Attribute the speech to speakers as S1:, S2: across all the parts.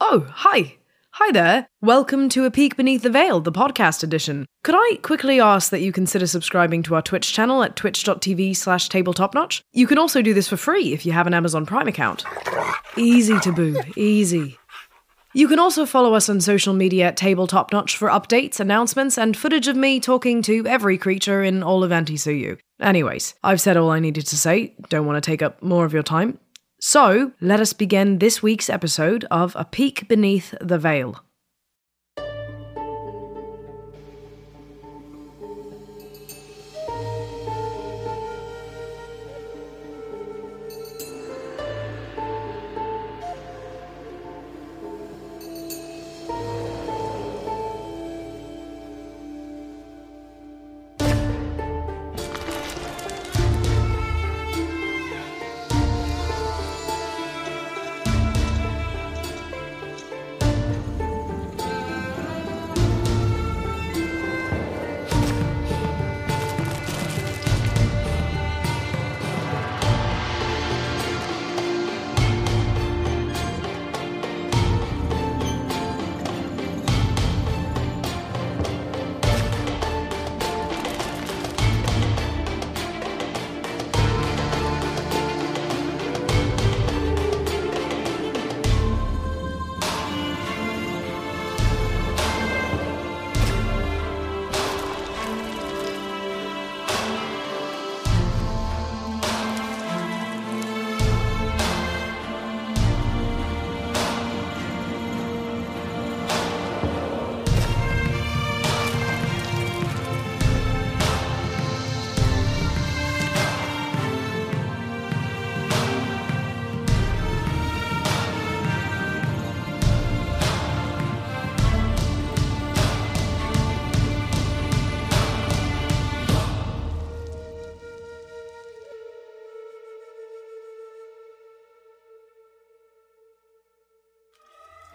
S1: Oh, hi. Hi there. Welcome to A Peek Beneath the Veil, the podcast edition. Could I quickly ask that you consider subscribing to our Twitch channel at twitch.tv slash tabletopnotch? You can also do this for free if you have an Amazon Prime account. Easy to boo. Easy. You can also follow us on social media at Tabletop Notch for updates, announcements, and footage of me talking to every creature in all of Antisuyu. Anyways, I've said all I needed to say. Don't want to take up more of your time. So, let us begin this week's episode of A Peek Beneath the Veil.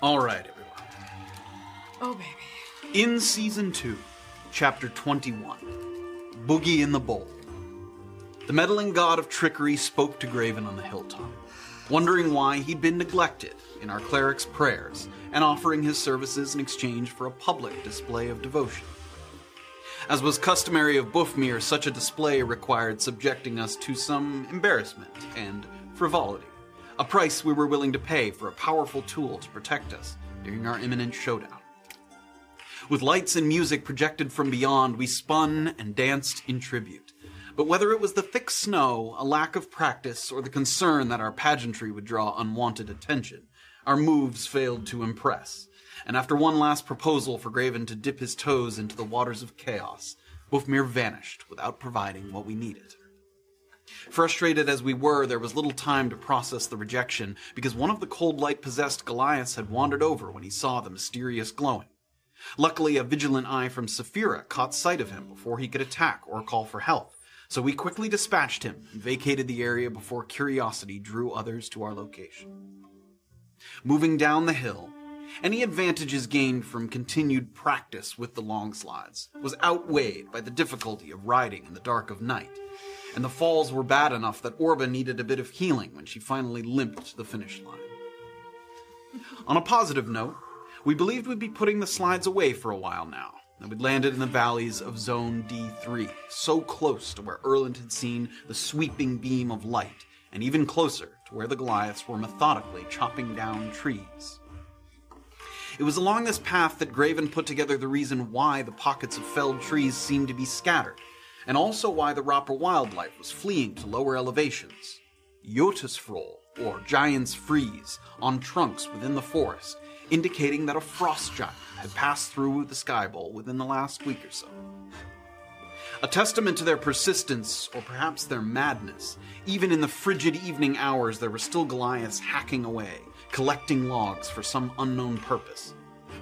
S2: All right, everyone.
S1: Oh, baby.
S2: In season two, chapter 21, Boogie in the Bowl. The meddling god of trickery spoke to Graven on the hilltop, wondering why he'd been neglected in our cleric's prayers and offering his services in exchange for a public display of devotion. As was customary of Boofmere, such a display required subjecting us to some embarrassment and frivolity, a price we were willing to pay for a powerful tool to protect us during our imminent showdown. With lights and music projected from beyond, we spun and danced in tribute. But whether it was the thick snow, a lack of practice, or the concern that our pageantry would draw unwanted attention, our moves failed to impress. And after one last proposal for Graven to dip his toes into the waters of chaos, Wolfmere vanished without providing what we needed. Frustrated as we were, there was little time to process the rejection because one of the cold light possessed Goliaths had wandered over when he saw the mysterious glowing. Luckily, a vigilant eye from Saphira caught sight of him before he could attack or call for help, so we quickly dispatched him and vacated the area before curiosity drew others to our location. Moving down the hill, any advantages gained from continued practice with the long slides was outweighed by the difficulty of riding in the dark of night, and the falls were bad enough that Orba needed a bit of healing when she finally limped to the finish line. On a positive note, we believed we'd be putting the slides away for a while now, and we'd landed in the valleys of Zone D3, so close to where Erland had seen the sweeping beam of light, and even closer to where the Goliaths were methodically chopping down trees. It was along this path that Graven put together the reason why the pockets of felled trees seemed to be scattered, and also why the Rapper wildlife was fleeing to lower elevations. Jotusfroll, or Giant's Freeze, on trunks within the forest, indicating that a frost giant had passed through the Sky Bowl within the last week or so. A testament to their persistence, or perhaps their madness, even in the frigid evening hours, there were still Goliaths hacking away, collecting logs for some unknown purpose.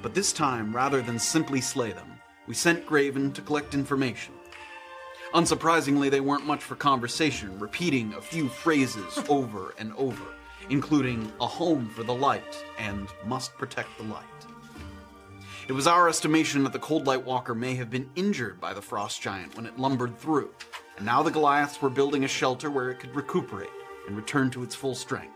S2: But this time, rather than simply slay them, we sent Graven to collect information. Unsurprisingly, they weren't much for conversation, repeating a few phrases over and over, including a home for the light and must protect the light. It was our estimation that the Cold Light Walker may have been injured by the Frost Giant when it lumbered through, and now the Goliaths were building a shelter where it could recuperate and return to its full strength.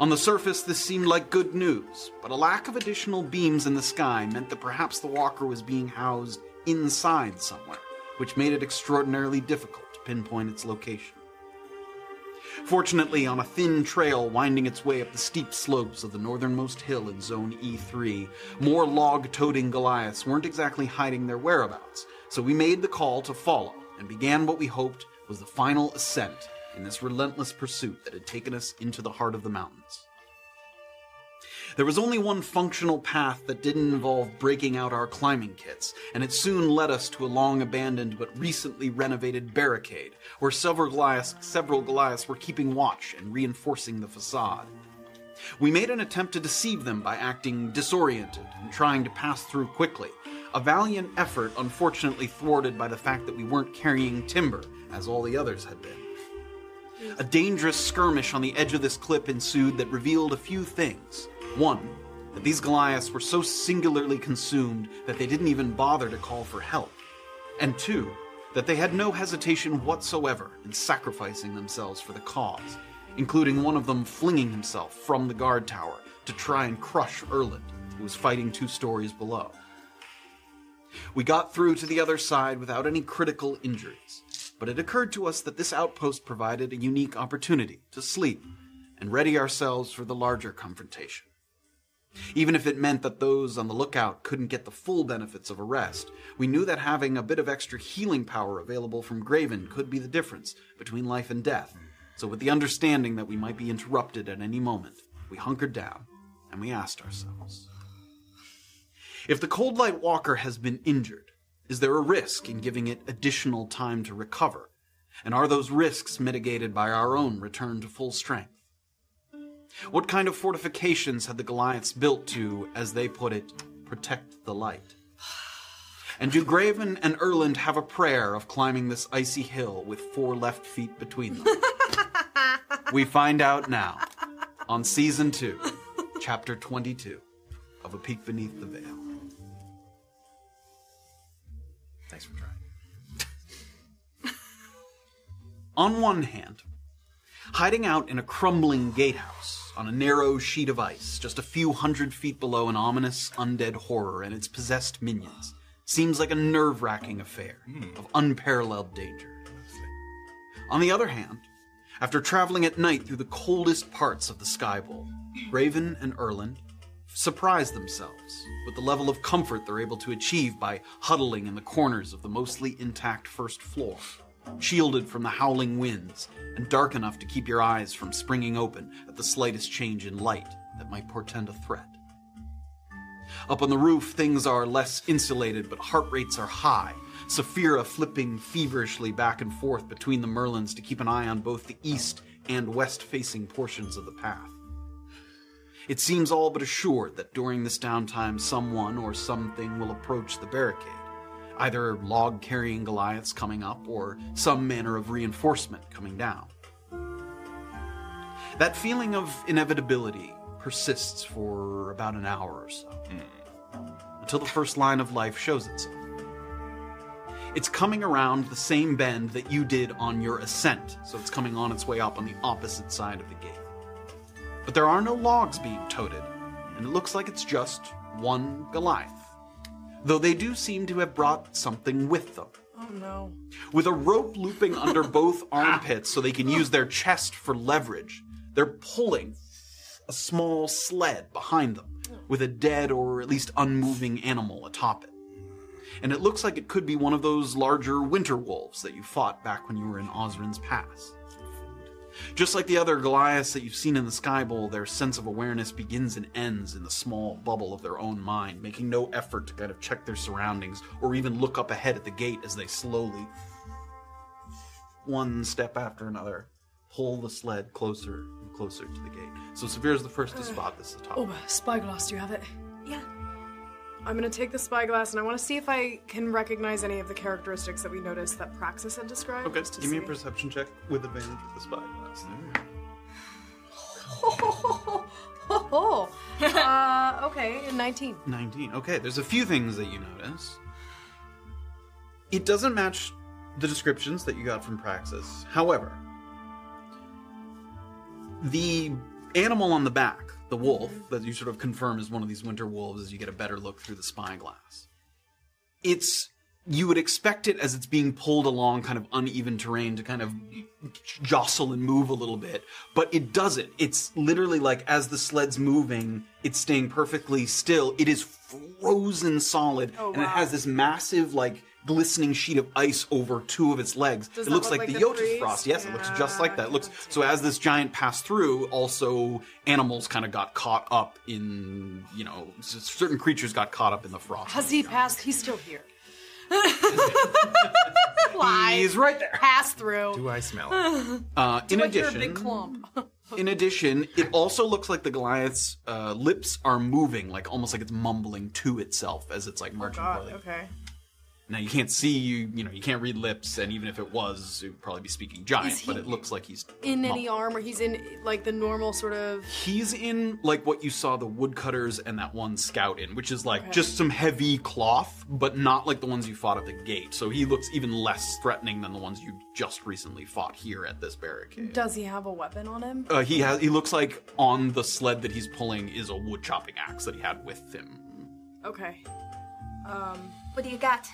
S2: On the surface, this seemed like good news, but a lack of additional beams in the sky meant that perhaps the walker was being housed inside somewhere, which made it extraordinarily difficult to pinpoint its location. Fortunately, on a thin trail winding its way up the steep slopes of the northernmost hill in Zone E3, more log toting Goliaths weren't exactly hiding their whereabouts, so we made the call to follow and began what we hoped was the final ascent in this relentless pursuit that had taken us into the heart of the mountains. There was only one functional path that didn't involve breaking out our climbing kits, and it soon led us to a long abandoned but recently renovated barricade, where several Goliaths, several Goliaths were keeping watch and reinforcing the facade. We made an attempt to deceive them by acting disoriented and trying to pass through quickly, a valiant effort unfortunately thwarted by the fact that we weren't carrying timber, as all the others had been. A dangerous skirmish on the edge of this cliff ensued that revealed a few things. One, that these Goliaths were so singularly consumed that they didn't even bother to call for help. And two, that they had no hesitation whatsoever in sacrificing themselves for the cause, including one of them flinging himself from the guard tower to try and crush Erland, who was fighting two stories below. We got through to the other side without any critical injuries, but it occurred to us that this outpost provided a unique opportunity to sleep and ready ourselves for the larger confrontation. Even if it meant that those on the lookout couldn't get the full benefits of a rest, we knew that having a bit of extra healing power available from Graven could be the difference between life and death. So, with the understanding that we might be interrupted at any moment, we hunkered down and we asked ourselves. If the Cold Light Walker has been injured, is there a risk in giving it additional time to recover? And are those risks mitigated by our own return to full strength? What kind of fortifications had the Goliaths built to, as they put it, protect the light? And do Graven and Erland have a prayer of climbing this icy hill with four left feet between them? we find out now on season two, chapter 22 of A Peak Beneath the Veil. Thanks for trying. on one hand, hiding out in a crumbling gatehouse on a narrow sheet of ice just a few hundred feet below an ominous undead horror and its possessed minions seems like a nerve wracking affair of unparalleled danger. On the other hand, after traveling at night through the coldest parts of the Sky Bowl, Raven and Erland surprise themselves with the level of comfort they're able to achieve by huddling in the corners of the mostly intact first floor, shielded from the howling winds and dark enough to keep your eyes from springing open at the slightest change in light that might portend a threat. Up on the roof, things are less insulated, but heart rates are high. Saphira flipping feverishly back and forth between the Merlins to keep an eye on both the east and west facing portions of the path. It seems all but assured that during this downtime, someone or something will approach the barricade. Either log carrying Goliaths coming up, or some manner of reinforcement coming down. That feeling of inevitability persists for about an hour or so, until the first line of life shows itself. It's coming around the same bend that you did on your ascent, so it's coming on its way up on the opposite side of the gate but there are no logs being toted, and it looks like it's just one Goliath. Though they do seem to have brought something with them.
S3: Oh no.
S2: With a rope looping under both armpits so they can use their chest for leverage, they're pulling a small sled behind them with a dead or at least unmoving animal atop it. And it looks like it could be one of those larger winter wolves that you fought back when you were in Osrin's Pass. Just like the other Goliaths that you've seen in the Sky Bowl, their sense of awareness begins and ends in the small bubble of their own mind, making no effort to kind of check their surroundings or even look up ahead at the gate as they slowly, one step after another, pull the sled closer and closer to the gate. So Severe's the first to spot this atop.
S1: Oh
S3: Orba, Oh, spyglass, do you have it?
S4: Yeah.
S3: I'm gonna take the spyglass and I wanna see if I can recognize any of the characteristics that we noticed that Praxis had described.
S2: Okay,
S3: just to
S2: give me a
S3: see.
S2: perception check with advantage with the spyglass.
S4: uh, okay, a 19.
S2: 19. Okay, there's a few things that you notice. It doesn't match the descriptions that you got from Praxis. However, the animal on the back, the wolf, that you sort of confirm is one of these winter wolves as you get a better look through the spyglass. It's you would expect it as it's being pulled along kind of uneven terrain to kind of jostle and move a little bit, but it doesn't. It's literally like as the sled's moving, it's staying perfectly still. It is frozen solid,
S1: Oh,
S2: and it has this massive like glistening sheet of ice over two of its legs.
S1: Does
S2: it
S1: that
S2: looks
S1: look
S2: like,
S1: like
S2: the
S1: the
S2: Yotus frost.
S1: freeze?
S2: Yes, it looks just like that. It looks so as this giant passed through, also animals kind of got caught up in you know s- certain creatures got caught up in the frost.
S1: Has he passed? He's still here.
S2: He's right there.
S1: Pass through.
S5: Do I smell it?
S2: Uh, in
S1: Like you're a big
S2: addition,
S1: clump.
S2: in addition, it also looks like the Goliath's uh, lips are moving, like almost like it's mumbling to itself as it's like marching. forward.
S1: Oh, okay.
S2: Now you can't see you, you know, you can't read lips, and even if it was, it would probably be speaking giant.
S1: Is
S2: But
S1: he
S2: it looks like he's
S1: In any
S2: mumbling.
S1: armor, he's in like the normal sort of.
S2: He's in like what you saw the woodcutters and that one scout in, which is like just some heavy cloth, but not like the ones you fought at the gate. So he looks even less threatening than the ones you just recently fought here at this barricade.
S1: Does he have a weapon on him?
S2: Uh, he has. He looks like on the sled that he's pulling is a wood chopping axe that he had with him.
S1: Okay.
S6: What do you got?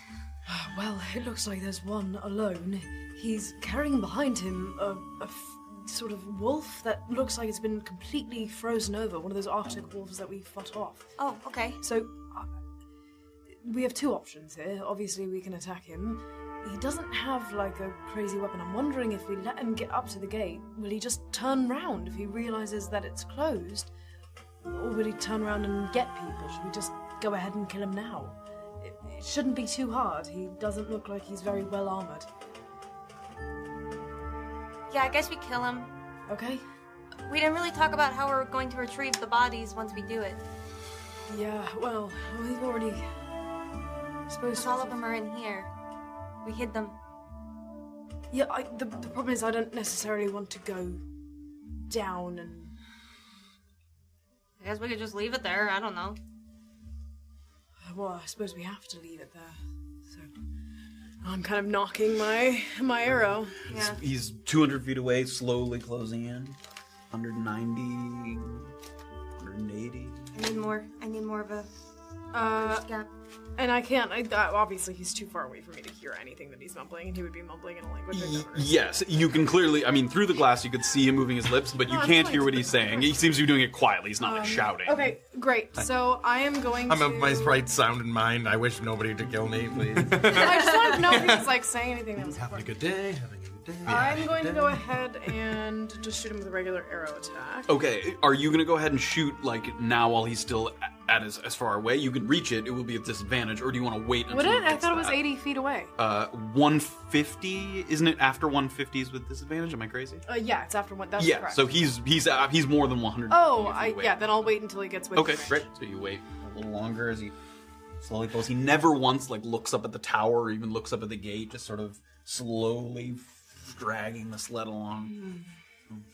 S1: Well, it looks like there's one alone. He's carrying behind him a, a f- sort of wolf that looks like it's been completely frozen over, one of those Arctic wolves that we fought off.
S6: Oh, okay.
S1: So, uh, we have two options here. Obviously, we can attack him. He doesn't have like a crazy weapon. I'm wondering if we let him get up to the gate, will he just turn round if he realizes that it's closed? Or will he turn around and get people? Should we just go ahead and kill him now? It, it shouldn't be too hard. He doesn't look like he's very well armored.
S6: Yeah, I guess we kill him.
S1: Okay?
S6: We didn't really talk about how we're going to retrieve the bodies once we do it.
S1: Yeah, well, we've already. I suppose
S6: Because all of them are in here. We hid them.
S1: Yeah, I, the, the problem is I don't necessarily want to go down and
S6: I guess we could just leave it there. I don't know.
S1: Well, I suppose we have to leave it there. So I'm kind of knocking my my arrow.
S6: Yeah.
S2: He's 200 feet away, slowly closing in. 190, 180.
S6: I need more. I need more of a
S1: Uh,
S6: gap.
S1: and I can't. I, uh, obviously, he's too far away for me to hear anything that he's mumbling, and he would be mumbling in a language I've never.
S2: Yes, you can clearly. I mean, through the glass, you could see him moving his lips, but you
S1: No, I'm
S2: can't
S1: fine. Um,
S2: hear what he's saying. He seems to be doing it quietly. He's not like shouting.
S1: Okay, great. So I am going.
S5: I'm
S1: to...
S5: of my right sound and mind. I wish nobody to kill me, please.
S1: I just wanted to know if he's like saying anything that was
S5: having a
S1: important.
S5: good day, having a good day.
S1: I'm going to go ahead and just shoot him with a regular arrow attack.
S2: Okay, are you gonna go ahead and shoot like now while he's still a- at as, as far away? You can reach it. It will be at disadvantage, or do you want to wait? Until
S1: Would
S2: he
S1: it? I
S2: gets
S1: thought it was
S2: that?
S1: 80 feet away.
S2: Uh, 150, isn't it? After 150 is with disadvantage. Am I crazy?
S1: Uh, yeah, it's after one. That's
S2: yeah.
S1: correct.
S2: So he's he's uh, he's more than 100.
S1: Oh,
S2: if you
S1: I,
S2: wait.
S1: yeah. Then I'll wait until he gets with.
S2: Okay, great. So you wait a little longer as he slowly pulls. He never once like looks up at the tower or even looks up at the gate, just sort of slowly dragging the sled along. And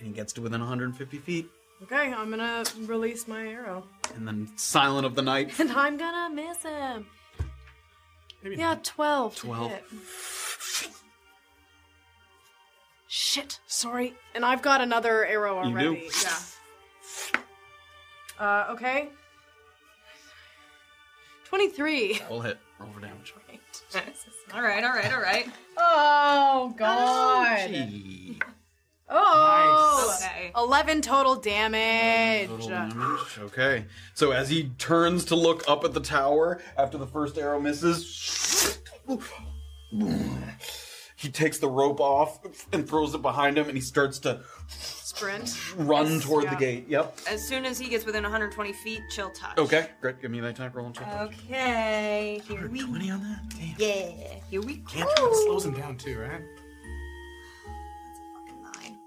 S2: he gets to within 150 feet,
S1: Okay, I'm gonna release my arrow.
S2: and then silent of the night.
S1: And I'm gonna miss him. yeah, 12. to
S2: 12.
S1: hit. Shit, sorry. And I've got another arrow
S2: You do?
S1: already. Yeah. Uh, okay. 23.
S2: Roll hit. Roll for damage.
S6: All right, all right, all right.
S1: Oh, God.
S2: Gee.
S1: Oh!
S6: Okay.
S1: 11 total damage.
S2: Total damage. Okay. So as he turns to look up at the tower after the first arrow misses, he takes the rope off and throws it behind him and he starts to
S1: Sprint.
S2: run toward
S1: yeah.
S2: the gate. Yep.
S6: As soon as he gets within 120 feet, chill touch.
S2: Okay. Great. Give me an attack roll and
S6: Uh,
S2: check.
S6: Okay. Here we
S5: 20 on that? Damn.
S6: Yeah. Here we
S5: Can't
S6: go.
S5: it slows him down too, right?
S6: Fucking nine.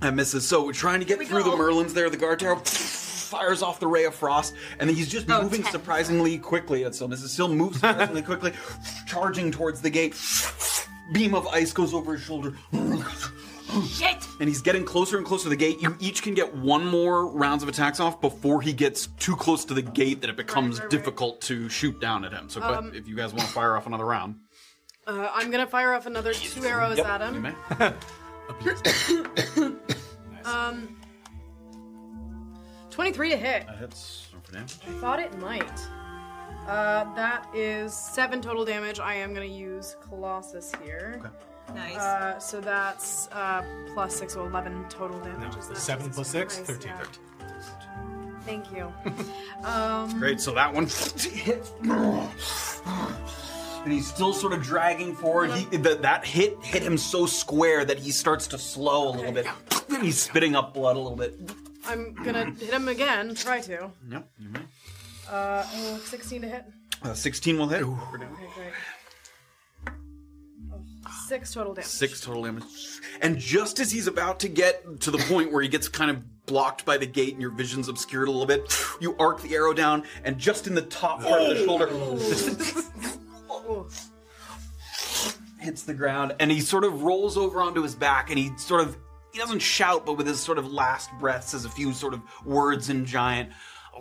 S2: That misses. So we're trying to get
S6: we
S2: through
S6: go.
S2: the Merlins there. The guard tower fires off the ray of frost, and then he's just
S6: Oh,
S2: moving
S6: ten.
S2: surprisingly quickly. That still misses. Still moves surprisingly quickly, charging towards the gate. Beam of ice goes over his shoulder.
S6: Shit!
S2: and he's getting closer and closer to the gate. You each can get one more rounds of attacks off before he gets too close to the gate that it becomes difficult to shoot down at him. So,
S6: Um,
S2: but if you guys want to fire off another round,
S1: Uh, I'm gonna fire off another two arrows
S2: Yep,
S1: at
S2: you
S1: him.
S2: may.
S7: Abuse.
S4: Um, 23 to hit.
S8: That hits. Don't
S4: I
S8: forget.
S4: thought it might. Uh, that is seven total damage. I am going to use Colossus here.
S9: Nice.
S4: Uh, so that's uh, plus six, so 11 total
S7: No,
S4: damage. Isn't that
S7: seven
S4: Jesus
S7: plus six,
S4: Christ?
S7: 13,
S4: Yeah.
S7: 13.
S4: Thank you.
S8: Great. So that one hits.
S2: and he's still sort of dragging forward. He, th- that hit hit him so square that he starts to slow a little bit. And he's spitting up blood a little bit.
S4: I'm going to hit him again. Try to.
S8: Yep. you may.
S4: Uh, oh, 16 to hit.
S8: Uh, 16 will hit.
S4: Okay, great. Oh, Six total damage.
S2: Six total damage. And just as he's about to get to the point where he gets kind of blocked by the gate and your vision's obscured a little bit, you arc the arrow down, and just in the top part of the shoulder
S4: Ooh.
S2: hits the ground, and he sort of rolls over onto his back, and he sort of he doesn't shout, but with his sort of last breath says a few sort of words in giant.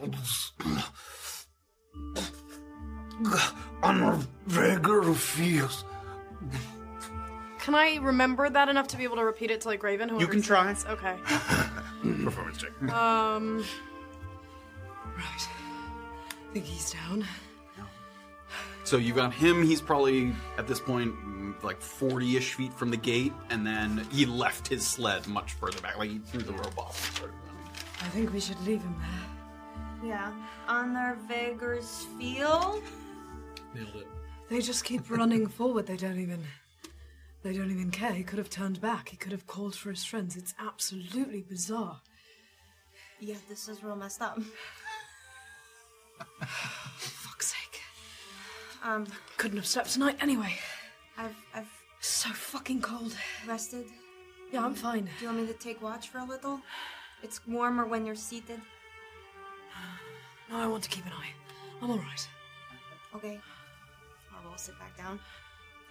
S2: Honor Vega refuse.
S4: Can I remember that enough to be able to repeat it to like Raven? whoever
S2: can
S4: said
S2: try.
S4: this? Okay.
S7: Performance check.
S4: Um. Right. I think he's down.
S2: So you got him. He's probably at this point mm, like forty-ish feet from the gate, and then he left his sled much further back. Like he threw the rope off. and started running.
S4: I think we should leave him there.
S9: yeah.
S6: On their Vegas field?
S7: Nailed it.
S4: They just keep running forward. They don't even. They don't even care. He could have turned back. He could have called for his friends. It's absolutely bizarre.
S6: Yeah, this is real messed up.
S4: Fuck's sake.
S6: Um,
S4: Couldn't have slept tonight anyway.
S6: I've I've
S4: So fucking cold.
S6: rested. Do
S4: Yeah, I'm fine.
S6: you want me to take watch for a little? It's warmer when you're seated.
S4: No, I want to keep an eye. I'm all right.
S6: Okay. Marvel will sit back down.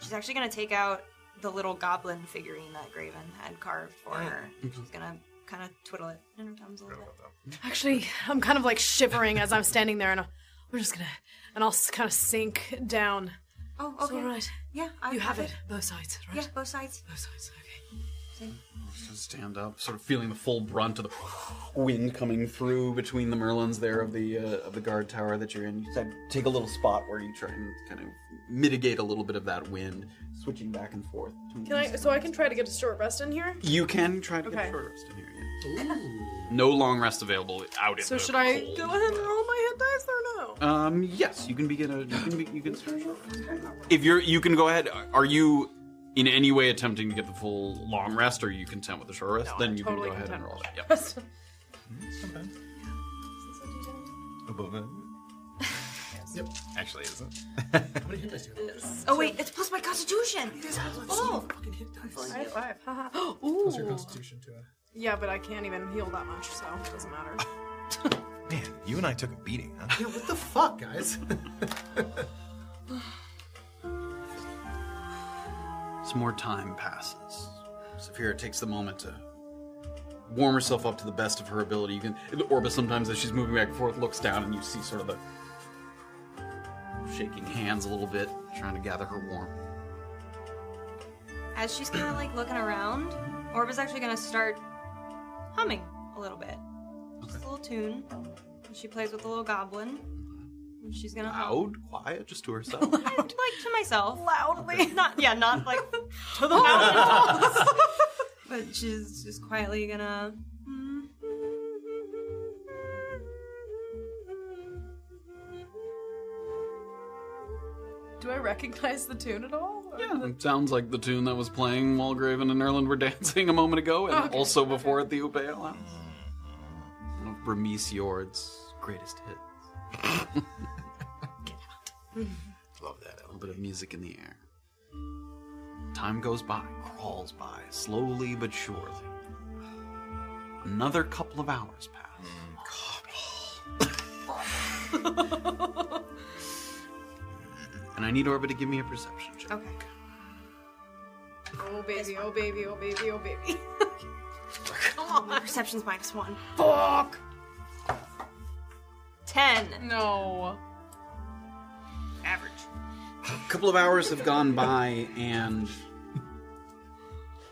S6: She's actually gonna take out the little goblin figurine that Graven had carved for her. She's gonna kind of twiddle it in her thumbs a little bit.
S4: Actually, I'm kind of like shivering as I'm standing there, and I'm, we're just gonna, and I'll kind of sink down.
S6: Oh, okay.
S4: It's all right.
S6: Yeah, I
S4: You have it. Both sides, right?
S6: Yeah, both sides.
S4: Both sides. Okay.
S2: Stand up, sort of feeling the full brunt of the wind coming through between the merlins there of the uh, of the guard tower that you're in. You said take a little spot where you try and kind of mitigate a little bit of that wind, switching back and forth. between
S4: Can I? So I can try to get a short rest in here.
S2: You can try to get
S4: Okay.
S2: a short rest in here. Yeah. No long rest available out in
S4: So
S2: the
S4: should I
S2: cold.
S4: go ahead and roll my hit dice or no?
S2: Um. Yes, you can begin a. You can, be, you can start. If you're, you can go ahead. Are you in any way attempting to get the full long rest, or are you content with the short rest? then you
S4: totally
S2: can go ahead and
S4: content
S2: roll
S4: with
S2: it.
S4: the
S2: Yep.
S7: Above it. Yep. Actually, it isn't. How many hit dice do you have?
S6: Oh wait, it's plus my constitution. Oh,
S4: I had five. haha.
S7: What's your
S4: Ooh.
S7: constitution to a...
S4: Yeah, but I can't even heal that much, so it doesn't matter.
S5: Man, you and I took a beating, huh?
S7: Yeah, what the fuck, guys?
S2: Some more time passes. Saphira takes the moment to warm herself up to the best of her ability. You can. Orba sometimes, as she's moving back and forth, looks down and you see sort of the shaking hands a little bit, trying to gather her warmth.
S6: As she's kind of like looking around, Orba's actually gonna start humming a little bit. Just a little tune. And She plays with the little goblin. And she's gonna hum.
S2: Loud, quiet, just to herself.
S6: Like to myself.
S9: Loudly.
S6: Not yeah, not like to the
S4: Oh.
S6: mountains. but she's just quietly gonna
S4: Do I recognize the tune at all?
S2: Yeah, it sounds like the tune that was playing while Graven and Erland were dancing a moment ago, and also before at the Upale House. One of Bramise Yord's greatest hits.
S7: Love that.
S2: A little bit of music in the air. Time goes by, crawls by, slowly but surely. Another couple of hours pass. and I need Orba to give me a perception check.
S6: Okay.
S4: Oh baby, oh baby, oh baby, oh baby.
S6: My perception's minus one. Fuck! Ten.
S4: No.
S6: Average.
S2: couple of hours have gone by and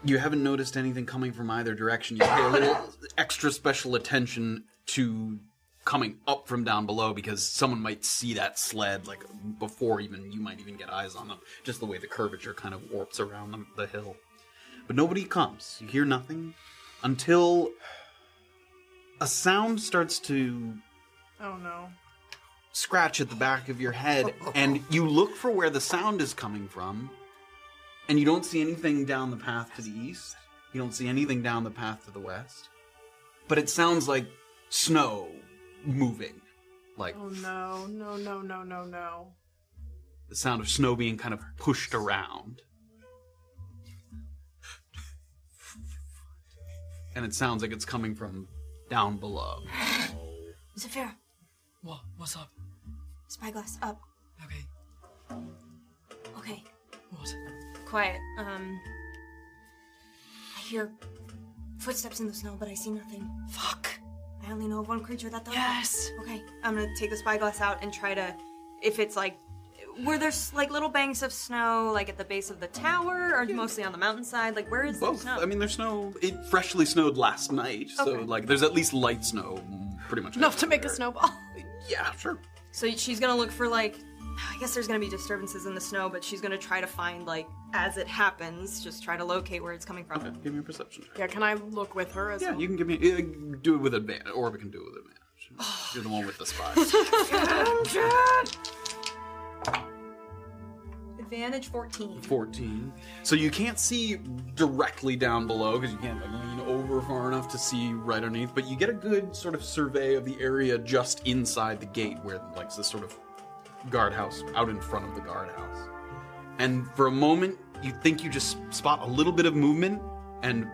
S2: You haven't noticed anything coming from either direction. You pay a little extra special attention to coming up from down below because someone might see that sled like before even you might even get eyes on them. Just the way the curvature kind of warps around the, the hill. But nobody comes. You hear nothing until a sound starts to
S4: Oh no.
S2: scratch at the back of your head and you look for where the sound is coming from and you don't see anything down the path to the east you don't see anything down the path to the west but it sounds like snow moving like
S4: Oh no. No, no, no, no, no.
S2: the sound of snow being kind of pushed around and it sounds like it's coming from down below
S6: Zafira,
S9: What? What's up?
S6: spyglass up.
S9: Okay.
S6: Okay,
S9: What?
S6: quiet. Um, I hear footsteps in the snow, but I see nothing.
S9: Fuck.
S6: I only know of one creature that does. that.
S4: Yes.
S6: Okay, I'm gonna take the spyglass out and try to, if it's like, where there's like little banks of snow, like at the base of the tower, or mostly on the mountainside. Like where is the
S2: Both.
S6: snow?
S2: I mean, there's snow. It freshly snowed last night, so
S6: Okay.
S2: like there's at least light snow, pretty much.
S4: Enough to make a
S2: everywhere.
S4: snowball.
S2: Yeah, sure.
S6: So she's gonna look for like, I guess there's gonna be disturbances in the snow, but she's gonna try to find like as it happens, just try to locate where it's coming from.
S2: Okay, give me a perception. check.
S4: Yeah, can I look with her as
S2: Yeah,
S4: well?
S2: you can give me. Uh, do it with advantage, or we can do it with advantage. You're the one with the spot.
S6: Advantage 14.
S2: Fourteen. So you can't see directly down below because you can't like lean over far enough to see right underneath. But you get a good sort of survey of the area just inside the gate, where like this sort of guardhouse out in front of the guardhouse. And for a moment, you think you just spot a little bit of movement, and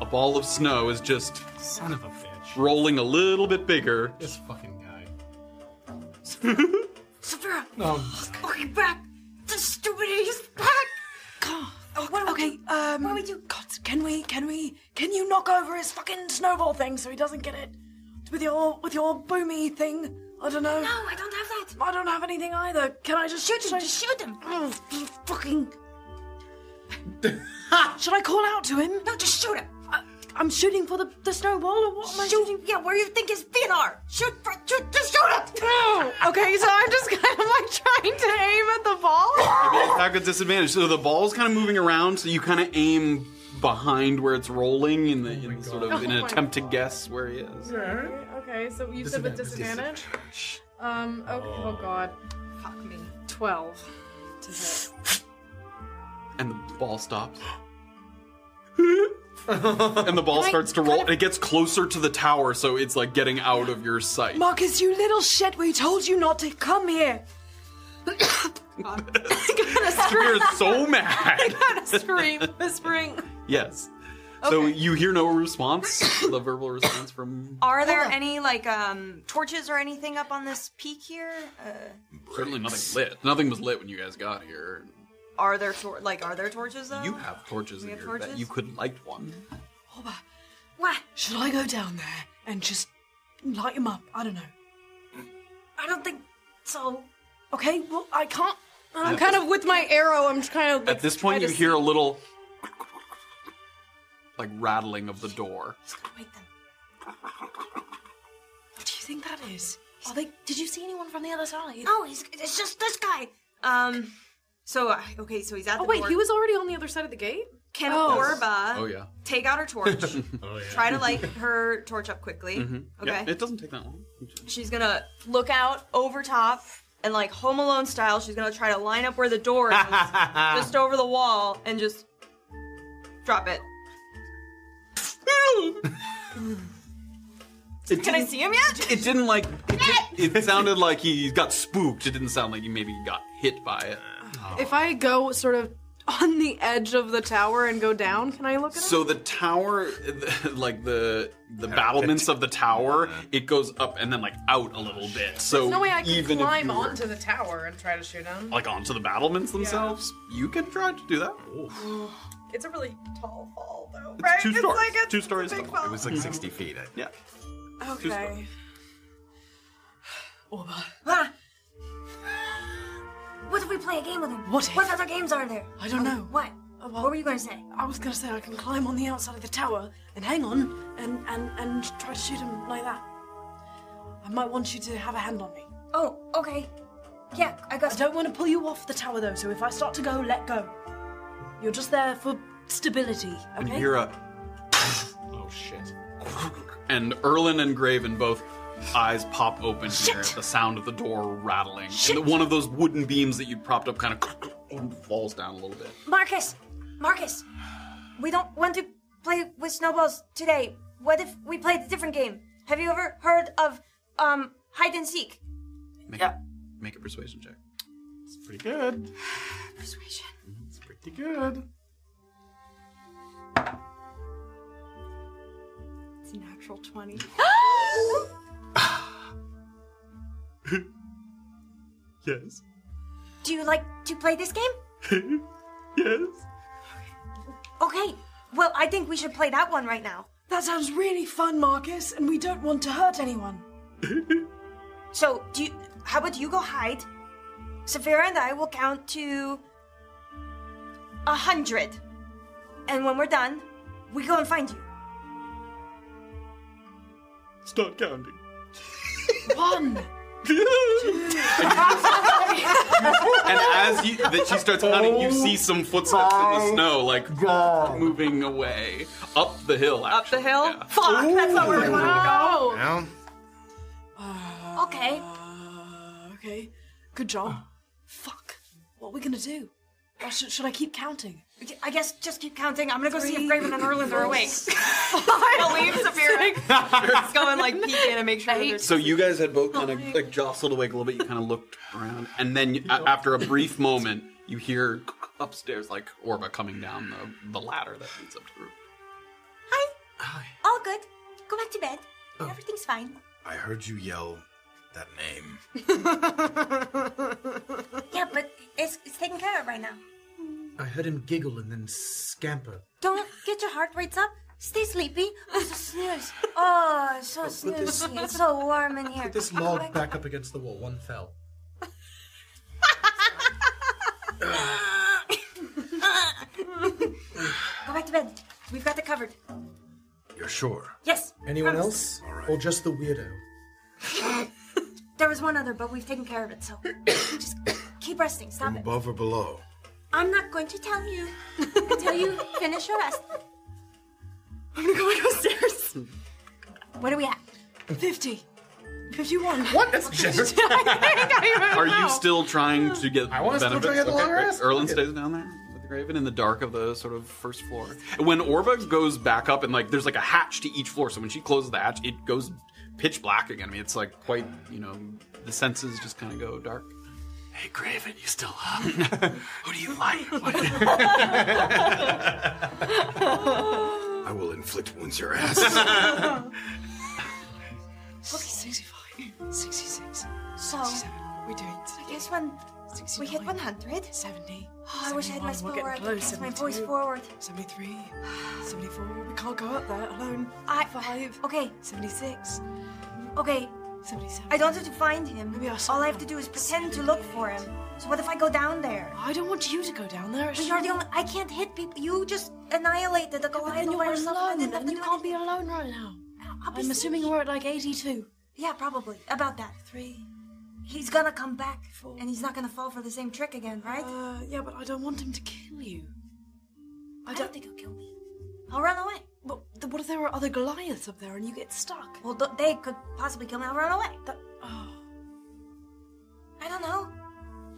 S2: a ball of snow is just
S7: Son of a bitch.
S2: rolling a little bit bigger.
S7: This fucking guy.
S6: Sophia,
S7: No.
S6: okay, oh, back. The stupid is back. Oh,
S4: What, okay, um. What do we do? God, can we, can we, can you knock over his fucking snowball thing so he doesn't get it? With your, with your boomy thing? I don't know.
S6: No, I don't have that.
S4: I don't have anything either. Can I just shoot him?
S6: Just shoot him.
S4: Oh, you fucking. Should I call out to him?
S6: No, just shoot him.
S4: I, I'm shooting for the, the snowball, or what am I
S6: Shoot
S4: shooting?
S6: him. Yeah, where you think his feet are. Shoot, for, shoot, just shoot him.
S4: Okay, so I'm just kind of like trying to aim at the ball.
S2: Attack with disadvantage. So the ball's kind of moving around, so you kind of aim behind where it's rolling in the in sort of in
S4: Oh
S2: an
S4: my
S2: attempt to guess where he is.
S4: okay, so you said with disadvantage. Um. Okay, oh god.
S6: Fuck me.
S4: Twelve. To hit.
S2: And the ball stops. and the ball starts to roll, and it gets closer to the tower, so it's like getting out of your sight.
S4: Marcus, you little shit! We told you not to come here.
S2: You're so mad.
S4: Scream, whispering.
S2: yes. So you hear no response, the verbal response from
S6: Are there any like um torches or anything up on this peak here? Uh,
S2: certainly nothing lit. Nothing was lit when you guys got here.
S6: are there tor- like are there torches though?
S2: You have torches in
S6: We have
S2: your bed.
S6: torches?
S2: You could light one.
S6: What?
S4: Should I go down there and just light him up? I don't know.
S6: I don't think so.
S4: Okay, well, I can't. I'm kind of with my arrow. I'm kind of. Like,
S2: At this point, you
S4: trying to
S2: hear a little like rattling of the door.
S6: Wait then.
S4: What do you think that is? Are they? Did you see anyone from the other side?
S6: No, oh, he's it's just this guy. Um. So uh, okay, so he's at
S4: Oh
S6: the
S4: wait,
S6: door.
S4: he was already on the other side of the gate.
S6: Can
S4: Oh.
S6: Orba
S2: Oh yeah.
S6: take out her torch?
S7: Oh, yeah.
S6: try to light her torch up quickly. Okay.
S2: Yeah, it doesn't take that long.
S6: she's gonna look out over top and like Home Alone style. She's gonna try to line up where the door is, just over the wall, and just drop it.
S2: It
S6: Can I
S2: didn't-
S6: see him yet?
S2: It didn't like. It, did- it sounded like he got spooked. It didn't sound like he maybe got hit by it.
S4: If I go sort of on the edge of the tower and go down, can I look at
S2: So the tower, the- like the the battlements of the tower, it goes up and then like out a little bit. So
S4: him? No way I can
S2: even if
S4: climb
S2: you were-
S4: onto the tower and try to shoot him.
S2: like onto the battlements themselves, you can try to do that.
S4: It's a really tall fall, though.
S2: It's two stories. two stories. tall.
S7: It was like 60 feet. I-
S2: Yeah.
S4: Okay. Orba,
S6: Ah,
S10: What if we play a game with him?
S4: What if?
S10: What other games are there? Oh,
S4: I don't know.
S10: What?
S4: Uh, well-
S10: What were you gonna say?
S4: I was gonna say I can climb on the outside of the tower and hang on and, and, and try to shoot him like that. I might want you to have a hand on me.
S10: Oh, okay. Yeah, I
S4: I
S10: got.
S4: don't want to pull you off the tower though, so if I start to go, let go. You're just there for stability,
S2: And
S4: okay?
S2: you hear a
S7: Oh shit.
S2: and Erlin and Graven both eyes pop open here at the sound of the door rattling. And the, one of those wooden beams that you propped up kind of falls down a little bit.
S10: Marcus, Marcus, we don't want to play with snowballs today. What if we played a different game? Have you ever heard of um hide and seek?
S2: Make, make a persuasion check.
S7: It's pretty good.
S6: Persuasion.
S7: It's pretty good.
S6: It's a natural 20.
S7: Yes.
S10: Do you like to play this game?
S7: Yes.
S10: Okay. Well, I think we should play that one right now.
S4: That sounds really fun, Marcus, and we don't want to hurt anyone.
S10: So, do you, how about you go hide? Safira and I will count to a hundred, and when we're done, we go and find you.
S7: Start counting.
S4: One!
S2: And as you, that she starts counting, you see some footsteps in the snow, like moving away up the hill.
S6: Up the
S2: actually,
S6: hill?
S2: yeah.
S6: Fuck, that's not where we want to go.
S5: Down.
S10: Okay.
S4: Uh, okay. Good job. Fuck. What are we gonna do? Or should, should I keep counting?
S10: I guess just keep counting. I'm gonna go see if Graven and Erland are awake.
S6: I believe Sapphira. Just go and like peek in and make sure that there's
S2: So you guys had both kind of like jostled awake a little bit. You kind of looked around, and then you- a- after a brief moment, you hear upstairs like Orba coming down the, the ladder that leads up to the roof.
S10: Hi. All good. Go back to bed. Everything's fine.
S5: I heard you yell that name.
S10: Yeah, but it's, it's taken care of right now.
S11: I heard him giggle and then scamper.
S10: Don't get your heart rates up. Stay sleepy. Oh, so snooze. Oh, so
S11: this-
S10: snoozy. It's so warm in here.
S11: Put this log back up against the wall. One fell.
S10: Go back to bed. We've got it covered.
S5: You're sure?
S10: Yes.
S11: Anyone
S10: promise.
S11: else? Or just the weirdo?
S10: There was one other, but we've taken care of it, so just keep resting. Stop it.
S5: Above or below?
S10: I'm not going to tell you until you finish your rest.
S6: I'm gonna go upstairs.
S10: What are we at?
S4: 50. 51.
S7: What? That's generous.
S2: Are you still trying to get
S7: I wanna
S2: the
S7: still
S2: benefits?
S7: try to get the
S2: Okay,
S7: longer
S2: great.
S7: rest.
S2: Erlen
S7: Fuck it.
S2: stays down there with the Graven in the dark of the sort of first floor. When Orba goes back up and like there's like a hatch to each floor, so when she closes the hatch, it goes pitch black again. I mean, it's like quite you know the senses just kind of go dark. Hey, Graven, you still up? Who do you like? What-
S5: I will inflict wounds your ass.
S4: Okay, 65. 66.
S10: So,
S4: We're doing it today.
S10: this one, we hit 100.
S4: 70.
S10: Oh, I wish I had my
S4: 71.
S10: spell
S4: We're getting
S10: where I could
S4: close.
S10: cast my
S4: 72,
S10: voice forward.
S4: 73. 74. We can't go up there alone.
S10: I-
S4: Five.
S10: Okay,
S4: 76.
S10: okay.
S4: 77.
S10: I don't have to find him.
S4: Maybe I'll
S10: All I have to do is pretend to look for him. So what if I go down there?
S4: I don't want you to go down there. It's
S10: But you're the only. I can't hit people. You just annihilated the
S4: but
S10: Goliath
S4: then
S10: by
S4: you're
S10: yourself. I
S4: alone,
S10: didn't have
S4: and
S10: to
S4: you
S10: do
S4: can't be
S10: anything.
S4: alone right now.
S10: I'll be
S4: I'm assuming
S10: sleeping.
S4: we're at like 82.
S10: Yeah, probably about that.
S4: Three.
S10: He's gonna come back, and he's not gonna fall for the same trick again, right?
S4: Uh, yeah, but I don't want him to kill you.
S10: I don't think he'll kill me. I'll run away.
S4: But th- what if there are other Goliaths up there and you get stuck?
S10: Well, th- they could possibly kill me. I'll run away.
S4: That, oh,
S10: I don't know.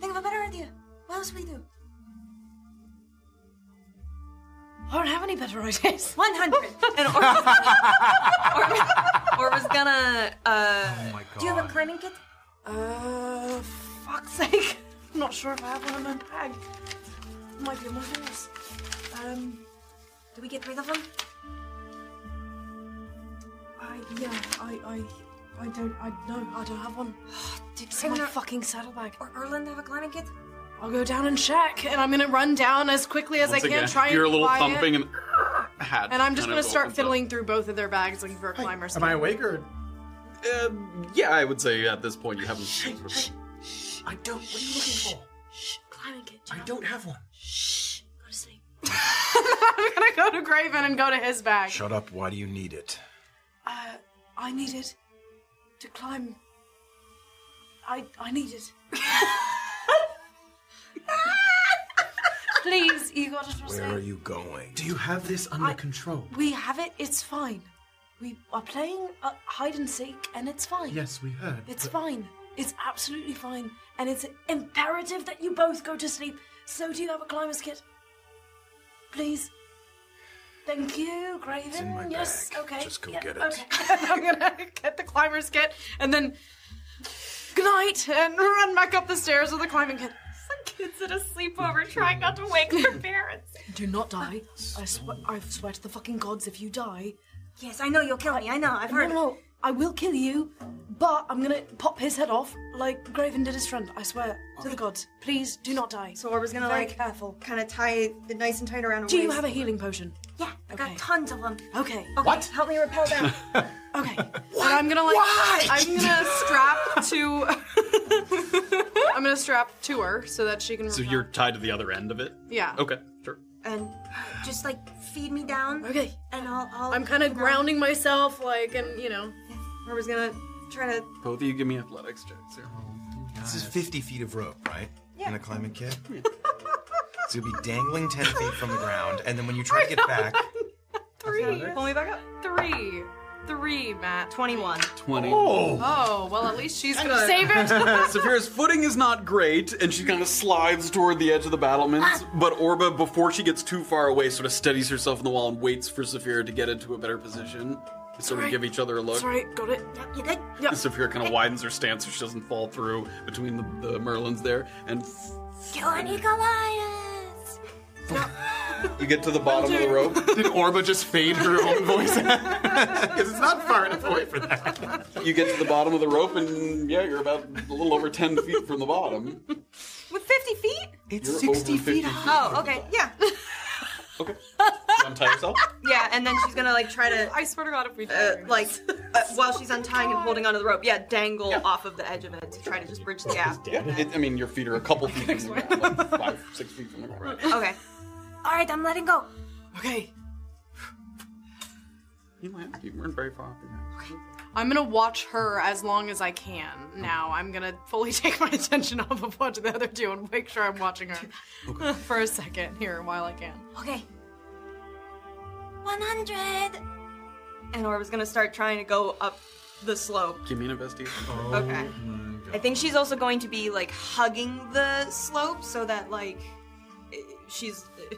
S10: Think of a better idea. What else we do?
S4: I don't have any better ideas.
S10: One hundred.
S6: And Orva's, Orva's gonna uh
S11: Oh my god.
S10: do you have a climbing kit?
S4: Uh, fuck's sake. I'm not sure if I have one in my bag. Might be on my horse. Um,
S10: Do we get rid of him?
S4: I, yeah, I, I, I don't, I, no, I don't have one.
S10: Did
S4: It's in my
S10: Kraven or-
S4: fucking saddlebag.
S10: or Erland have a climbing kit?
S4: I'll go down and check, and I'm gonna run down as quickly as
S2: Once
S4: I can,
S2: again,
S4: try and
S2: you're a little
S4: buy it,
S2: thumping and hatch
S4: And I'm just
S2: kind
S4: gonna
S2: of
S4: start
S2: opens up.
S4: fiddling through both of their bags looking for a climber.
S11: Am I awake or?
S2: Um, yeah, I would say at this point you haven't.
S11: I don't. What are you looking for?
S10: Shh, climbing kit.
S11: I don't have one.
S10: Shh, go to sleep.
S4: I'm gonna go to Graven and go to his bag.
S5: Shut up. Why do you need it?
S4: Uh, I need it to climb. I I need it. Please, you gotta trust
S5: Where
S4: me.
S5: are you going?
S11: Do you have this under control?
S4: We have it. It's fine. We are playing uh, hide and seek, and it's fine.
S11: Yes, we heard.
S4: It's
S11: but-
S4: fine. It's absolutely fine. And it's imperative that you both go to sleep. So do you have a climber's kit? Please. Thank you, Graven.
S5: in my
S4: yes,
S5: bag.
S4: okay.
S5: Just go
S4: yeah,
S5: get it.
S4: Okay. I'm gonna get the climber's kit and then good night and run back up the stairs with the climbing kit.
S6: Some kids at a sleepover trying not to wake their parents.
S4: Do not die. I swear I swear to the fucking gods if you die.
S10: Yes, I know you'll kill me. I know. I've heard.
S4: No, no, I will kill you, but I'm gonna pop his head off like Graven did his friend. I swear to the gods, please do not die.
S10: So Orba's gonna
S4: Very
S10: like
S4: careful.
S10: kind of tie it nice and tight around. her
S4: Do you
S10: waist.
S4: have a healing potion?
S10: Yeah, I
S4: Okay.
S10: got tons of them.
S4: Okay.
S10: Okay, what? Help me repel them.
S3: And I'm gonna like I'm gonna strap to
S4: I'm gonna strap to her so that she can.
S2: So you're tied to the other end of it?
S4: Yeah.
S2: Okay, sure.
S10: and just like feed me down.
S4: Okay.
S10: And I'll. I'll
S4: I'm kind of grounding myself, like, and you know.
S10: Orba's gonna try to.
S2: Both of you give me athletics checks here.
S5: This is 50 feet of rope, right?
S10: Yeah.
S5: In a climbing kit? so you'll be dangling 10 feet from the ground, and then when you try to get back,
S3: three.
S6: Pull me back up.
S3: Three. Three, Matt.
S6: 21.
S2: 20.
S3: Oh, well at least she's gonna
S4: on.
S3: save it.
S2: Saphira's footing is not great, and she kind of slides toward the edge of the battlements.
S4: Ah.
S2: But Orba, before she gets too far away, sort of steadies herself in the wall and waits for Saphira to get into a better position. They sort of
S4: Sorry.
S2: give each other a look.
S4: Sorry, got it.
S10: Yep, you good?
S4: Yep.
S2: Saphira kind of widens her stance so she doesn't fall through between the, the Merlins there. And
S10: Kill any Goliaths.
S2: you get to the bottom of the rope.
S7: Did Orba just fade her own voice? Because it's not far enough away for that.
S2: You get to the bottom of the rope, and yeah, you're about a little over 10 feet from the bottom.
S6: With 50 feet?
S2: It's 60 feet high.
S6: Oh, okay. Yeah.
S2: Okay. You untie yourself?
S6: Yeah, and then she's gonna like try to.
S3: I swear to God, if we
S6: Uh, like uh, while she's untying and holding onto the rope, yeah, dangle off of the edge of it to try to just bridge the gap.
S2: Yeah. It, I mean, your feet are a couple feet from the ground, like five, six feet from the ground.
S6: Okay,
S10: All right, I'm letting go.
S3: okay,
S2: You went. You weren't very far.
S3: I'm gonna watch her as long as I can. Now I'm gonna fully take my attention off of what the other two and make sure I'm watching her for a second here while I can.
S10: Okay. 100.
S6: and Orba's gonna start trying to go up the slope.
S2: Give me an investigation.
S6: Okay, I think she's also going to be like hugging the slope so that like eh, she's eh,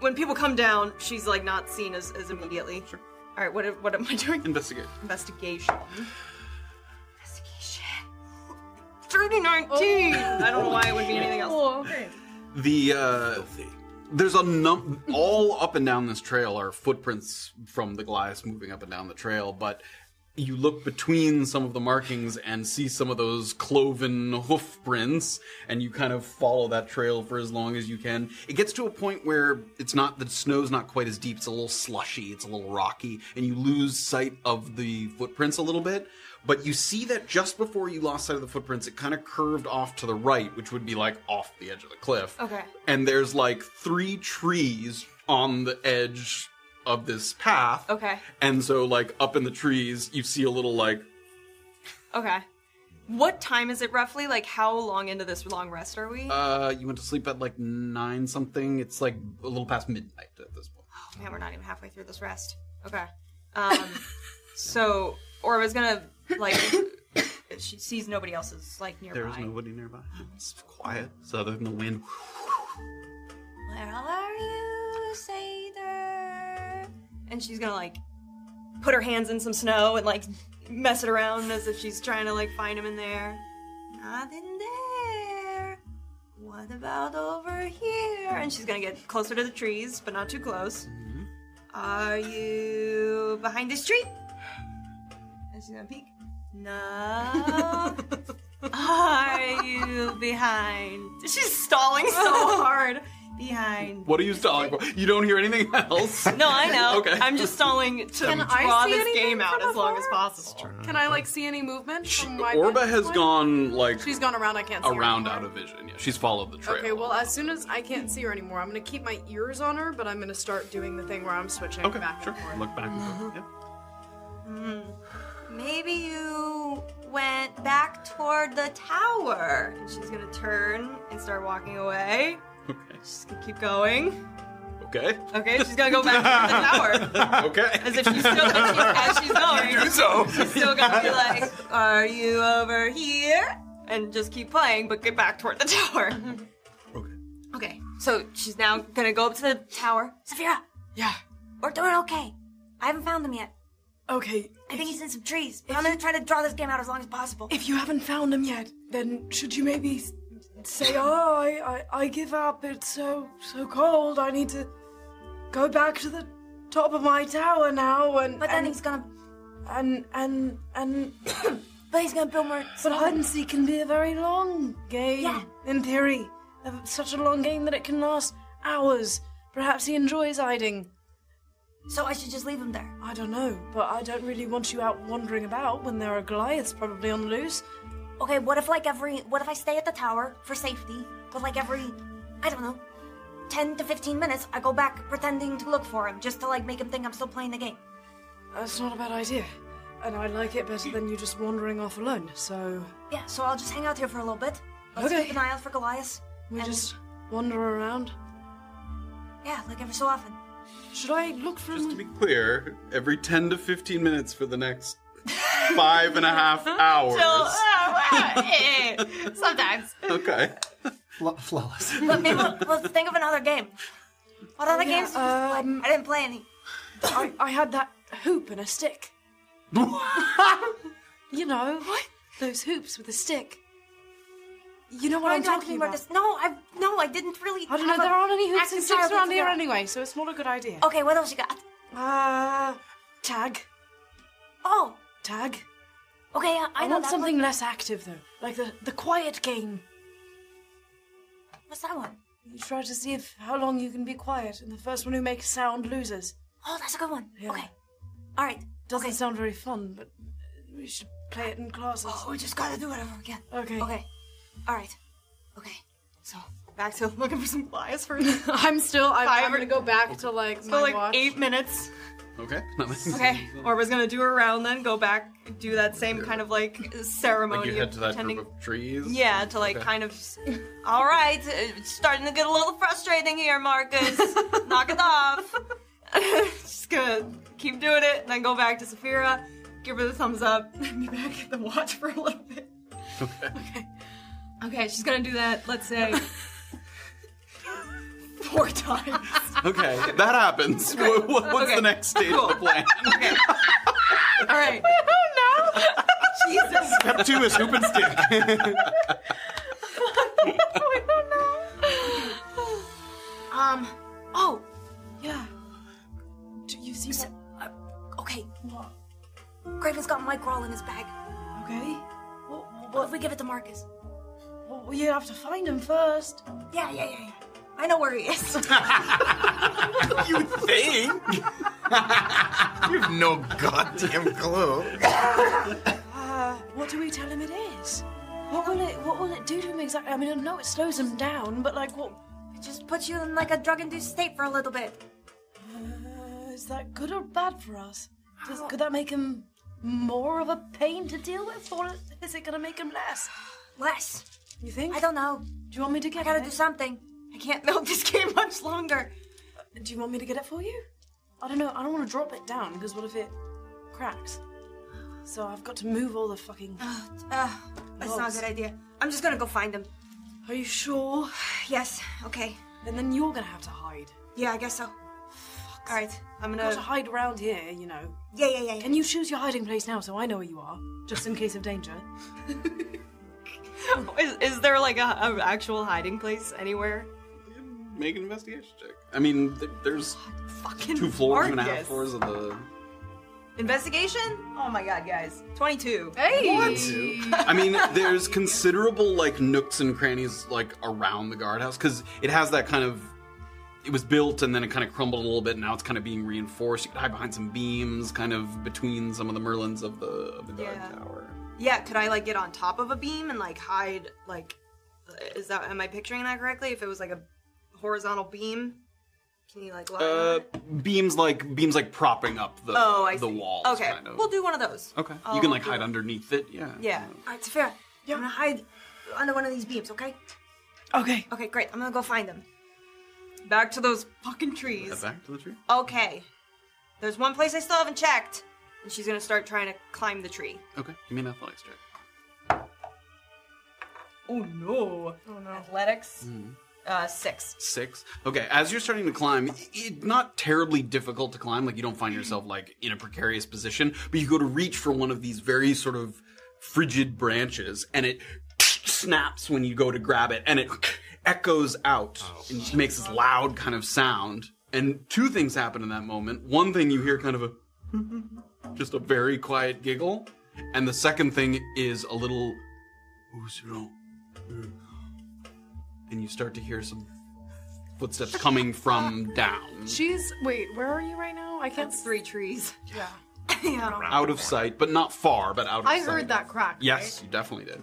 S6: when people come down, she's like not seen as, as immediately. Sure. All right, what am- what am I doing?
S2: Investigate.
S6: Investigation. Investigation. Thirty nineteen. I don't know why it would be anything else.
S2: The uh, there's a num all up and down this trail are footprints from the Goliaths moving up and down the trail, but you look between some of the markings and see some of those cloven hoof prints and you kind of follow that trail for as long as you can it gets to a point where it's not the snow's not quite as deep it's a little slushy it's a little rocky and you lose sight of the footprints a little bit but you see that just before you lost sight of the footprints it kind of curved off to the right which would be like off the edge of the cliff
S6: Okay.
S2: and there's like three trees on the edge of this path
S6: Okay.
S2: and so, like, up in the trees, you see a little, like,
S6: Okay. What time is it roughly? Like, how long into this long rest are we?
S2: uh, you went to sleep at, like, nine something. It's, like, a little past midnight at this point.
S6: oh man, we're not even halfway through this rest. Okay. Um, so, or was gonna like she sees nobody else's like nearby.
S2: There is nobody nearby. It's quiet. It's other than the wind.
S6: Where are you, Seder? And she's gonna like put her hands in some snow and like mess it around as if she's trying to like find him in there. Not in there. What about over here? And she's gonna get closer to the trees, but not too close. Are you behind this tree? And she's gonna peek. No. Are you behind? She's stalling so hard. behind.
S2: What are you stalling for? You don't hear anything else?
S6: No, I know.
S2: okay.
S6: I'm just stalling to
S2: Can I
S6: draw
S2: see
S6: this
S4: anything
S6: game out
S4: from
S6: as long as
S4: afar?
S6: possible.
S4: Can I like see any movement? from my
S2: Orba
S4: vantage
S2: has
S4: point?
S2: gone like
S4: She's gone around. I can't see her
S2: around
S4: anymore.
S2: out of vision. Yeah, she's followed the trail.
S4: Okay, well, as soon as I can't see her anymore, I'm gonna keep my ears on her, but I'm gonna start doing the thing where I'm switching
S2: Okay,
S4: back
S2: sure.
S4: and forth.
S2: Look back. and forth.
S10: Hmm. Maybe you went back toward the tower.
S6: And she's gonna turn and start walking away. Okay. She's gonna keep going.
S2: Mm-hmm. Okay.
S6: Okay, she's gonna go back to the tower.
S2: okay.
S6: As if she's still, as, she's, as she's going,
S10: You do so.
S6: she's still gonna be like, "Are you over here?" And just keep playing, but get back toward the tower. Okay.
S10: So she's now gonna go up to the tower. Safira!
S4: Yeah.
S10: We're doing okay. I haven't found him yet.
S4: Okay.
S10: I think he's in some trees. But I'm gonna try to draw this game out as long as possible.
S4: If you haven't found him yet, then should you maybe s- say, "Oh, I, I, I give up. It's so so cold. I need to go back to the top of my tower now." And
S10: But then
S4: and,
S10: he's gonna.
S4: And and and.
S10: but he's gonna build more.
S4: But hide and seek can be a very long game. Yeah. In theory, A- such a long game that it can last hours. Perhaps he enjoys hiding.
S10: So I should just leave him there.
S4: I don't know, but I don't really want you out wandering about when there are Goliaths probably on the loose.
S10: Okay, what if like every what if I stay at the tower for safety, but like every I don't know, ten to fifteen minutes I go back pretending to look for him just to like make him think I'm still playing the game.
S4: That's not a bad idea. And I like it better than you just wandering off alone, so.
S10: Yeah, so I'll just hang out here for a little bit. Let's
S4: Okay.
S10: keep an eye out for Goliath.
S4: We just wander around.
S10: Yeah, like every so often.
S4: Should I look for him?
S2: Clear every 10 to 15 minutes for the next five and a half hours.
S10: sometimes.
S2: Okay.
S11: flawless.
S10: But maybe we'll, we'll think of another game. What other games? did you play? I didn't play any.
S4: I, I had that hoop and a stick. you know, those hoops with a stick. You know what
S10: Why
S4: I'm
S10: do I
S4: talking
S10: remember
S4: about.
S10: this? No, I no, I didn't really.
S4: I don't know.
S10: have a
S4: There aren't any hoops
S10: active
S4: and sticks
S10: childhood
S4: around here
S10: together.
S4: anyway, so it's not a good idea.
S10: Okay, what else you got?
S4: Uh, tag.
S10: Oh,
S4: tag.
S10: Okay, I,
S4: I
S10: know
S4: want
S10: that
S4: something
S10: one.
S4: less active though, like the the quiet game.
S10: What's that one?
S4: You try to see if how long you can be quiet, and the first one who makes sound loses.
S10: Oh, that's a good one. Okay.
S4: All
S10: right.
S4: Doesn't sound very fun, but we should play it in classes.
S10: Oh, we just gotta do it over again.
S4: Oh, Okay.
S10: Okay. All right. Okay. So back to looking for some Goliaths for
S4: I'm still. I'm,
S6: Five
S4: I'm gonna go back to like
S6: So
S4: my
S6: like
S4: watch.
S6: eight minutes.
S2: Okay.
S6: Okay. Orba's gonna do a round, then go back, do that same kind of like ceremony.
S2: uh, Like you head
S6: of
S2: to that
S6: pretending-
S2: group of trees?
S6: Yeah, to like
S2: Okay.
S6: kind of. s- uh,
S10: All right, it's starting to get a little frustrating here, Marcus. Knock it off.
S6: Just gonna keep doing it, and then go back to Saphira, give her the thumbs up, and be back at the watch for a little bit. Okay. Okay. she's gonna do that. Let's say four times.
S2: Okay, that happens. What- what- what's
S6: Okay.
S2: the next stage of the plan?
S6: All right. Jesus.
S2: Step two is hoop and stick.
S10: Um. Oh.
S4: Yeah. Do you see that?
S10: uh, Okay. Graven's got Microl in his bag.
S4: Okay.
S10: What if we give it to Marcus?
S4: Well, you have to find him first.
S10: Yeah, yeah, yeah. yeah. I know where he is.
S5: you think? you have no goddamn clue.
S4: Uh, what do we tell him it is? What will it? What will it do to him exactly? I mean, I know it slows him down, but like, what
S10: It just puts you in like a drug-induced state for a little bit.
S4: uh, is that good or bad for us? Does, could that make him more of a pain to deal with, or is it gonna make him less?
S10: Less.
S4: You think?
S10: I don't know.
S4: Do you want me to get?
S10: I gotta
S4: it?
S10: do something. I can't milk this game much longer.
S4: Do you want me to get it for you? I don't know. I don't want to drop it down because what if it cracks? So I've got to move all the fucking.
S10: Uh, that's not a
S4: Logs.
S10: good idea. I'm just gonna go find him.
S4: Are you sure?
S10: Yes. Okay.
S4: And then you're gonna have to hide.
S10: Yeah, I guess so. All right. I'm
S4: I've
S10: gonna.
S4: got to hide around here, you know.
S10: Yeah, yeah, yeah. yeah.
S4: Can you choose your hiding place now so I know where you are, just in case of danger?
S6: Is, is there like a, a actual hiding place anywhere?
S2: Make an investigation check. I mean, th- there's
S6: Fucking
S2: two floors, two and a half
S6: Marcus.
S2: floors of the.
S6: Investigation? Oh my god, guys. 22.
S10: Eh?
S4: Hey!
S2: I mean, there's considerable like nooks and crannies like around the guardhouse because it has that kind of it was built and then it kind of crumbled a little bit. And now it's kind of being reinforced. You could hide behind some beams, kind of between some of the merlins of the of the guard
S6: Yeah.
S2: tower.
S6: Yeah, could I like get on top of a beam and like hide like is that am I picturing that correctly? If it was like a horizontal beam, can you like lie on
S2: Uh,
S6: it?
S2: beams like beams like propping up the
S6: Oh, I
S2: the
S6: see.
S2: walls.
S6: Okay,
S2: kind of.
S6: we'll do one of those.
S2: Okay, you
S6: I'll
S2: can like
S6: do
S2: hide
S6: it.
S2: underneath it. Yeah.
S6: Yeah.
S10: All right, Safira, I'm gonna hide under one of these beams, okay?
S4: Okay.
S10: Okay, great. I'm gonna go find them. Back to those fucking trees.
S2: Head back to the tree.
S10: Okay. There's one place I still haven't checked, and she's gonna start trying to climb the tree.
S2: Okay, give me an athletics check.
S6: Oh no. Oh no. Athletics.
S2: Hmm.
S6: Uh, six.
S2: Six. Okay, as you're starting to climb, it's not terribly difficult to climb. Like you don't find yourself like in a precarious position, but you go to reach for one of these very sort of frigid branches, and it snaps when you go to grab it, and it echoes out and makes this loud kind of sound. And two things happen in that moment. One thing you hear kind of a just a very quiet giggle, and the second thing is a little Who's wrong? and you start to hear some footsteps coming from down,
S4: She's wait, where are you right now? I can't.
S6: three trees.
S4: Yeah.
S6: yeah.
S2: out of sight, but not far, but out of
S4: I
S2: sight.
S4: heard that crack.
S2: Yes, you definitely did.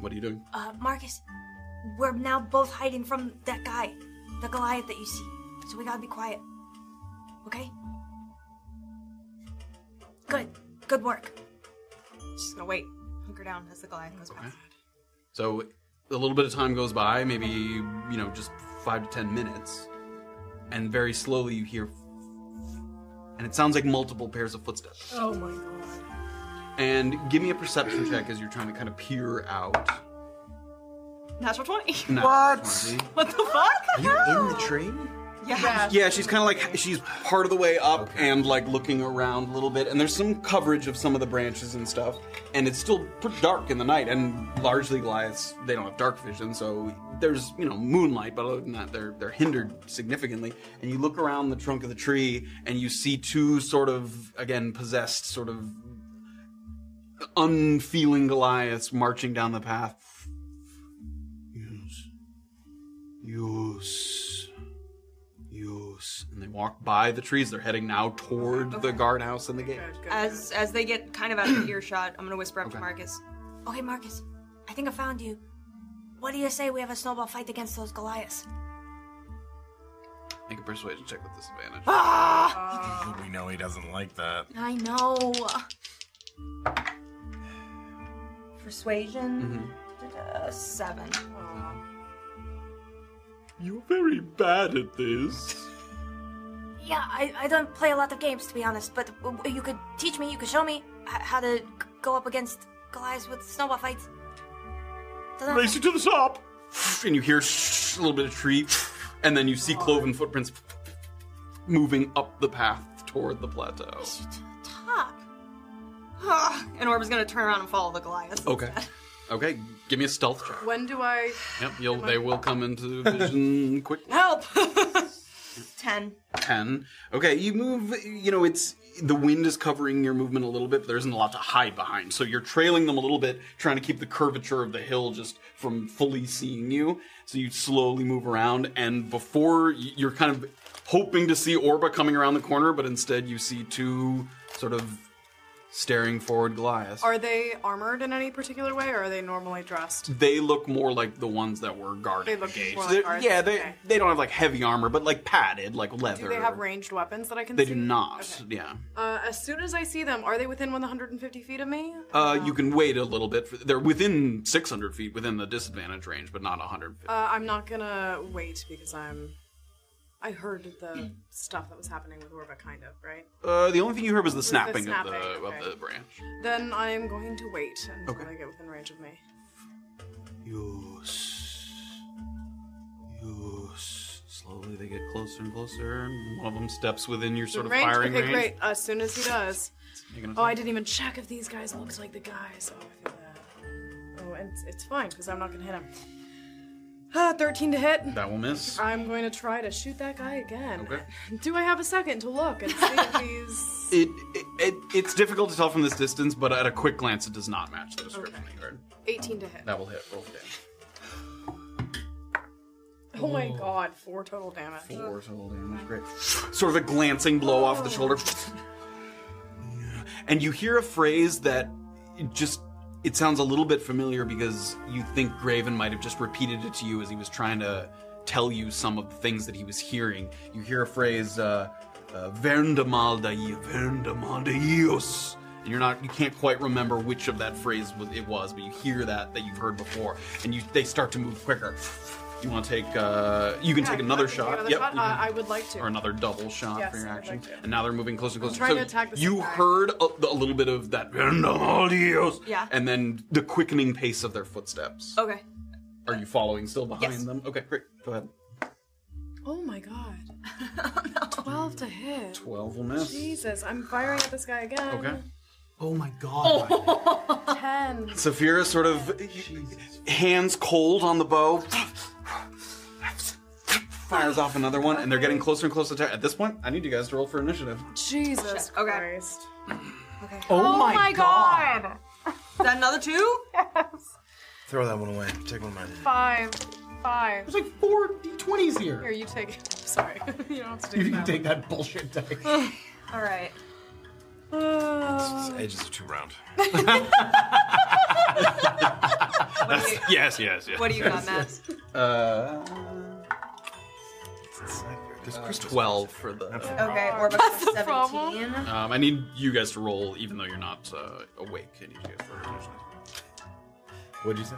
S2: What are you doing?
S10: Uh, Marcus, we're now both hiding from that guy, the Goliath that you see. So we gotta be quiet. Okay? Good. Good work.
S6: She's gonna wait, hunker down as the Goliath goes past.
S2: So a little bit of time goes by, maybe you know, just five to ten minutes, and very slowly you hear, and it sounds like multiple pairs of footsteps.
S4: Oh my god.
S2: And give me a perception check as you're trying to kind of peer out.
S6: Natural twenty.
S2: Nah,
S6: what?
S2: 20.
S6: What the fuck?
S2: Are you in the tree?
S6: Yeah.
S2: Yeah, she's kind of like she's part of the way up and like looking around a little bit, and there's some coverage of some of the branches and stuff, and it's still pretty dark in the night. And largely Goliaths, they don't have dark vision, so there's you know moonlight, but other than that, they're they're hindered significantly. And you look around the trunk of the tree, and you see two sort of again possessed, sort of unfeeling Goliaths marching down the path. Yes. Yes. Yes. And they walk by the trees. They're heading now toward the guardhouse and the gate.
S6: As as they get kind of out of earshot, I'm gonna whisper up to
S2: Okay.
S6: Marcus.
S10: Okay, Marcus, I think I found you. What do you say we have a snowball fight against those Goliaths?
S2: Make a persuasion check with disadvantage.
S7: we know he doesn't like that.
S10: I know.
S6: Persuasion. Uh, seven.
S2: You're very bad at this.
S10: Yeah, I, I don't play a lot of games, to be honest, but w- w- you could teach me, you could show me h- how to g- go up against Goliaths with snowball fights. Doesn't-
S2: Race you to the top. And you hear a little bit of tree, and then you see cloven footprints moving up the path toward the plateau.
S6: Top. Ah, and Orb is gonna turn around and follow the Goliath.
S2: Okay. Okay, give me a stealth check.
S4: When do I?
S2: Yep, you'll, they will come into vision quick
S6: Help. Ten.
S2: 10. Okay, you move, you know, it's the wind is covering your movement a little bit, but there isn't a lot to hide behind. So you're trailing them a little bit, trying to keep the curvature of the hill just from fully seeing you. So you slowly move around, and before y- you're kind of hoping to see Orba coming around the corner, but instead you see two sort of staring forward Goliaths.
S4: Are they armored in any particular way, or are they normally dressed?
S2: they look more like the ones that were guarding
S4: They look
S2: the gate.
S4: more like
S2: They're-
S4: ours,
S2: yeah, they
S4: okay.
S2: they don't have like heavy armor, but like padded, like leather.
S4: Do they have ranged weapons that I can
S2: They
S4: see?
S2: do not. Yeah.
S4: Uh, as soon as I see them, are they within 150 feet of me?
S2: Uh, you can wait a little bit. For, they're within 600 feet, within the disadvantage range, but not 100.
S4: Uh, I'm not gonna wait because I'm. I heard the stuff that was happening with Orba, kind of, right?
S2: Uh, the only thing you heard was the
S4: Was the
S2: snapping,
S4: snapping,
S2: of, the,
S4: okay.
S2: of the branch.
S4: Then I'm going to wait until
S2: Okay.
S4: they get within range of me.
S2: Yes. Yes. Slowly they get closer and closer, and one of them steps within your sort of
S4: range?
S2: firing
S4: okay,
S2: range.
S4: great. As soon as he does.
S2: Make an
S4: Oh, I
S2: attack.
S4: didn't even check if these guys looked like the guys. Oh, I feel bad. Oh, and it's, it's fine because I'm not gonna hit him.
S1: Ah, 13 to hit.
S2: That will miss.
S4: Uh,
S1: I'm going to try to shoot that guy again.
S2: Okay.
S1: Do I have a second to look and see if he's.
S2: It, it, it it's difficult to tell from this distance, but at a quick glance, it does not match the description that you heard.
S1: 18 to hit.
S2: That will hit. Roll for damage.
S1: Oh my god, four total damage.
S2: Four total damage. Great. Sort of a glancing blow off the
S4: Oh.
S2: shoulder, and you hear a phrase that it just it sounds a little bit familiar because you think Graven might have just repeated it to you as he was trying to tell you some of the things that he was hearing. You hear a phrase, uh, uh, "Verndamaldai, Verndamaldaios." And you're not, you can't quite remember which of that phrase was, it was, but you hear that that you've heard before, and you they start to move quicker. You want to take, uh, you can
S1: Yeah,
S2: take
S1: I
S2: another
S1: can
S2: shot.
S1: another
S2: Yep,
S1: shot.
S2: you can-
S1: Uh, I would like to.
S2: or another double shot
S1: Yes,
S2: for your
S1: I'd
S2: action.
S1: like to.
S2: and now they're moving closer and closer.
S1: trying
S2: so
S1: to attack this
S2: you
S1: guy.
S2: heard a, a little bit of that "Adios,"
S6: Yeah.
S2: and then the quickening pace of their footsteps.
S6: Okay.
S2: Are you following still behind
S6: Yes.
S2: them? Okay, great. Go ahead.
S1: Oh my god. 12 to hit.
S2: 12 will miss.
S1: Oh, Jesus, I'm firing at this guy again.
S2: Okay.
S12: Oh my god.
S1: 10.
S2: Saphira sort of hands cold on the bow, fires off another one, and they're getting closer and closer to. At this point, I need you guys to roll for initiative.
S1: Jesus Christ.
S6: Okay.
S2: Oh my
S6: god. Is that another two?
S13: Throw that one away. Take one of mine.
S1: Five. Five. There's
S2: like four d20s here.
S1: Here, you take it. Sorry. you don't have to
S12: You
S1: do
S12: can
S1: that.
S12: take that bullshit dice.
S6: All right.
S1: Uh,
S13: Ages are too round.
S2: That's- yes, yes, yes.
S6: What do you got,
S2: yes,
S6: Matt?
S2: yes. Uh, Twelve for the.
S6: Okay, Orbic
S1: That's the
S6: 17.
S2: Um, I need you guys to roll, even though you're not uh, awake. I need you guys for initiative.
S13: What'd you say?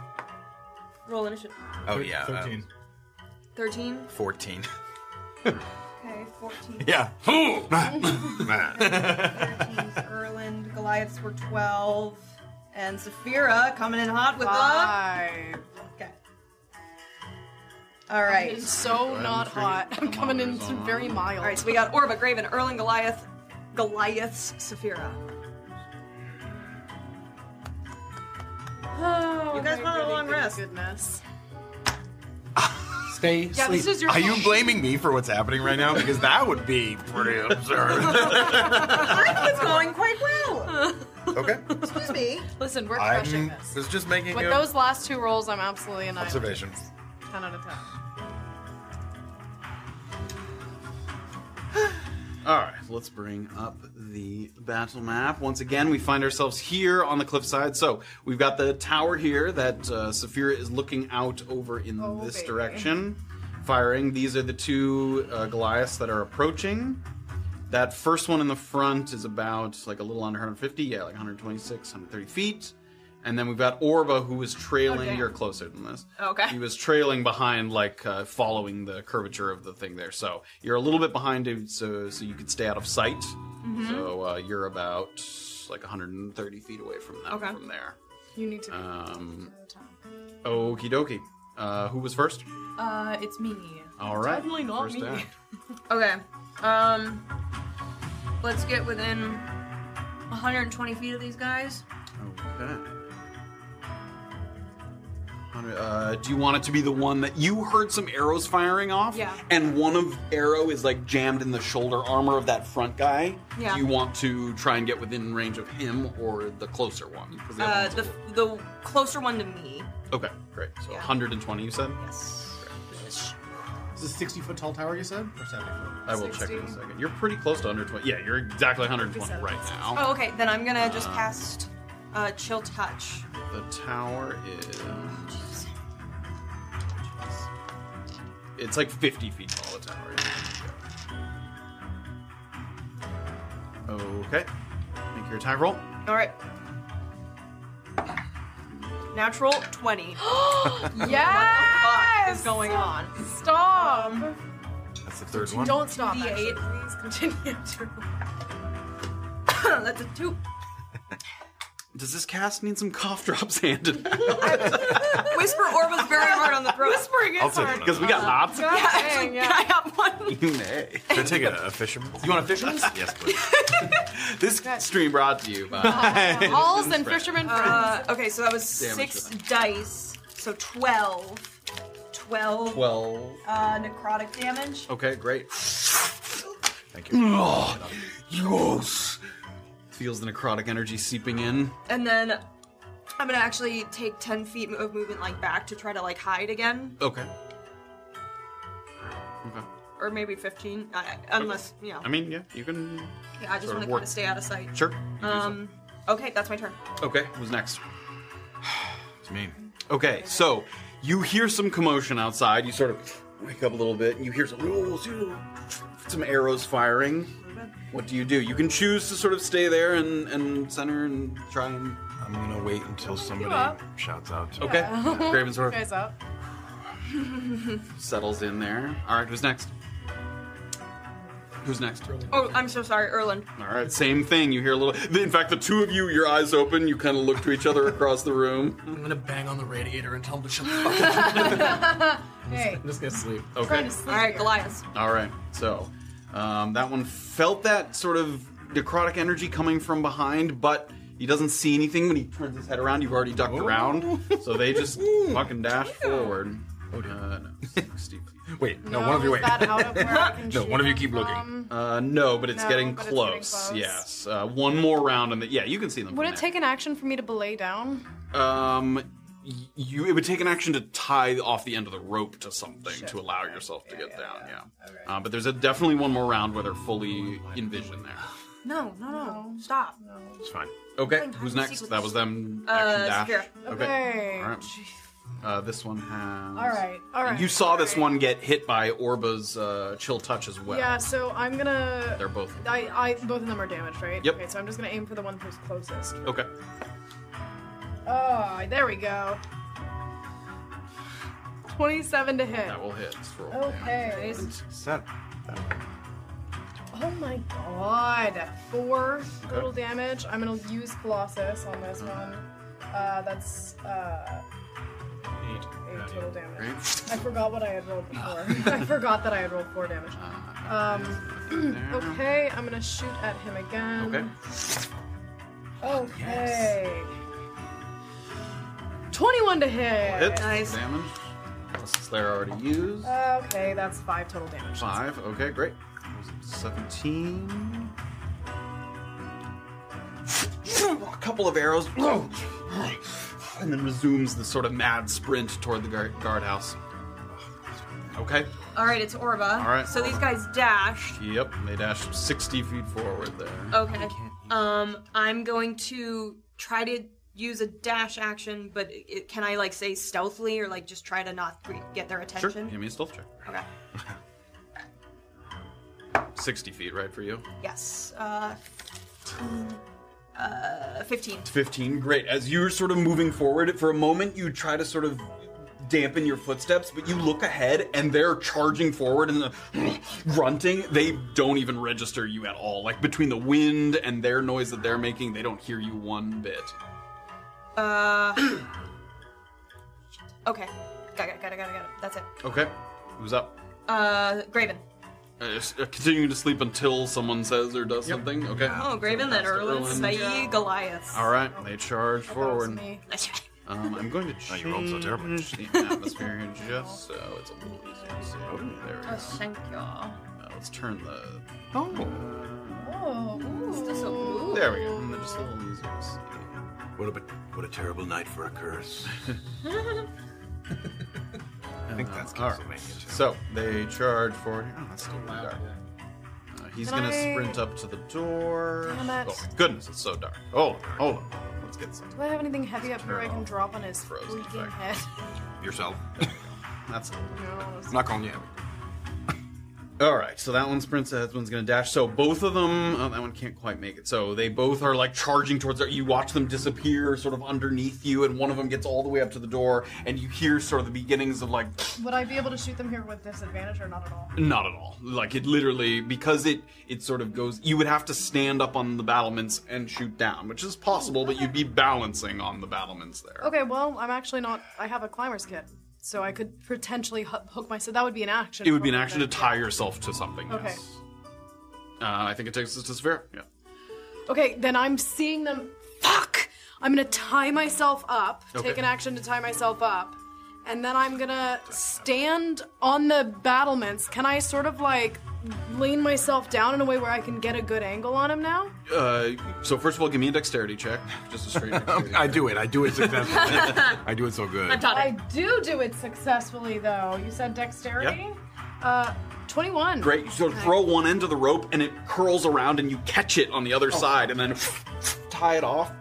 S6: Roll initiative.
S13: Oh,
S5: uh,
S13: yeah. um,
S6: 13?
S13: 14.
S6: Okay, 14.
S13: Yeah.
S6: Erland, Goliaths were 12. And Saphira coming in hot with
S1: Five.
S6: Okay. All right.
S1: It's so not hot. I'm coming in very mild.
S6: All right, so we got Orba, Graven, Erland, Goliath, Goliaths, Saphira.
S1: Oh,
S6: You guys
S1: my
S6: want a
S1: goody,
S6: long
S1: goody
S6: rest.
S1: Goodness.
S13: Stay
S1: Yeah, this sleep. is your
S13: Are you
S1: fault.
S13: blaming me for what's happening right now? Because that would be pretty absurd.
S6: it's going quite well.
S13: okay.
S6: Excuse me.
S1: Listen, we're crushing
S13: I
S1: this.
S13: was just making
S1: With
S13: a
S1: those last two rolls, I'm absolutely annihilated.
S13: observation.
S1: 10 out of 10.
S2: All right, let's bring up the battle map. Once again, we find ourselves here on the cliffside. So we've got the tower here that uh, Saphira is looking out over in
S6: Oh,
S2: this
S1: baby.
S2: direction, firing. These are the two uh, Goliaths that are approaching. That first one in the front is about like a little under 150, yeah, like 126, 130 feet. And then we've got Orba, who is trailing.
S6: Oh, damn.
S2: You're closer than this.
S6: Okay.
S2: He was trailing behind, like uh, following the curvature of the thing there. So you're a little bit behind him, so so you could stay out of sight.
S14: Mm-hmm.
S2: So uh, you're about like 130 feet away from them
S6: Okay.
S2: from there.
S1: You need to be
S2: Um, Okie dokie. Uh, who was first?
S6: Uh, it's me.
S2: All right.
S14: Definitely not
S2: first
S14: me.
S2: act.
S6: Okay. Um, let's get within 120 feet of these guys.
S2: Okay. Uh, do you want it to be the one that you heard some arrows firing off?
S6: Yeah.
S2: And one of arrow is like jammed in the shoulder armor of that front guy.
S6: Yeah.
S2: Do you want to try and get within range of him or the closer one? 'Cause the other
S6: Uh,
S2: one's a
S6: the the closer one to me.
S2: little- okay, great. So 120, you said.
S6: Yes.
S12: Is this 60 foot tall tower you said? Or 70 foot?
S2: I will check in a second. You're pretty close to 120. Yeah, you're exactly 120 right now.
S6: Oh, okay. Then I'm gonna just
S2: Uh,
S6: cast uh, chill touch.
S2: The tower is. It's like 50 feet tall, the tower. yeah. Okay. Make your attack roll.
S6: All right. Natural 20. What the fuck is going on? Um,
S1: Stop!
S13: That's the third one.
S1: Don't stop.
S6: 2d8.
S1: actually. Please continue to.
S6: That's a two.
S2: Does this cast need some cough drops handed out?
S6: Whisper orb was very hard on the throat. Whispering
S13: I'll take one. of
S2: Because we
S13: those.
S2: got lots of.
S6: Yeah, actually,
S1: Dang, yeah.
S6: can I have one?
S2: You may.
S13: Can I take a, a fisherman's?
S2: You want a fisherman's?
S13: Yes, please.
S2: This stream brought to you by.
S1: Halls and fishermen friends.
S6: Uh, okay, so that was
S2: Damage
S6: six
S2: for
S6: dice. So 12. 12,
S2: Twelve.
S6: Uh, necrotic damage.
S2: Okay, great. Thank you. yes. Feels the necrotic energy seeping in.
S6: And then I'm gonna actually take 10 feet of movement like back to try to like hide again.
S2: Okay. Okay.
S6: Or maybe 15. I, I- unless, yeah.
S2: I mean, yeah, you can.
S6: yeah, I just
S2: sort
S6: want
S2: of
S6: to
S2: work-
S6: kind of stay out of sight.
S2: Sure.
S6: Um, okay, that's my turn.
S2: Okay, who's next? it's me. Okay, so you hear some commotion outside. You sort of wake up a little bit, and you hear some, some arrows firing. What do you do? You can choose to sort of stay there and, and center and try and. I'm gonna wait until
S1: up.
S2: shouts out. Okay, Graven sort of
S1: Guys up.
S2: settles in there. All right, who's next? Who's next?
S6: Oh, I'm so sorry, Erland.
S2: All right, same thing. You hear a little. In fact, the two of you, your eyes open, you kind of look to each other across the room.
S12: I'm gonna bang on the radiator and tell him to shut the
S1: hey.
S2: I'm just gonna sleep.
S6: Trying
S2: Okay.
S6: to sleep All right, Goliath.
S2: All right. So um, that one felt that sort of necrotic energy coming from behind, but he doesn't see anything when he turns his head around. You've already ducked around, so they just fucking dash forward. Oh dear. Uh, no. 60, please. Wait,
S15: no, No, one of you is wait. that out of where I can
S2: no, one of you keep
S1: Um,
S2: looking. Uh, no, but it's
S1: No,
S2: getting
S1: but it's
S2: close.
S1: getting close.
S2: Yes, uh, one more round, and the, yeah, you can see them.
S1: Would it take an action for me to belay down?
S2: Um, y- you it would take an action to tie off the end of the rope to something to allow yourself to get down. Yeah. Um, but there's a, definitely one more round where they're fully in vision there.
S6: No, no, no. Stop.
S2: It's fine. Okay. Who's next? That was them. Action
S6: Uh,
S2: dash.
S6: Sophia.
S1: Okay.
S2: All right. Uh, this one has.
S1: All right, all right.
S2: You saw this one get hit by Orba's uh, chill touch as well.
S1: yeah, so I'm gonna.
S2: They're both.
S1: I, I, both of them are damaged, right?
S2: Yep.
S1: Okay, so I'm just gonna aim for the one who's closest.
S2: Okay.
S1: Oh, there we go. 27 to hit.
S2: That will hit. Let's roll.
S1: Okay.
S2: Set.
S1: Oh my god. Four
S2: Okay.
S1: total damage. I'm gonna use Colossus on this one. Uh, that's uh,
S2: Eight.
S1: eight total damage.
S2: Right.
S1: I forgot what I had rolled before. I forgot that I had rolled four damage. Um, okay, I'm gonna shoot at him again.
S2: Okay.
S1: Okay. 21 to hit.
S2: Hit. Damage. Plus Slayer already used.
S1: Okay, that's five total damage.
S2: Five. Okay, great. Seventeen. A couple of arrows, and then resumes the sort of mad sprint toward the guard- guardhouse. Okay.
S6: All right, it's Orba.
S2: All right.
S6: So these guys dash.
S2: Yep. They dash sixty feet forward there.
S6: Okay. Um, I'm going to try to use a dash action, but it, can I like say stealthily or like just try to not re- get their
S2: Sure.
S6: attention?
S2: Give me a stealth check.
S6: Okay.
S2: Sixty feet, right for you?
S6: Yes. Uh, 15, uh, 15.
S2: 15 great as you're sort of moving forward for a moment you try to sort of dampen your footsteps but you look ahead and they're charging forward and the grunting they don't even register you at all like between the wind and their noise that they're making they don't hear you one bit
S6: Uh. okay. Got it. Got it. Got it. Got it. That's it.
S2: okay who's up
S6: Uh, Graven.
S2: uh, s- uh, continuing to sleep until someone says or does something okay
S6: Oh, Graven,
S2: that's
S6: then
S2: the
S6: Erwin,
S2: Erwin.
S6: Sayi, Goliath.
S2: all right they charge forward
S6: me.
S2: um, I'm going to change
S6: you rolled so terribly.
S2: the atmosphere just so it's a little easier to see.
S6: Oh,
S2: There we go.
S6: thank you.
S2: Uh, let's turn the. Oh.
S1: Oh,
S2: There we go. And then just a little easier to see.
S13: What a what a terrible night for a curse.
S2: I think that's Castlevania. So they charge forward. Oh, that's still really dark. Uh, he's
S1: Can
S2: gonna
S1: I-
S2: sprint up to the door.
S1: Damn it.
S2: Oh my goodness, it's so dark. Hold on, hold on. Let's get some.
S1: Do I have anything heavy up here I can drop on his
S2: Frozen
S1: freaking
S2: effect.
S1: head?
S2: Yourself. That's.
S1: No.
S2: I'm not calling you. All right, so that one sprints. That one's gonna dash. So both of them. Oh, that one can't quite make it. So they both are like charging towards. Their, you watch them disappear, sort of underneath you, and one of them gets all the way up to the door, and you hear sort of the beginnings of like
S1: Would I be able to shoot them here with disadvantage or not at all?
S2: Not at all. Like it literally because it it sort of goes. You would have to stand up on the battlements and shoot down, which is possible, but you'd be balancing on the battlements there.
S1: Okay, well, I'm actually not. I have a climber's kit, so I could potentially hu- hook myself. That would be an action.
S2: It would be an
S1: for me
S2: action to tie yourself to something.
S1: then. Okay.
S2: Yes. Uh, I think it takes us to sphere. Yeah.
S1: Okay, then I'm seeing them. Fuck! I'm gonna tie myself up.
S2: Okay.
S1: Take an action to tie myself up, and then I'm gonna stand on the battlements. Can I sort of like lean myself down in a way where I can get a good angle on him now?
S2: Uh, so first of all, give me a dexterity check. Just a straight. dexterity
S16: I do it. I do it successfully. I do it so good.
S1: I do do it successfully though. You said dexterity? Uh, 21.
S2: Great. You sort of throw one end of the rope, and it curls around, and you catch it on the other side, and then tie it off,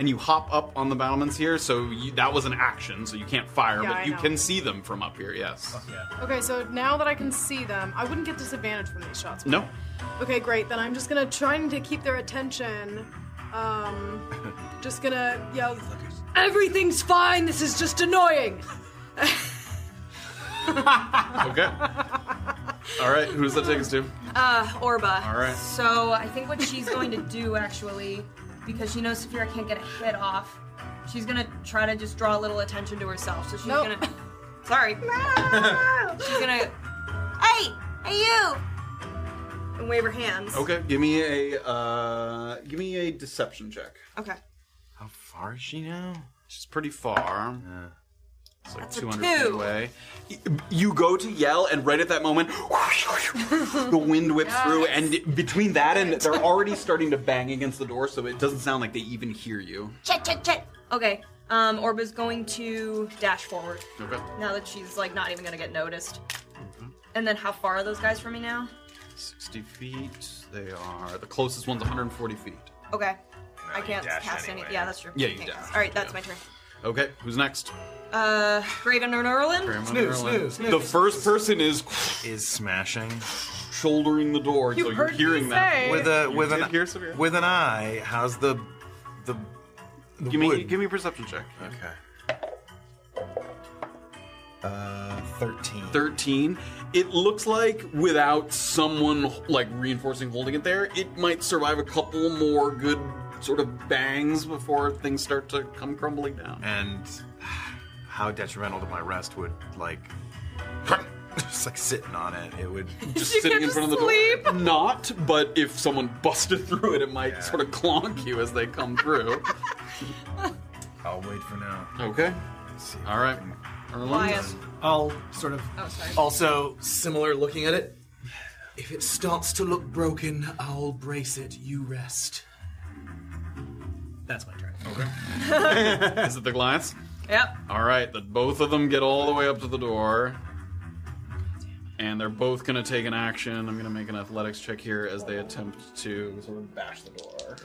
S2: and you hop up on the battlements here. So you, that was an action, so you can't fire,
S1: Yeah,
S2: but
S1: I
S2: you
S1: know.
S2: can see them from up here. Yes.
S1: Okay, so now that I can see them, I wouldn't get disadvantage from these shots.
S2: No.
S1: Okay, great. Then I'm just gonna trying to keep their attention. Um, just gonna yell, "Everything's fine. This is just annoying."
S2: Okay. all right. Who does that take us to?
S6: Uh, Orba.
S2: All right.
S6: So I think what she's going to do actually, because she knows Saphira can't get a hit off, she's gonna try to just draw a little attention to herself. So she's gonna. Sorry. she's gonna. Hey, hey you! And wave her hands.
S2: Okay. Give me a uh, give me a deception check.
S6: Okay.
S2: How far is she now? She's pretty far. It's like
S6: That's a
S2: 200
S6: two.
S2: feet away. Y- You go to yell, and right at that moment, the wind whips through, and between that and they're already starting to bang against the door, so it doesn't sound like they even hear you.
S6: Chit, chit, chit. Okay. Um, Orba's going to dash forward.
S2: Okay.
S6: Now that she's like not even gonna get noticed.
S2: Mm-hmm.
S6: And then how far are those guys from me now?
S2: 60 feet. They are. The closest one's 140 feet.
S6: Okay. I
S2: you
S6: can't
S2: dash
S6: cast
S2: anyway.
S6: any. Yeah, that's true.
S2: Yeah, you
S6: Can't cast.
S2: dash,
S6: All right, that's my turn.
S2: Okay, who's next?
S6: Uh, Raven or Nerlin?
S2: Graham Merlin. The first person is
S13: is smashing,
S2: shouldering the door.
S6: You
S2: so you're
S6: heard me
S2: hearing that
S6: say.
S13: with a
S2: You
S13: with
S2: did
S13: an
S2: hear Severe.
S13: with an eye. How's the the, the
S2: give me
S13: wood?
S2: give me a perception check.
S13: Okay. Uh, thirteen.
S2: 13 it looks like without someone like reinforcing holding it there it might survive a couple more good sort of bangs before things start to come crumbling down
S13: and how detrimental to my rest would like just like sitting on it it would
S2: just sitting in front of the door not but if someone busted through it it might sort of clonk you as they come through
S13: i'll wait for now
S2: okay all right Erlen?
S12: I'll sort of
S6: Oh, sorry.
S12: also similar looking at it. If it starts to look broken, I'll brace it. You rest. That's my turn.
S2: okay is it the glass
S6: Yep.
S2: all right that both of them get all the way up to the door and they're both going to take an action. I'm going to make an athletics check here as they attempt to sort of bash the door.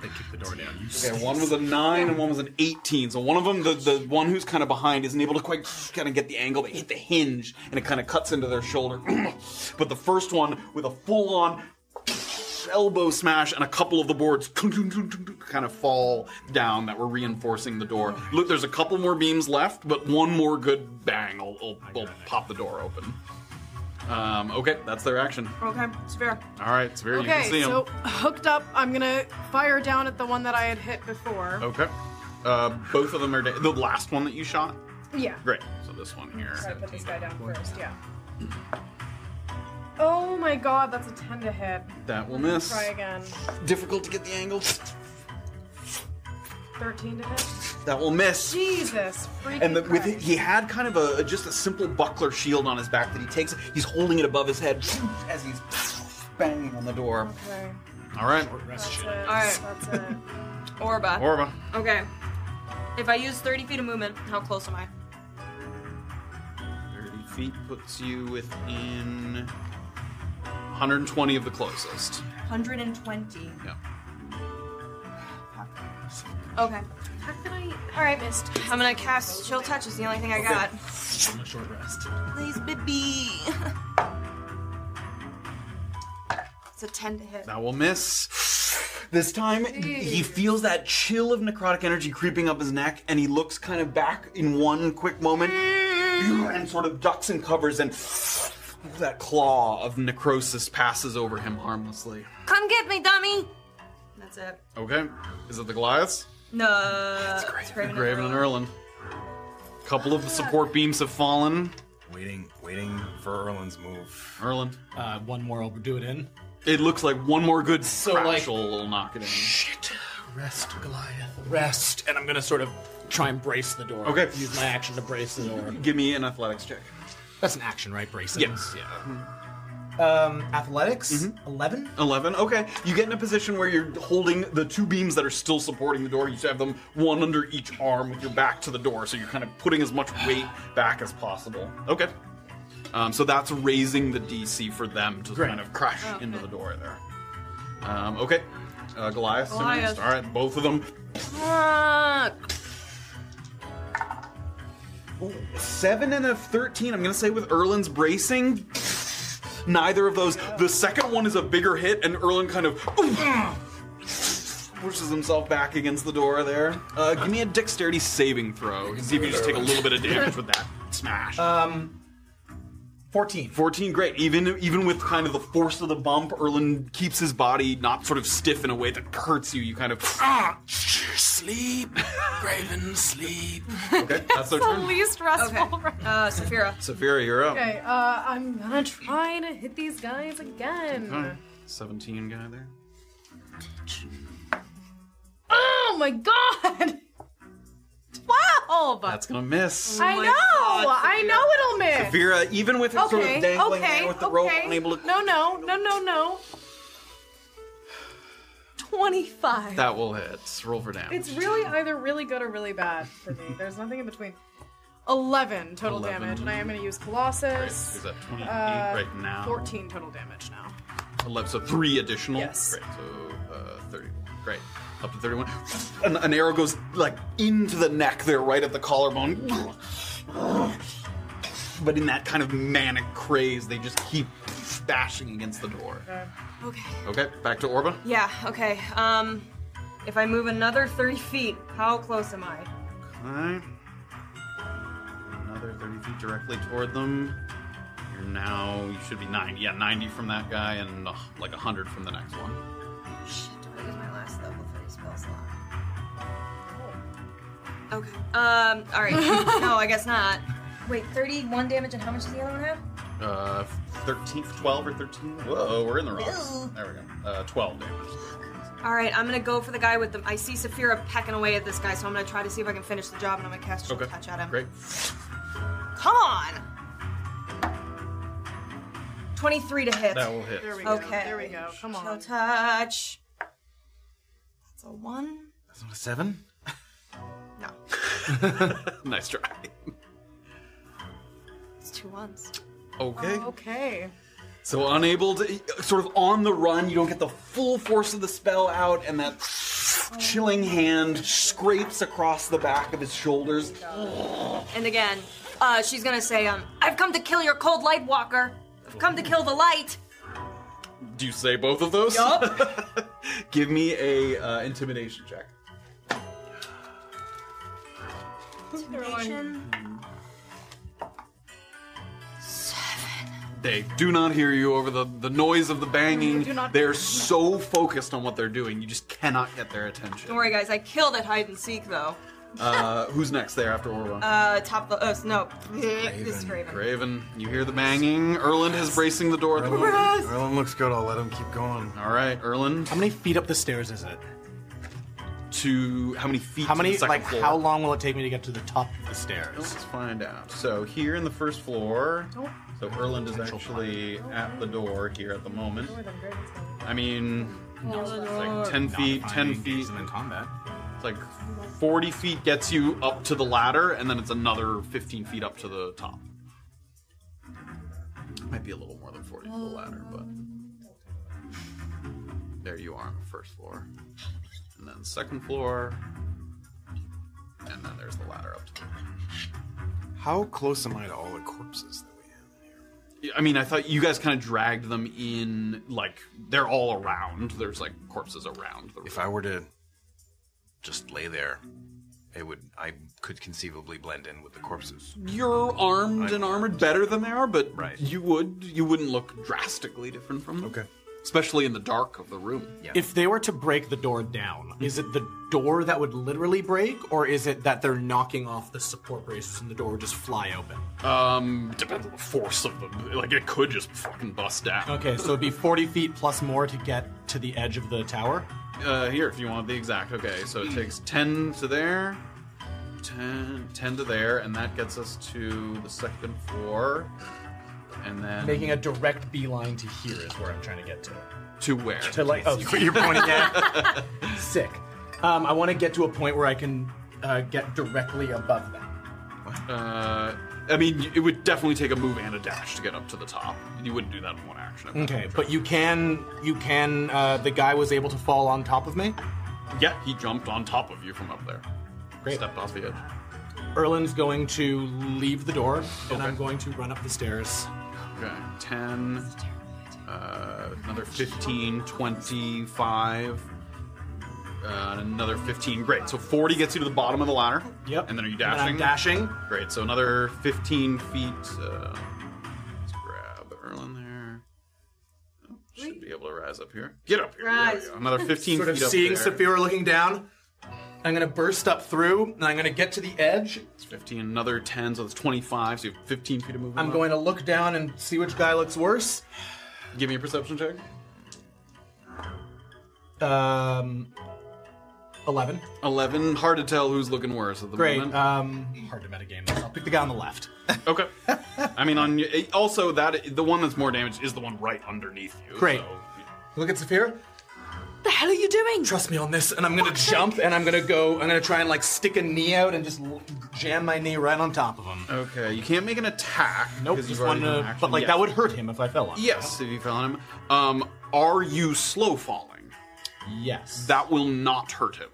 S17: They kick the door down. You
S2: Okay, one was a nine and one was an eighteen. So one of them, the, the one who's kind of behind, isn't able to quite kind of get the angle. They hit the hinge and it kind of cuts into their shoulder. but the first one with a full on elbow smash and a couple of the boards kind of fall down that were reinforcing the door. Look, there's a couple more beams left, but one more good bang will, will, will pop the door open. Um, okay, that's their action.
S6: Okay, it's fair.
S2: All right, Severe, you can see
S1: Okay,
S2: them.
S1: so hooked up. I'm gonna fire down at the one that I had hit before.
S2: Okay. Uh, both of them are da- the last one that you shot.
S1: Yeah.
S2: Great. So this one here.
S1: Try to put this guy down first. Yeah. Oh my god, that's a ten to hit.
S2: That will miss.
S1: Try again.
S2: Difficult to get the angle.
S1: Thirteen to hit.
S2: That will miss.
S1: Jesus. Freaking
S2: And the, with
S1: Christ.
S2: it, he had kind of a just a simple buckler shield on his back that he takes. He's holding it above his head as he's banging on the door.
S1: Okay.
S2: All right.
S6: All right. Orba.
S2: Orba.
S6: Okay. If I use 30 feet of movement, how close am I?
S2: Thirty feet puts you within 120 of the closest.
S6: 120.
S2: Yeah.
S6: Okay. All right, missed. I'm gonna cast Chill Touch. Is the only thing I got.
S12: On a short rest.
S6: Please, baby. it's a 10 to hit.
S2: That will miss. This time, he feels that chill of necrotic energy creeping up his neck, and he looks kind of back in one quick moment
S6: Mm.
S2: and sort of ducks and covers, and that claw of necrosis passes over him harmlessly.
S6: Come get me, dummy. That's it.
S2: Okay, is it the Goliaths?
S6: No. That's great.
S2: Graven, and Erlin. Couple of the support beams have fallen.
S13: waiting waiting for erlin's move
S2: Erlin.
S12: Uh, one more, I'll do it in.
S2: It looks like one more good
S12: So,
S2: crash
S12: like-
S2: will will knock it in.
S12: Rest, Goliath. Rest. And I'm gonna sort of try and brace the door.
S2: Okay.
S12: Use my action to brace the door.
S2: Give me an athletics check.
S12: That's an action, right? Bracing.
S2: Yes.
S12: Yeah. Um, athletics.
S2: Mm-hmm.
S12: 11
S2: 11 okay you get in a position where you're holding the two beams that are still supporting the door you have them one under each arm with your back to the door so you're kind of putting as much weight back as possible okay um, so that's raising the dc for them to
S8: Great.
S2: kind of crash
S8: Oh, okay.
S2: into the door there um, okay uh, goliath,
S6: Goliath.
S2: all right both of them
S6: Uh, Fuck.
S2: seven and a 13 i'm gonna say with erlin's bracing neither of those the second one is a bigger hit and erlin kind of pushes himself back against the door there uh, give me a dexterity saving throw see if you just take a little bit of damage with that smash
S12: um 14
S2: 14 great even even with kind of the force of the bump erlin keeps his body not sort of stiff in a way that hurts you you kind of ah, sleep
S9: Graven, sleep.
S2: okay that's their turn
S4: least
S6: restful. Uh, Saphira.
S2: Saphira, you're up
S4: Okay, uh, I'm gonna try to hit these guys again.
S2: Alright, 17 guy there
S4: Oh my god! 12!
S2: that's gonna miss
S4: I know! I know it'll miss!
S2: Vera, even with it sort of dangling
S4: okay,
S2: there with the
S4: okay.
S2: rope, unable to.
S4: No, no, no, no, no. 25.
S2: That will hit. Roll for damage.
S4: It's really either really good or really bad for me. There's nothing in between. 11 total
S2: 11.
S4: damage, and I am going to use Colossus.
S2: Is that 28
S4: Uh,
S2: right now?
S4: 14 total damage now.
S2: 11, so three additional.
S4: Yes.
S2: Great. So uh, 31. Great. Up to 31. An, an arrow goes like into the neck there, right at the collarbone. But in that kind of manic craze, they just keep bashing against the door.
S6: Okay.
S2: Okay, back to Orba.
S6: Yeah, okay. Um, if I move another 30 feet, how close am I?
S2: Okay. Another 30 feet directly toward them. You're now, you should be 90. Yeah, 90 from that guy and uh, like 100 from the next one.
S6: Do I use my last level for these spell slot? Okay. Um, alright. no, I guess not. Wait, 31 damage, and how much does the other one have?
S2: Uh, 13, 12 or 13? Whoa, we're in the
S6: Ew.
S2: wrong. There we go. Uh, 12 damage.
S6: Alright, I'm gonna go for the guy with the. I see Saphira pecking away at this guy, so I'm gonna try to see if I can finish the job, and I'm gonna cast Chill
S2: Okay.
S6: Touch at him.
S2: Great.
S6: Come on! 23 to hit.
S2: That will hit. There
S4: we go,
S6: Okay.
S4: there we go,
S6: Come on. Chill Touch. That's a 1.
S5: That's not a seven?
S6: No.
S2: nice try.
S6: It's two ones.
S2: Okay.
S4: Okay.
S2: So unable to, sort of on the run, you don't get the full force of the spell out, and that chilling hand scrapes across the back of his shoulders.
S6: And again, uh, she's gonna say, um, I've come to kill your cold light walker. I've come to kill the light.
S2: Do you say both of those? Give me a uh, intimidation check.
S6: Intimidation.
S2: They do not hear you over the, the noise of the banging.
S6: do not-
S2: They're so focused on what they're doing, you just cannot get their attention.
S6: Don't worry, guys. I killed at hide and seek, though.
S2: Uh, who's next there after Orwell?
S6: Uh, top the. Uh, no. This is Raven.
S2: Graven, you hear the banging. Erland is bracing the door.
S6: Yes.
S2: Erland looks good. I'll let him keep going. All right, Erland. How
S12: many feet up the stairs is it?
S2: To how many feet?
S12: How
S2: to the
S12: many?
S2: second
S12: Like,
S2: floor?
S12: how long will it take me to get to the top of the stairs?
S2: Let's find out. So here in the first floor.
S12: Don't-
S2: So Erland is actually at the door here at the moment. I mean,
S12: No,
S2: it's
S12: the
S2: like
S12: door.
S2: ten
S12: Not
S2: feet,
S12: if I'm
S2: ten
S12: engaged
S2: feet. in combat. It's like forty feet gets you up to the ladder, and then it's another fifteen feet up to the top. Might be a little more than forty to the ladder, but there you are on the first floor, and then second floor, and then there's the ladder up to.
S13: How close am I to all the corpses?
S2: I mean, I thought you guys kind of dragged them in, like, they're all around. There's, like, corpses around. The
S5: If I were to just lay there, it would. I could conceivably blend in with the corpses.
S2: You're armed
S5: I'm
S2: and armored better than they are, but you would you wouldn't look drastically different from them. Okay. Especially in the dark of the room.
S12: If they were to break the door down, is it the door that would literally break, or is it that they're knocking off the support braces and the door would just fly open?
S2: Um, depends on the force of the like it could just fucking bust down.
S12: Okay, so it'd be 40 feet plus more to get to the edge of the tower.
S2: Uh, here, if you want the exact. Okay, so it takes 10 to there, 10, 10 to there, and that gets us to the second floor. And then.
S12: Making a direct beeline to here is where I'm trying to get to.
S2: To where?
S12: To like, oh,
S2: You're pointing
S12: at. Sick. Um, I want to get to a point where I can uh, get directly above that.
S2: Uh, I mean, it would definitely take a move and a dash to get up to the top. You wouldn't do that in one action.
S12: Okay, but you can, you can. Uh, the guy was able to fall on top of me.
S2: Yeah, he jumped on top of you from up there. Great. Stepped off the edge.
S12: Erlin's going to leave the door, and I'm going to run up the stairs.
S2: Okay, 10, uh, another 15, 25, uh, another 15. Great. So 40 gets you to the bottom of the ladder. Yep. And then are you
S12: then
S2: dashing?
S12: I'm dashing.
S2: Great. So another 15 feet. Uh, let's grab Erlen there. Should be able to rise up here. Get up here. There we go. Another 15
S12: sort
S2: feet
S12: of
S2: up
S12: seeing
S2: there.
S12: Saphira looking down. I'm gonna burst up through, and I'm gonna get to the edge.
S2: It's 15, another 10, so it's 25, so you have 15 feet of movement.
S12: I'm
S2: left.
S12: going to look down and see which guy looks worse.
S2: Give me a perception check.
S12: Um, eleven.
S2: 11. Hard to tell who's looking worse at the
S12: Great.
S2: moment.
S12: Um, hard to metagame this. I'll pick the guy on the left.
S2: Okay. I mean, on y- also that the one that's more damaged is the one right underneath you.
S12: Great.
S2: so-
S12: Look at Saphira.
S4: The hell are you doing?
S12: Trust me on this, and I'm gonna jump, and I'm gonna go. I'm gonna try and like stick a knee out and just l- jam my knee right on top of him.
S2: Okay, you can't make an attack.
S12: Nope,
S2: because
S12: just
S2: you've already
S12: one.
S2: done an
S12: Uh,
S2: action.
S12: but like
S2: Yes.
S12: that would hurt him if I fell on. him.
S2: Yes, if you fell on him. Um, are you slow falling?
S12: Yes.
S2: That will not hurt him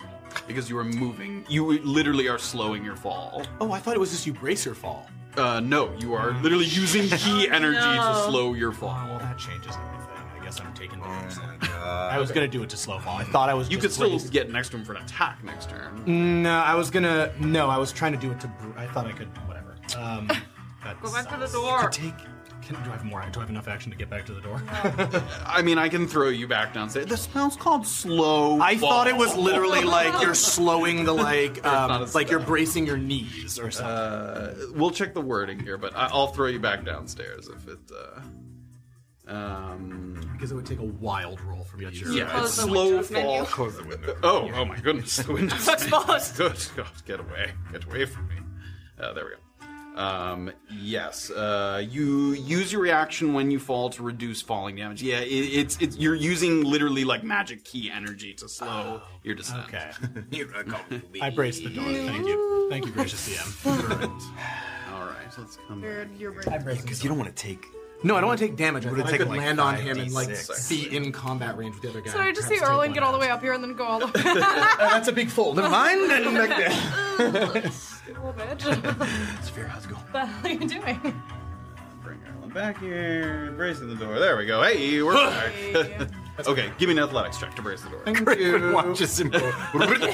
S2: because you are moving. You literally are slowing your fall.
S12: Oh, I thought it was just you brace your fall.
S2: Uh, no, you are literally using key energy
S12: Oh, No.
S2: to slow your fall.
S12: Oh, Well, that changes everything. I guess I'm taking damage. then. I was gonna do it to slow fall. I thought I was.
S2: You
S12: just Mm.
S2: could still
S12: raised-
S2: get next to him for an attack next turn.
S12: No, I was gonna. No, I was trying to do it to. Bru- I thought I could. Whatever. Um, that
S6: Go back to the
S12: sucks.
S6: door.
S12: Could take. Can, do I have more? Do I have enough action to get back to the door?
S2: I mean, I can throw you back down. and Say the spell's called slow.
S12: I thought it was literally like you're slowing the like, um, like you're bracing your knees or something.
S2: Uh, we'll check the wording here, but I- I'll throw you back downstairs if it. Uh, um,
S12: because it would take a wild roll for me. to use
S2: yeah,
S12: that.
S2: it's slow fall. Close the window. Oh, oh my goodness, the window's exposed. Good God, get away, get away from me. Uh, there we go. Um, yes, uh, you use your reaction when you fall to reduce falling damage. Yeah, it, it's it's you're using literally like magic key energy to slow your descent. Oh, Okay,
S12: I braced the door. Thank you. Thank you, gracious DM.
S2: All right, so let's come.
S12: Because you don't want to take. No, I don't want to take damage. I
S2: would've
S12: thought I could
S2: taken, like,
S12: land on him and like
S2: 5d6.
S12: be in combat range with the other guy.
S1: So I just see
S12: Perhaps take
S1: Erlen
S12: one
S1: get all the way up here and then go all the way.
S12: Uh, that's a big fold. Never mind. And back there.
S1: Little bitch.
S2: Sphere, how's it going?
S1: the hell are you doing?
S2: I'm back here, bracing the door. There we go. Hey, we're back. okay, give me an athletics check to brace the door.
S12: Thank you. Watches him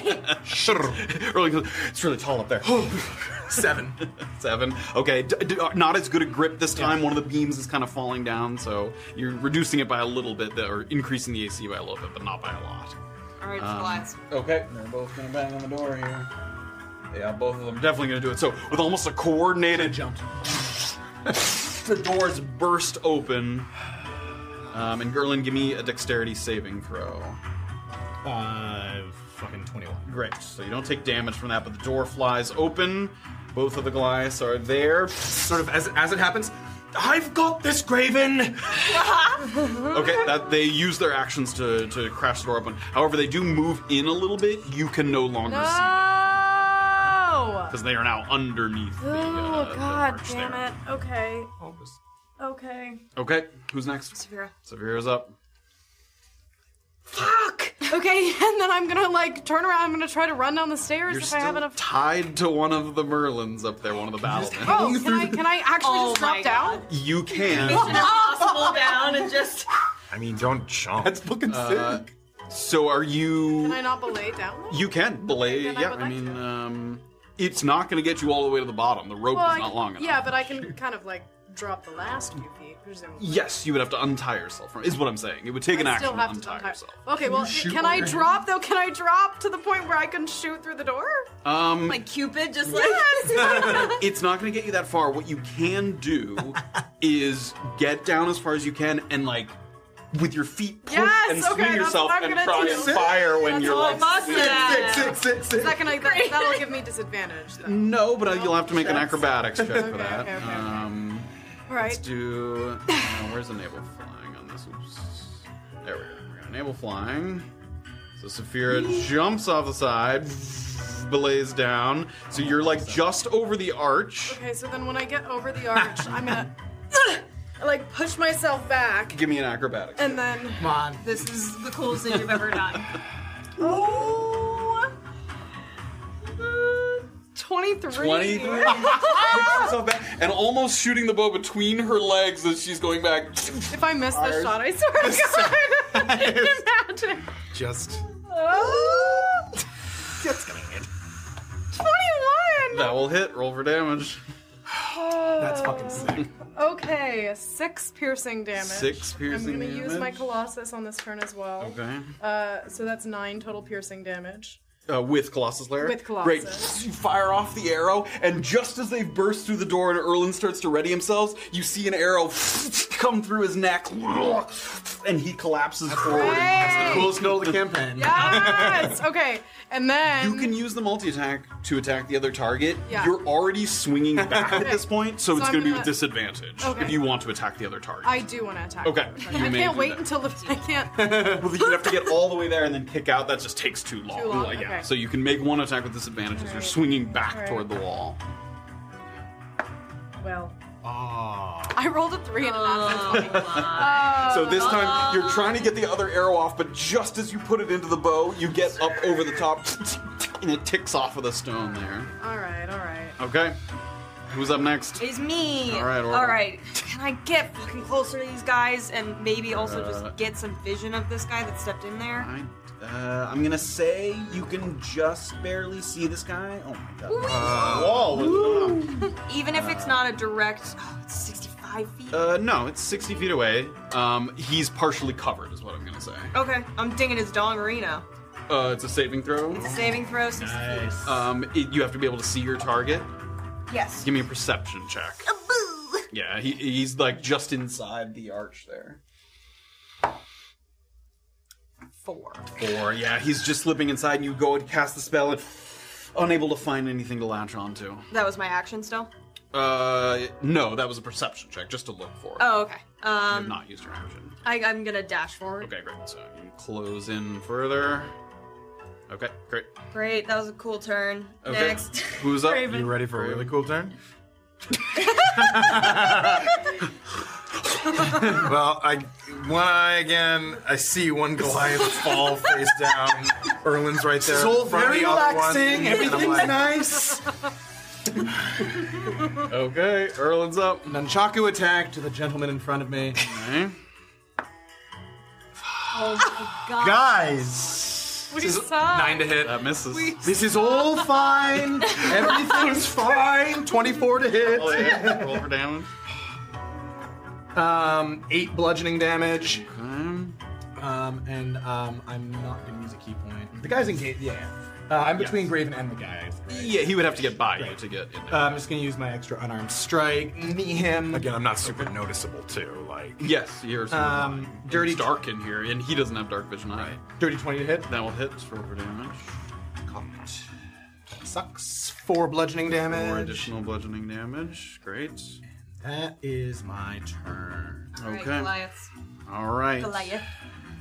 S2: Really good. it's really tall up there.
S12: Seven.
S2: Seven. Okay, d- d- uh, not as good a grip this time. One of the beams is kind of falling down, so you're reducing it by a little bit, th- or increasing the AC by a little bit, but not by a lot.
S6: All right,
S2: Um,
S6: Splats.
S2: Okay, they're both gonna bang on the door here. Yeah, both of them definitely gonna do it. So with almost a coordinated jump, the doors burst open. Um, and Gerlin, give me a dexterity saving throw.
S12: Uh, fucking twenty-one.
S2: Great. So you don't take damage from that, but the door flies open. Both of the Goliaths are there. Sort of as as it happens. I've got this, Graven. Okay, that they use their actions to, to crash the door open. However, they do move in a little bit. You can no longer see
S1: No!
S2: because they are now underneath. uh,
S1: Oh, god damn
S2: there.
S1: it. Okay. Okay.
S2: Okay, who's next? Severa. Severa's up.
S1: Okay, and then I'm gonna like turn around. I'm gonna try to run down the stairs
S2: You're
S1: if
S2: still
S1: I have enough.
S2: tied to one of the Merlins up there, one of the battle.
S1: Oh, can I can I actually
S6: Oh
S1: just
S6: my
S1: drop down?
S2: You can.
S6: Impossible down and just.
S2: I mean, don't jump. That's
S12: fucking
S2: uh, So are you?
S1: Can I not belay down? There?
S2: You can belay.
S1: then I
S2: yeah,
S1: would
S2: I,
S1: like
S2: mean, um, it's not going to get you all the way to the bottom. The rope
S1: Well, I
S2: is not
S1: can-
S2: long enough.
S1: Yeah, but I can kind of like drop the last few feet. presumably.
S2: Yes, you would have to untie yourself from. Is what I'm saying. It would take an
S1: I
S2: action
S1: still
S2: to
S1: have
S2: untie
S1: to untie-
S2: yourself.
S1: Okay,
S6: Can
S1: well,
S6: you shoot
S1: can I
S6: one?
S1: drop though? Can I drop to the point where I can shoot through the door?
S2: Um,
S1: Like Cupid,
S6: just
S1: yes.
S2: it's not going to get you that far. What you can do is get down as far as you can and like
S8: with your feet push
S1: Yes,
S8: and swing
S1: okay, that's
S8: yourself
S1: what I'm
S8: and
S1: gonna
S8: try
S1: do.
S8: and fire when
S1: That's
S8: you're
S1: what
S8: like.
S1: I must
S8: sitting.
S1: have.
S8: Six, six, six.
S1: Is that gonna that, that'll give me disadvantage?
S2: No, but I- you'll have to make an
S1: That's-
S2: acrobatics check
S1: Okay,
S2: for that.
S1: okay, okay, okay.
S2: Um,
S1: All right.
S2: Let's do. uh, where's the naval flying on this? Oops. There we go. We got naval flying. So Saphira jumps off the side, belays down. So you're like just over the arch.
S1: Okay, so then when I get over the arch, I'm gonna like push myself back,
S2: Give me an acrobatics.
S1: and then
S2: Come on.
S1: this is the coolest thing you've ever done.
S6: Oh.
S1: uh, Twenty-three.
S2: 23. So bad. and almost shooting the bow between her legs as she's going back.
S1: if I miss this
S2: Ours.
S1: shot, I swear to God. Imagine. Uh,
S2: Just.
S1: That's gonna hit. Twenty-one.
S2: That will hit. Roll for damage.
S1: That's
S2: sick.
S1: Uh, Okay, six piercing damage.
S2: Six piercing
S1: I'm gonna use
S2: damage.
S1: my Colossus on this turn as well.
S2: Okay.
S1: Uh, so that's nine total piercing damage.
S2: Uh, with Colossus Lair?
S1: With Colossus.
S2: Great. You fire off the arrow, and just as they've burst through the door and Erlin starts to ready himself, you see an arrow come through his neck, and he collapses forward.
S1: That's the coolest
S2: note of the campaign.
S1: Yes. okay, and then
S2: You can use the multi attack to attack the other target.
S1: Yeah.
S2: You're already swinging back at this point, so,
S1: So
S2: it's
S1: I'm
S2: going to be
S1: gonna-
S2: with disadvantage
S1: Okay.
S2: if you want to attack the other target.
S1: I do want to attack.
S2: Okay, you
S1: I
S2: may
S1: can't
S2: do
S1: wait
S2: that.
S1: until the I can't.
S2: well, you'd have to get all the way there and then kick out. That just takes too long.
S1: Too long,
S2: Yeah.
S1: okay.
S2: So you can make one attack with disadvantage as you're swinging back
S1: Alright.
S2: toward the wall.
S1: Well,
S2: Ah.
S1: I rolled a three and a
S2: Oh.
S1: half.
S2: So this
S6: Uh-huh.
S2: time you're trying to get the other arrow off, but just as you put it into the bow, you get up over the top, and it ticks off of the stone there.
S1: All right, all right.
S2: Okay, who's up next?
S6: It's me.
S2: All right, Orville.
S6: All right. Can I get fucking closer to these guys and maybe also
S2: Uh,
S6: just get some vision of this guy that stepped in there?
S2: I, uh, I'm gonna say you can just barely see this guy. Oh my god!
S6: Uh,
S2: wall. what's going on?
S6: Even if it's not a direct, oh, it's 65 feet.
S2: Uh, no, it's 60 feet away. Um, he's partially covered, is what I'm gonna say.
S6: Okay, I'm dinging his dongarino.
S2: Uh, it's a saving throw.
S6: It's a saving throw. 60 feet.
S12: Uh,
S2: Um, it, you have to be able to see your target.
S6: Yes.
S2: Give me a perception check. Yeah, he, he's like just inside the arch there.
S6: Four.
S2: Four. Yeah, he's just slipping inside, and you go and cast the spell, and unable to find anything to latch onto.
S6: That was my action still.
S2: Uh, no, that was a perception check, just to look for. it.
S6: Oh, okay.
S2: you have
S6: Um,
S2: not used your action.
S6: I, I'm gonna dash forward.
S2: Okay, great. So you close in further. Okay, great.
S6: Great, that was a cool turn.
S2: Okay.
S6: Next.
S2: Who's up?
S6: Raven.
S2: You ready for a really cool turn?
S5: well, I one eye again. I see one Goliath fall face down. Erlin's right there.
S7: It's all
S5: in front of
S7: very
S5: the other one,
S7: relaxing.
S5: and I'm
S7: Everything's
S5: like,
S7: nice.
S2: okay, Erlin's up.
S12: Nunchaku attack to the gentleman in front of me.
S6: Oh my god.
S12: Guys!
S6: We This is- suck. nine
S12: to hit.
S2: That misses.
S12: this is all fine. Everything's fine. 24 to hit.
S2: Roll, Oh, yeah, roll for damage.
S12: Um, eight bludgeoning damage. Um, and um, I'm not gonna use a key point. The guy's engaged. Yeah. yeah. Uh, I'm between Graven and the guy.
S2: Yeah, he would have to get by you to get in there.
S12: Uh, I'm just gonna use my extra unarmed strike. Me him. Again, I'm not super noticeable too. Like
S2: Yes, yours.
S12: Um,
S2: Um, dirty. It's dark in here, and he doesn't have dark vision either.
S12: dirty twenty to hit.
S2: That will hit for over damage. Cocked.
S12: Sucks. Four bludgeoning damage.
S2: Four additional bludgeoning damage. Great.
S12: That is my turn.
S2: Okay. All right.
S6: Goliath.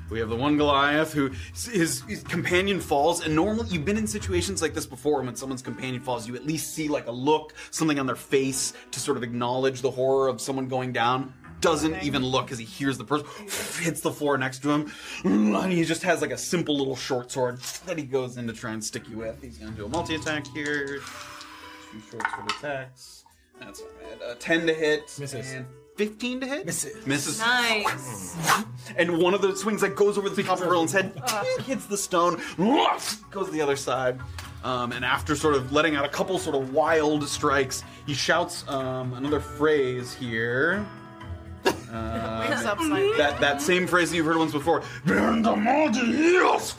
S2: We have the one Goliath who his, his companion falls, and normally you've been in situations like this before. When someone's companion falls, you at least see like a look, something on their face to sort of acknowledge the horror of someone going down. Doesn't even look as he hears the person hits the floor next to him, and he just has like a simple little short sword that he goes in to try and stick you with. He's gonna do a multi attack here, two short sword attacks. That's not bad. Uh, Ten to hit, misses. And Fifteen to hit, misses. Misses.
S6: Nice.
S2: Oh. And one of the swings that goes over the top of Erlin's head hits the stone, goes to the other side. Um, and after sort of letting out a couple sort of wild strikes, he shouts um, another phrase here. Um,
S1: Waves upside
S2: that that same phrase that you've heard once before. "Burn the Maldives!"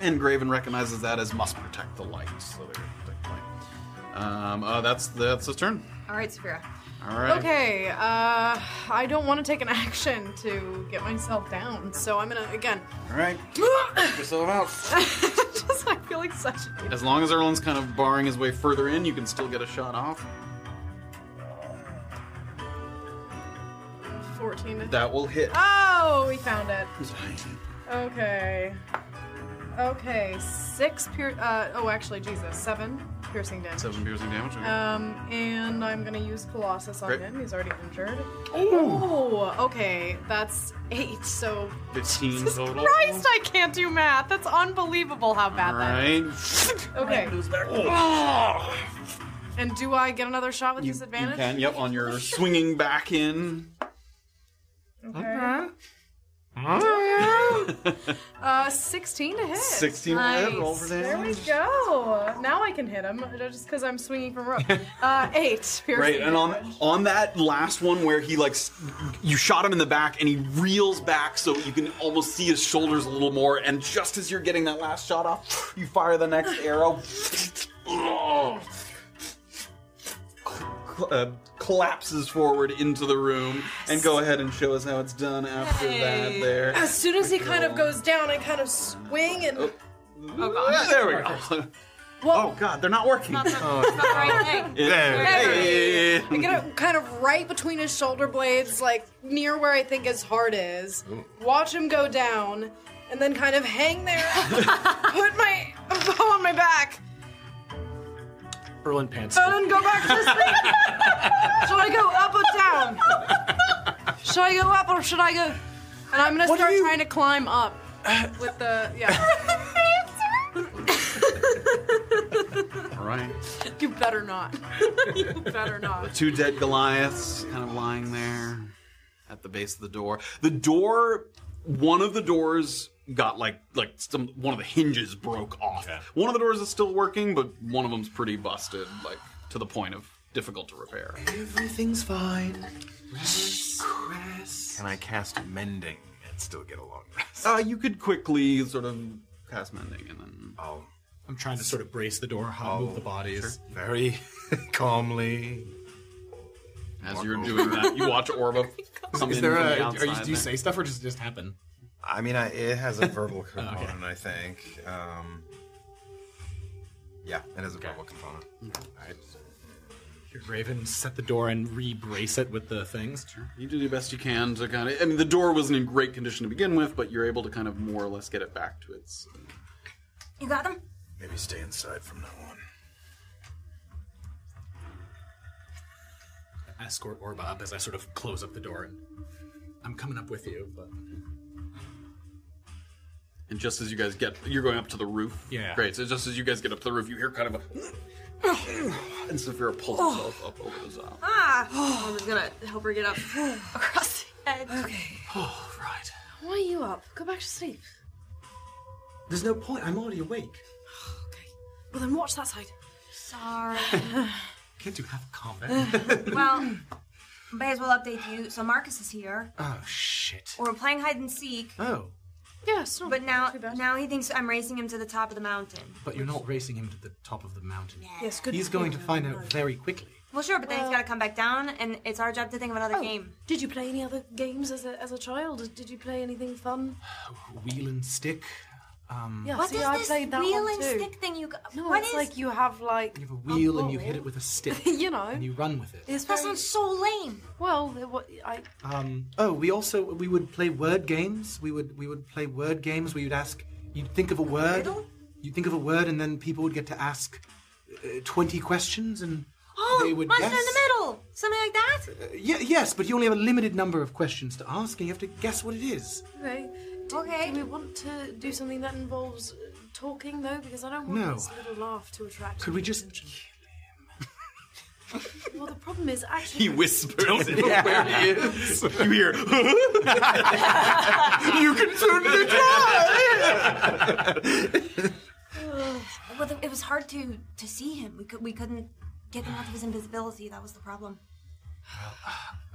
S2: And Graven recognizes that as must protect the light. So they're protect the light. Um, uh, that's that's his turn.
S6: All right, Saphira.
S2: All right.
S1: Okay, uh, I don't want to take an action to get myself down, so I'm gonna again.
S2: All right. Knock yourself out.
S1: just I feel like such. an
S2: As long as everyone's kind of barring his way further in, you can still get a shot off.
S1: 14.
S2: That will hit.
S1: Oh, we found it. Okay. Okay, six pier. Uh, oh, actually, Jesus, seven piercing damage.
S2: Seven piercing damage. okay.
S1: Um, and I'm gonna use Colossus on
S2: Great.
S1: him. He's already injured.
S2: Ooh.
S1: Oh, okay, that's eight. So
S2: Fifteen total.
S1: Oh. Christ, I can't do math. That's unbelievable how bad
S2: All right.
S1: that. Is. Okay.
S2: Oh.
S1: And do I get another shot with
S2: You
S1: disadvantage?
S2: can. Yep. On your swinging back in.
S1: Okay. Uh, 16 to hit.
S2: 16 to hit, roll for
S1: There we
S2: damage.
S1: go. Now I can hit him just because I'm swinging from rope. Uh, eight piercing.
S2: Right, and
S1: damage.
S2: on on that last one where he like s- you shot him in the back and he reels back so you can almost see his shoulders a little more and just as you're getting that last shot off, you fire the next arrow. Ugh. Cl- uh, collapses forward into the room and go ahead and show us how it's done after that there.
S1: As soon as he kind of goes down, I kind of swing and.
S2: Oh. Yeah, there we go. oh god, they're not working. Hey.
S1: I get it kind of right between his shoulder blades, like near where I think his heart is. Watch him go down, and then kind of hang there. put my bow on my back.
S12: Erlin pants.
S4: Oh.
S1: And then go back to sleep. should I go up or down? Should I go up or should I go? And I'm gonna start trying to climb up with the yeah.
S2: All right.
S1: you better not. you better not.
S2: The two dead Goliaths kind of lying there at the base of the door. The door, one of the doors got like like some one of the hinges broke off. One of the doors is still working, but one of them's pretty busted, like to the point of difficult to repair.
S12: Everything's fine.
S5: Can I cast mending and still get along?
S2: Uh, you could quickly sort of cast mending and then.
S5: Oh,
S12: I'm trying to sort of brace the door, how to move the bodies.
S5: Very calmly.
S2: As
S5: walk
S2: you're
S5: over.
S2: doing that, you watch Orba come
S12: Is
S2: in
S12: there
S2: from
S12: a?
S2: the
S12: uh, are you,
S2: outside
S12: do
S2: there.
S12: you say stuff or does it just happen?
S5: I mean, I, it has a verbal component, I think. Um, yeah, it has a verbal component.
S12: Your Raven set the door and re-brace it with the things.
S2: You do the best you can to kind of. I mean, the door wasn't in great condition to begin with, but you're able to kind of more or less get it back to its.
S10: You got him?
S5: Maybe stay inside from now on.
S12: Escort Orba up as I sort of close up the door and I'm coming up with you, but
S2: And just as you guys get, you're going up to the roof.
S12: Yeah.
S2: Great. So just as you guys get up to the roof, you hear kind of a. and Saphira pulls
S6: Oh.
S2: herself up over the top.
S6: Ah! I'm just gonna help her get up across the edge. Okay.
S12: Oh, right.
S1: Why are you up? Go back to sleep.
S12: There's no point. I'm already awake.
S1: Well, then watch that side.
S10: Sorry.
S12: Can't you have a comment?
S10: well, may as well update you. So Marcus is here.
S12: oh shit.
S10: We're playing hide and seek.
S12: Oh,
S1: Yes.
S10: but now, now he thinks I'm racing him to the top of the mountain.
S12: but you're not racing him to the top of the mountain.
S10: Yes, good
S12: He's
S10: for
S12: going
S10: you.
S12: to find out very quickly.
S10: Well, sure, but then he's got to come back down, and it's our job to think of
S4: Oh,
S10: another game.
S4: Did you play any other games as a, as a child? Did you play anything fun?
S12: Wheel and stick. Um,
S4: Yeah,
S10: What
S4: see,
S10: is
S4: I
S10: this
S4: played that
S10: wheel
S4: one
S10: and
S4: too.
S10: stick thing you got?
S4: No,
S10: what
S4: it's
S10: is-
S4: like you have like
S12: You have a wheel and you hit it with a stick.
S4: Oh, you know.
S12: and you run with it.
S4: It's
S10: that sounds so lame.
S4: Well, it, wa- I
S12: Um, oh, we also we would play word games. We would we would play word games. We would ask. You'd think of a word. You'd think of a word, and then people would get to ask uh, twenty questions, and
S10: Oh,
S12: they would
S10: monster
S12: guess.
S10: in the middle, Oh, something like that.
S12: Uh, yeah, yes, but you only have a limited number of questions to ask, and you have to guess what it is.
S4: okay. Do, okay. Do we want to do something that involves uh, talking though? Because I don't want
S12: No.
S4: this little laugh to attract.
S12: Could we just?
S4: Well, the problem is actually.
S2: He whispers it
S4: Yeah.
S2: where he is. You hear. you can turn the
S10: Ugh. well, th- it was hard to to see him. We could we couldn't get him out of his invisibility. That was the problem.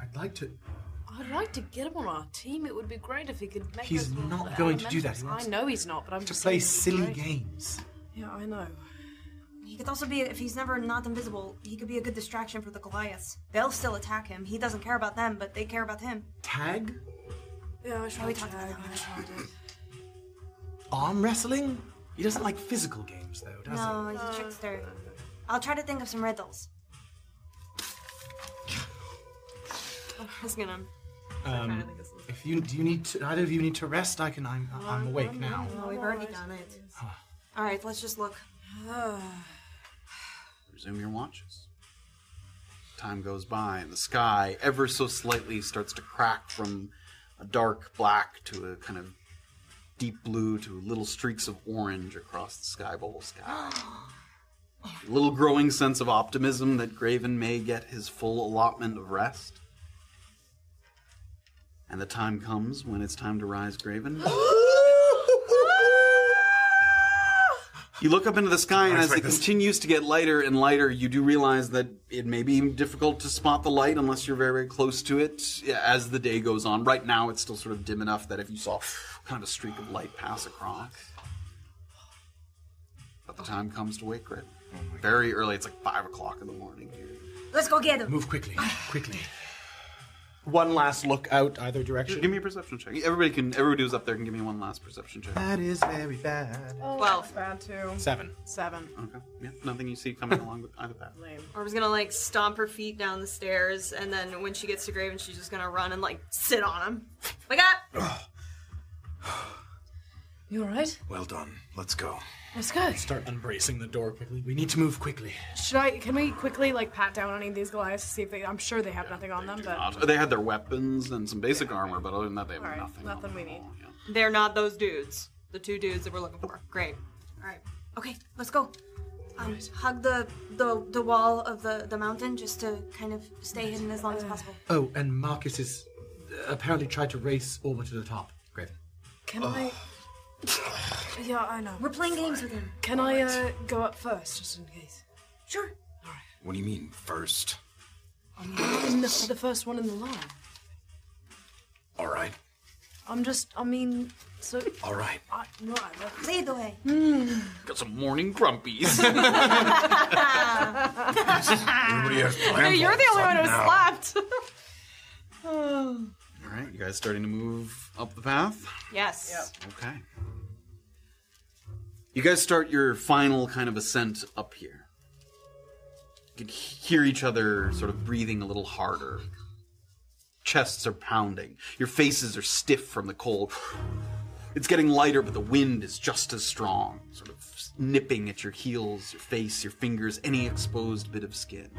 S12: I'd like to.
S4: I'd like to get him on our team. It would be great if he could make.
S12: He's
S4: us
S12: not
S4: the
S12: going to do that.
S4: elementals.
S12: He wants
S4: I know he's not, but I'm
S12: to
S4: just
S12: play
S4: saying it would be
S12: silly
S4: great.
S12: games.
S4: Yeah, I know.
S10: He could also be, if he's never not invisible, he could be a good distraction for the Goliaths. They'll still attack him. He doesn't care about them, but they care about him.
S12: Tag?
S4: Yeah, I should
S10: we
S4: we
S10: talked
S4: talked
S10: about that
S12: Arm wrestling? He doesn't like physical games, though, does
S10: No, Oh, he's a trickster. I'll try to think of some riddles.
S6: I was gonna.
S12: he? Um, if you do, you need to, either of you need to rest. I can. I'm. I'm awake now.
S4: Oh,
S6: No, we've already done it.
S10: All right, let's just look.
S2: Resume your watches. Time goes by, and the sky, ever so slightly, starts to crack from a dark black to a kind of deep blue to little streaks of orange across the sky bowl sky. a little growing sense of optimism that Graven may get his full allotment of rest. And the time comes when it's time to rise, Graven. You look up into the sky, and as it continues to get lighter and lighter, you do realize that it may be difficult to spot the light unless you're very, very close to it as the day goes on. Right now, it's still sort of dim enough that if you saw kind of a streak of light pass across. But the time comes to wake, Grit. very early, it's like 5 o'clock in the morning here.
S10: Let's go get him.
S12: Move quickly, quickly. One last look out either direction.
S2: Give me a perception check. Everybody can, everybody who's up there can give me one last perception check.
S12: That is very bad.
S1: Oh,
S6: Well.
S1: that's bad too.
S12: Seven.
S1: Seven.
S2: Okay. Yeah, nothing you see coming along with either path.
S6: Or was gonna like stomp her feet down the stairs, and then when she gets to Graven, she's just gonna run and like sit on him. Wake up!
S4: You alright?
S12: Well done. Let's go.
S4: Let's go.
S12: Start unbracing the door quickly. We need to move quickly.
S4: Should I? Can we quickly like pat down any of these Goliaths to see if they? I'm sure they have nothing on them, but
S2: Uh, They had their weapons and some basic armor, but other than that, they have
S4: all right,
S2: nothing. Oh,
S4: nothing, we need.
S6: They're not those dudes. The two dudes that we're looking for. Great.
S10: All right. Okay, let's go. Um, Hug the, the the wall of the, the mountain just to kind of stay hidden as
S6: Uh,
S10: long as possible.
S12: Oh, and Marcus is uh, apparently tried to race over to the top. Great.
S4: Can
S12: Oh.
S4: I? Yeah, I know.
S10: We're playing games with him.
S4: Can I uh, go up first, just in case?
S10: Sure.
S5: What do you mean first?
S4: I'm the, the first one in the line.
S5: All right.
S4: I'm just. I mean, so.
S5: All right.
S4: I, no, I don't.
S10: Lead the way.
S2: Got some morning grumpies.
S5: Everybody has
S6: Hey, Ah. you're the only one who slept.
S2: All right, you guys starting to move up the path?
S6: yes.
S2: Okay. You guys start your final kind of ascent up here. You can hear each other sort of breathing a little harder. Chests are pounding. Your faces are stiff from the cold. It's getting lighter, but the wind is just as strong, sort of nipping at your heels, your face, your fingers, any exposed bit of skin.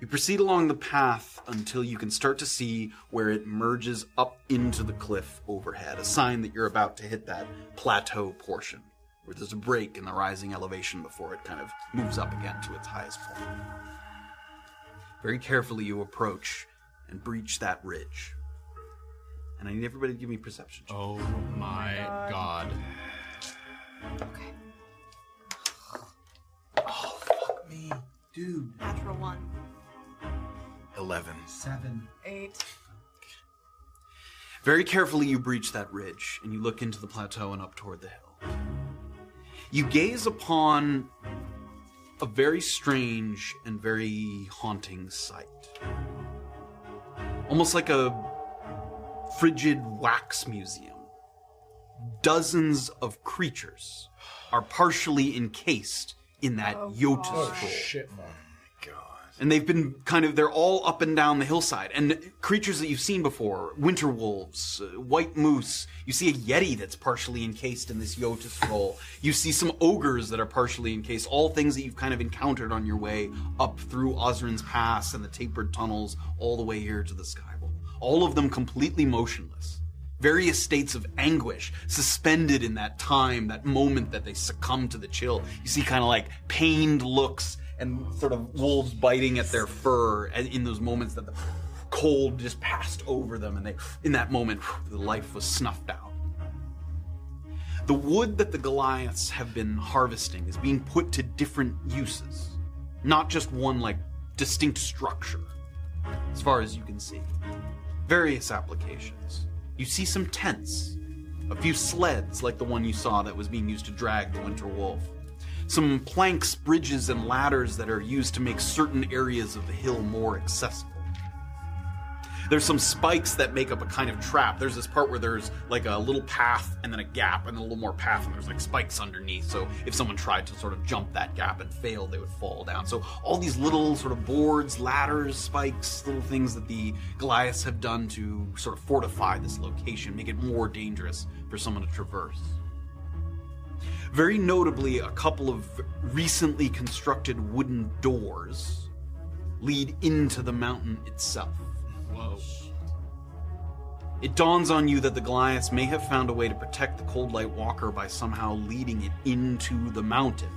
S2: You proceed along the path until you can start to see where it merges up into the cliff overhead, a sign that you're about to hit that plateau portion, where there's a break in the rising elevation before it kind of moves up again to its highest point. Very carefully, you approach and breach that ridge. And I need everybody to give me perception. Checks.
S7: Oh my god.
S12: Dude.
S6: Natural one.
S5: 11.
S12: Seven.
S4: Eight.
S2: Very carefully, you breach that ridge and you look into the plateau and up toward the hill. You gaze upon a very strange and very haunting sight. Almost like a frigid wax museum. Dozens of creatures are partially encased in that Yotus bowl. And they've been kind of, they're all up and down the hillside. And creatures that you've seen before winter wolves, uh, white moose. You see a yeti that's partially encased in this Yota scroll. You see some ogres that are partially encased. All things that you've kind of encountered on your way up through Osrin's Pass and the tapered tunnels all the way here to the Skywall. All of them completely motionless. Various states of anguish, suspended in that time, that moment that they succumb to the chill. You see kind of like pained looks and sort of wolves biting at their fur and in those moments that the cold just passed over them and they in that moment the life was snuffed out the wood that the goliaths have been harvesting is being put to different uses not just one like distinct structure as far as you can see various applications you see some tents a few sleds like the one you saw that was being used to drag the winter wolf some planks, bridges, and ladders that are used to make certain areas of the hill more accessible. There's some spikes that make up a kind of trap. There's this part where there's like a little path and then a gap and then a little more path and there's like spikes underneath. So if someone tried to sort of jump that gap and failed, they would fall down. So all these little sort of boards, ladders, spikes, little things that the Goliaths have done to sort of fortify this location, make it more dangerous for someone to traverse. Very notably, a couple of recently constructed wooden doors lead into the mountain itself. Whoa. It dawns on you that the Goliaths may have found a way to protect the Cold Light Walker by somehow leading it into the mountain,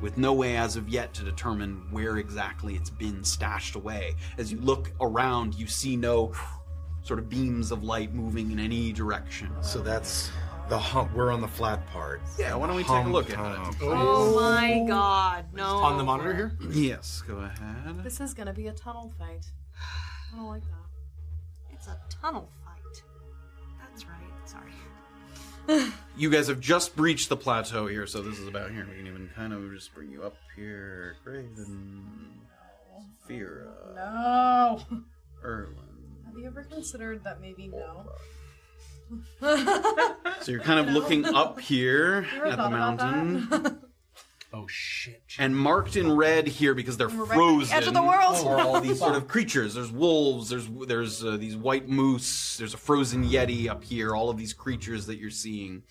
S2: with no way as of yet to determine where exactly it's been stashed away. As you look around, you see no sort of beams of light moving in any direction. So that's the hump. We're on the flat part.
S7: Yeah, why don't we take a look at it?
S6: Oh my god, no.
S7: On the monitor here?
S2: Yes, go ahead.
S4: This is gonna be a tunnel fight. I don't like that.
S6: It's a tunnel fight. That's right. Sorry.
S2: You guys have just breached the plateau here, so this is about here. We can even kind of just bring you up here. Graven, Fira,
S1: No.
S2: Erwin.
S1: Have you ever considered that maybe no?
S2: So you're kind of looking up here
S1: You ever
S2: at the
S1: thought about that?
S2: mountain. oh shit! And marked in red here because they're
S1: We're right at the
S2: frozen.
S1: edge of the world.
S2: Are all these sort of creatures? There's wolves. There's there's uh, these white moose. There's a frozen yeti up here. All of these creatures that you're seeing,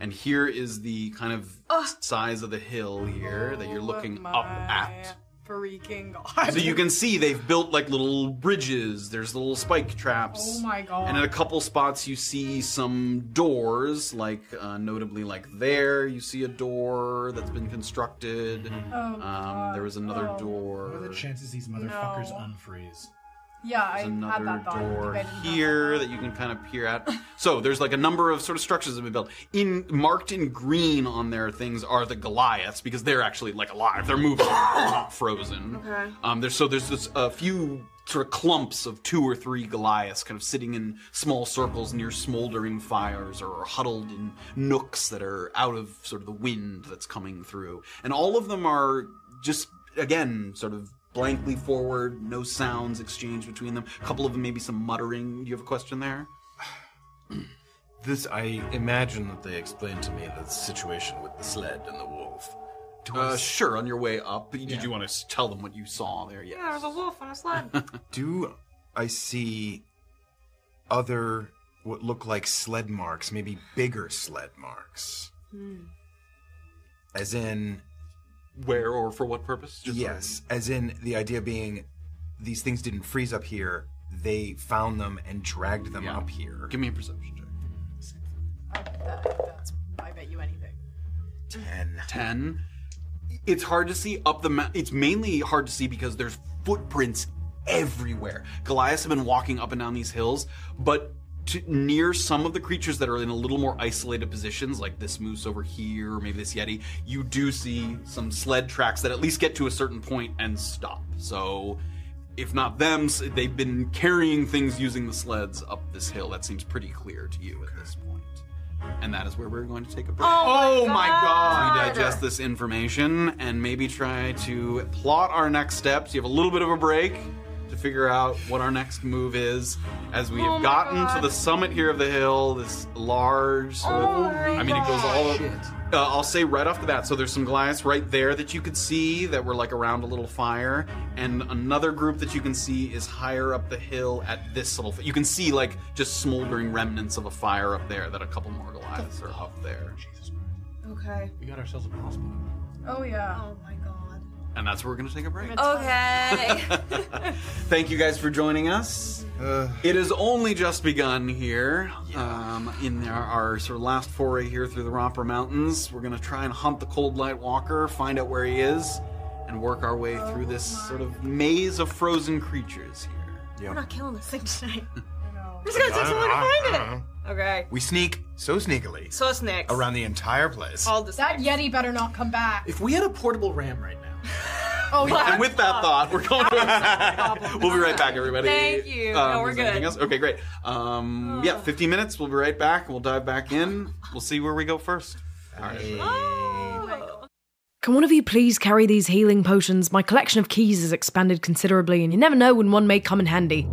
S2: and here is the kind of size of the hill here that
S1: Oh,
S4: Oh,
S2: you're looking up at.
S1: Freaking god.
S2: So you can see they've built like little bridges. There's little spike traps.
S1: Oh my god.
S2: And in a couple spots, you see some doors, like uh, notably, like there, you see a door that's been constructed.
S1: Oh,
S2: um, there was another door.
S11: What are the chances these motherfuckers unfreeze?
S1: Yeah, I
S2: There's
S1: had
S2: another
S1: that thought.
S2: door
S1: I didn't
S2: here that you can kind of peer at. so there's like a number of sort of structures that have been built. In marked in green on their things are the Goliaths because they're actually like alive. They're moving, they're not frozen.
S6: Okay.
S2: Um, there's so there's this a few sort of clumps of two or three Goliaths kind of sitting in small circles near smoldering fires or huddled in nooks that are out of sort of the wind that's coming through. And all of them are just again sort of blankly forward, no sounds exchanged between them. A couple of them maybe some muttering. Do you have a question there?
S5: This, I imagine that they explained to me the situation with the sled and the wolf.
S2: Uh, sure, on your way up. Did you want to tell them what you saw there? Yeah.
S6: Yeah, there's a wolf on a sled.
S5: Do I see other what look like sled marks, maybe bigger sled marks?
S7: Hmm.
S5: As in
S2: where or for what purpose?
S5: yes, as in the idea being these things didn't freeze up here. They found them and dragged them up here.
S2: Give me a perception check.
S1: I bet you anything.
S5: Ten.
S2: Ten. It's hard to see up the mountain. It's mainly hard to see because there's footprints everywhere. Goliaths have been walking up and down these hills, but to, near some of the creatures that are in a little more isolated positions, like this moose over here, or maybe this yeti, you do see some sled tracks that at least get to a certain point and stop. So, if not them, s- they've been carrying things using the sleds up this hill. That seems pretty clear to you at this point. And that is where we're going to take a break.
S6: Oh
S2: my god! We digest this information and maybe try to plot our next steps. You have a little bit of a break to figure out what our next move is as we
S6: Oh
S2: have
S6: my
S2: gotten
S6: God.
S2: to the summit here of the hill, this large sort of.
S6: Oh my
S2: I mean, it goes all.
S6: God.
S2: Uh, I'll say right off the bat. So there's some Goliaths right there that you could see that were like around a little fire, and another group that you can see is higher up the hill at this little. F- you can see like just smoldering remnants of a fire up there that a couple more Goliaths are up there.
S6: Okay.
S11: We got ourselves a hospital.
S1: Oh yeah. Oh,
S6: Oh my god.
S2: And that's where we're going to take a break.
S6: Okay.
S2: Thank you guys for joining us. it has only just begun here um, in our, our sort of last foray here through the Romper Mountains. We're going to try and hunt the Cold Light Walker, find out where he is, and work our way through this sort of maze of frozen creatures here.
S6: We're not killing this thing tonight.
S5: We're
S6: just gonna take someone to
S5: Uh-huh.
S6: find it. Okay.
S5: We sneak so sneakily
S6: So snakes.
S5: around the entire place.
S6: All this.
S1: That Yeti better not come back.
S12: If we had a portable ram right now.
S1: Oh
S2: And with that thought, we're going to. we'll be right back, everybody. Um,
S6: Thank you. No, we're
S2: is there anything
S6: good.
S2: else? Okay, great. Um, yeah, 15 minutes. We'll be right back. We'll dive back in. We'll see where we go first. All right.
S6: Oh.
S4: Can one of you please carry these healing potions? My collection of keys has expanded considerably, and you never know when one may come in handy.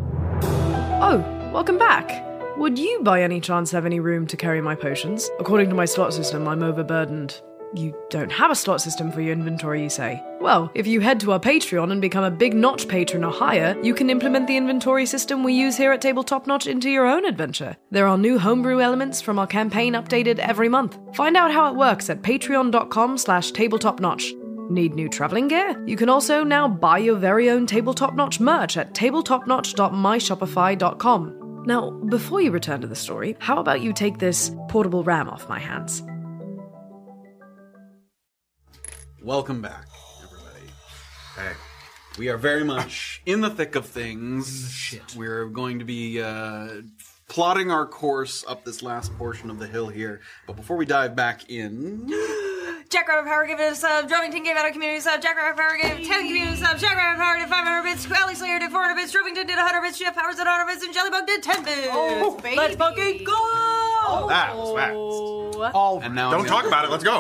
S4: Oh, welcome back. Would you by any chance have any room to carry my potions? According to my slot system, I'm overburdened. You don't have a slot system for your inventory, you say? Well, if you head to our Patreon and become a big notch patron or higher, you can implement the inventory system we use here at Tabletop Notch into your own adventure. There are new homebrew elements from our campaign updated every month. Find out how it works at patreon.com slash tabletopnotch. Need new traveling gear? You can also now buy your very own Tabletop Notch merch at tabletopnotch.myshopify.com. Now, before you return to the story, how about you take this portable RAM off my hands?
S2: Welcome back, everybody. Hey, we are very much in the thick of things. Shit. We're going to be uh, plotting our course up this last portion of the hill here. But before we dive back in,
S6: Jack Rabbit Power gave it a sub. Drummington gave out a community sub. Jack Rabbit Power gave ten community subs. Jack Rabbit Power did 500 bits. Ellie Slayer did 400 bits. Drummington did 100 bits. Jeff Powers did 100 bits. And Jellybug did 10 bits.
S18: Oh,
S6: Let's fucking go!
S19: that was fast.
S2: All and now I'm
S19: Don't
S2: gonna-
S19: talk about it. Let's go.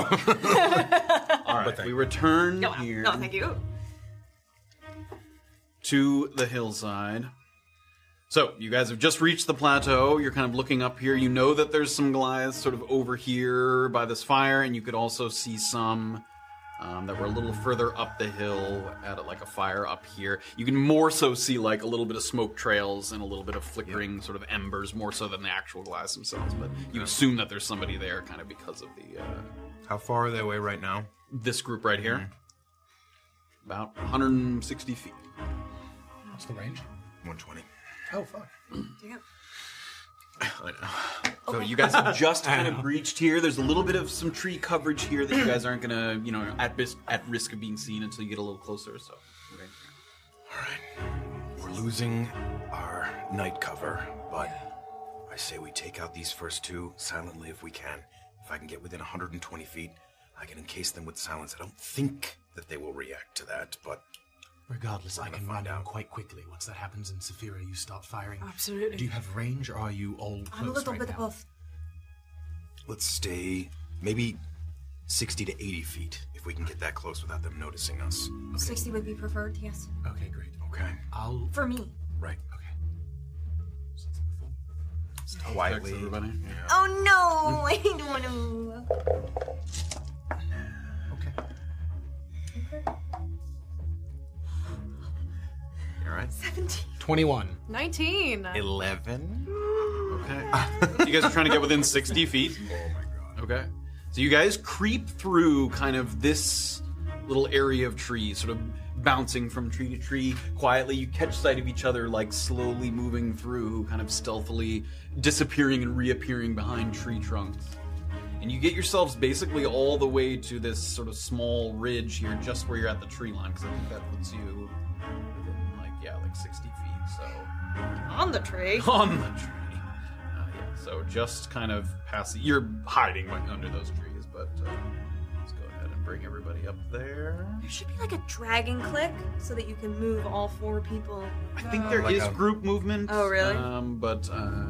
S2: All right, we return here
S6: No, thank you.
S2: to the hillside. So, you guys have just reached the plateau. You're kind of looking up here. You know that there's some Goliaths sort of over here by this fire, and you could also see some um, that were a little further up the hill at like a fire up here. You can more so see like a little bit of smoke trails and a little bit of flickering sort of embers, more so than the actual Goliaths themselves. But you assume that there's somebody there kind of because of the. Uh,
S5: How far are they away right now?
S2: This group right here. About 160 feet.
S20: What's the range?
S5: 120.
S20: Oh, fuck.
S5: I know.
S2: So you guys have just kind of breached here. There's a little bit of some tree coverage here that you guys aren't gonna, you know, at bis- at risk of being seen until you get a little closer. So,
S5: We're losing our night cover, but I say we take out these first two silently if we can. If I can get within 120 feet, I can encase them with silence. I don't think that they will react to that, but
S12: Regardless, I can run down quite quickly. Once that happens in Saphira, you start firing.
S21: Absolutely.
S12: Do you have range, or are you all close
S10: I'm a little
S12: right
S10: bit
S12: now?
S10: above.
S5: let's stay maybe 60 to 80 feet if we can get that close without them noticing us.
S10: 60 would be preferred, yes.
S12: Okay, great.
S5: Okay.
S12: I'll
S10: For me.
S5: right. Okay.
S2: quietly, everybody.
S10: Oh no! I don't want to.
S5: All right.
S18: 17.
S12: 21.
S18: 19.
S5: 11.
S2: Okay. you guys are trying to get within 60 feet. Oh my god. Okay. So you guys creep through kind of this little area of trees, sort of bouncing from tree to tree quietly. You catch sight of each other, like slowly moving through, kind of stealthily disappearing and reappearing behind tree trunks. And you get yourselves basically all the way to this sort of small ridge here, just where you're at the tree line, because I think that puts you within, like, yeah, like 60 feet. So
S6: On the tree.
S2: on the tree. Uh, yeah, so just kind of pass. You're hiding like, under those trees, but uh, let's go ahead and bring everybody up there.
S6: There should be like a dragon click so that you can move all four people.
S2: I think there is group movement.
S6: Oh, really?
S2: Um, but I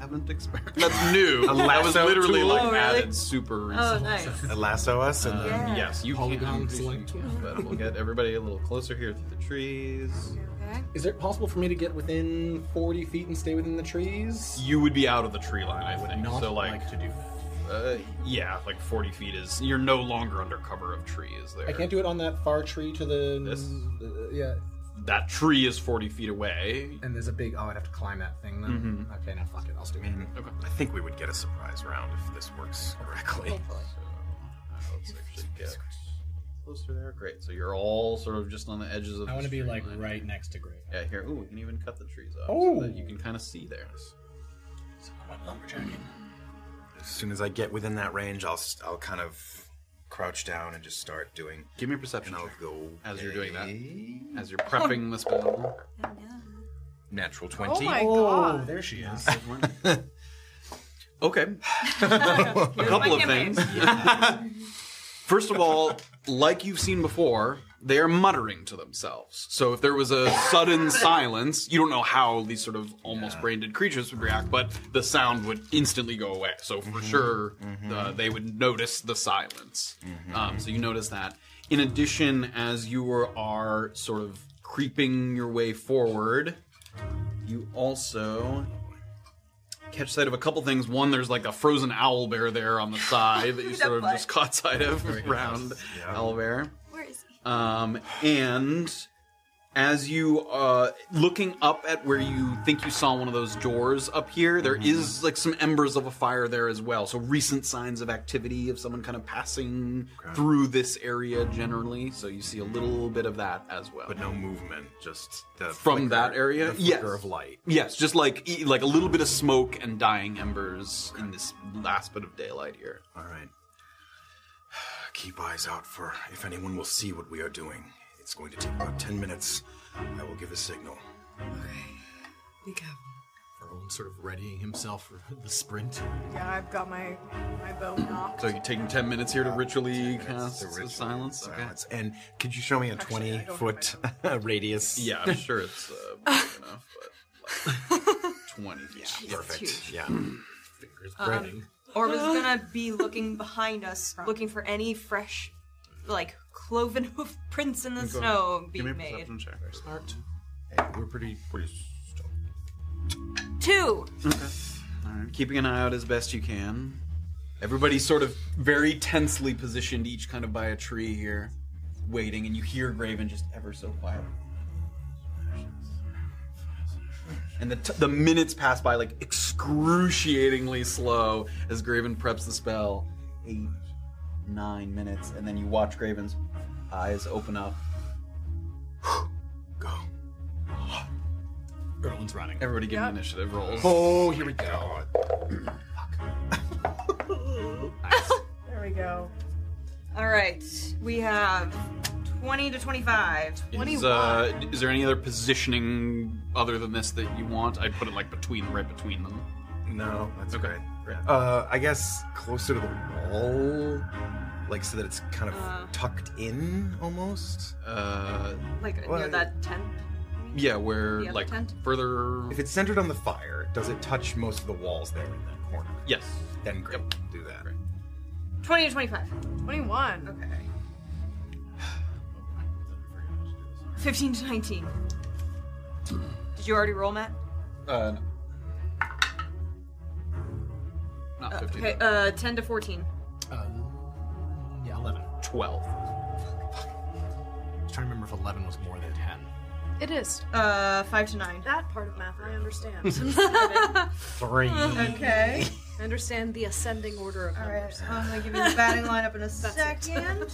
S2: haven't experimented. That's new.
S5: A
S2: that was
S5: lasso
S2: literally
S5: tool?
S2: like
S5: Oh, really?
S2: added super
S6: Oh,
S2: recently.
S6: nice.
S5: And lasso us and
S2: Um,
S5: then
S2: Yes, you can. Select but we'll get everybody a little closer here through the trees.
S12: Is it possible for me to get within 40 feet and stay within the trees?
S2: You would be out of the tree line, I, think.
S12: not
S2: so like, to do that. Uh, yeah, like 40 feet is. You're no longer under cover of trees there.
S12: I can't do it on that far tree to the.
S2: This?
S12: Uh, yeah.
S2: that tree is 40 feet away.
S12: And there's a big. Oh, I'd have to climb that thing then. Okay, now fuck it. I'll stick in.
S2: Okay.
S5: I think we would get a surprise round if this works correctly.
S2: Let's actually get closer there. Great. So you're all sort of just on the edges of.
S20: I
S2: the
S20: wanna be,
S2: tree
S20: like,
S2: line.
S20: right next to Gray.
S2: Yeah. Here. Ooh, we can even cut the trees off
S20: Oh.
S2: so that you can kind of see there.
S10: Oh
S5: As soon as I get within that range, I'll s- I'll kind of crouch down and just start doing.
S2: Give me a perception.
S5: And I'll go
S2: As you're doing that, as you're prepping the spell.
S5: Natural twenty.
S2: my Oh, God. there she is. Okay. a couple of
S5: like him,
S2: things. First of all, like you've seen before, they are muttering to themselves. So if there was a sudden silence, you don't know how these sort of almost brain-dead creatures would react, but the sound would instantly go away. So for
S22: Mhm.
S2: sure,
S22: Mhm.
S2: uh, they would notice the silence. Um, so you notice that. In addition, as you are, are sort of creeping your way forward, you also catch sight of a couple things. One, there's like a frozen owl bear there on the side that you
S6: The
S2: sort of
S6: butt.
S2: just caught sight of round owl bear.
S6: Where is he?
S2: Um, and as you uh, looking up at where you think you saw one of those doors up here, there is like some embers of a fire there as well. So recent signs of activity of someone kind of passing through this area generally. So you see a little bit of that as well, but
S5: no movement, just the
S2: from
S5: flicker-
S2: that area.
S5: the
S2: yes,
S5: flicker of light.
S2: Yes, just like e- like a little bit of smoke and dying embers in this last bit of daylight here.
S5: All right. Keep eyes out for if anyone will see what we are doing. It's going to take about 10 minutes. I will give a signal.
S1: Be careful.
S12: Erwin sort of readying himself for the sprint.
S1: Yeah, I've got my my bow knocked.
S2: So you're taking ten minutes here to ritually cast the silence.
S5: Okay. And could you show me a
S1: Actually, I
S5: 20
S1: don't
S5: foot radius?
S2: Yeah, I'm sure it's uh, big enough, but like, twenty. feet.
S6: Yeah, Perfect. it's huge.
S5: Yeah.
S2: Fingers
S6: Um, Orb is gonna be looking behind us, looking for any fresh, like cloven hoof prints in the
S7: Go
S6: snow
S7: ahead. Give me a
S6: being made.
S7: perception check.
S12: Smart.
S7: Hey, we're pretty pretty
S6: Two.
S2: Okay. All right. Keeping an eye out as best you can. Everybody's sort of very tensely positioned, each kind of by a tree here, waiting, and you hear Graven just ever so quiet. And the, t- the minutes pass by like excruciatingly slow as Graven preps the spell. Eight, nine minutes, and then you watch Graven's eyes open up.
S12: Erwin's running.
S2: Everybody give me initiative rolls.
S12: Oh, here we go.
S1: There we go.
S6: All right, we have twenty to twenty-five.
S2: Is, uh, is there any other positioning other than this that you want? I put it like between, right between them.
S5: No, that's okay.
S2: Great.
S5: Uh, I guess closer to the wall, like so that it's kind of tucked in almost.
S2: Uh,
S6: like
S5: Well,
S6: near that tent.
S2: yeah, where
S6: The other like, tent?
S2: further.
S5: If it's centered on the fire, does it touch most of the walls there in that corner?
S2: Yes.
S5: Then great, do that.
S6: Twenty to twenty-five.
S1: Twenty-one.
S6: Okay. Fifteen to nineteen. Did you already roll, Matt?
S2: Uh, no. Not fifteen.
S6: Okay. Uh, ten to fourteen.
S12: Uh, yeah, 11.
S6: uh,
S2: 12.
S12: I was trying to remember if 11 was more than 10.
S1: It is.
S6: Uh, five to nine.
S1: That part of math I understand.
S12: Three.
S6: Okay.
S1: I understand the ascending order of numbers.
S6: I'm gonna give you the batting lineup in a second.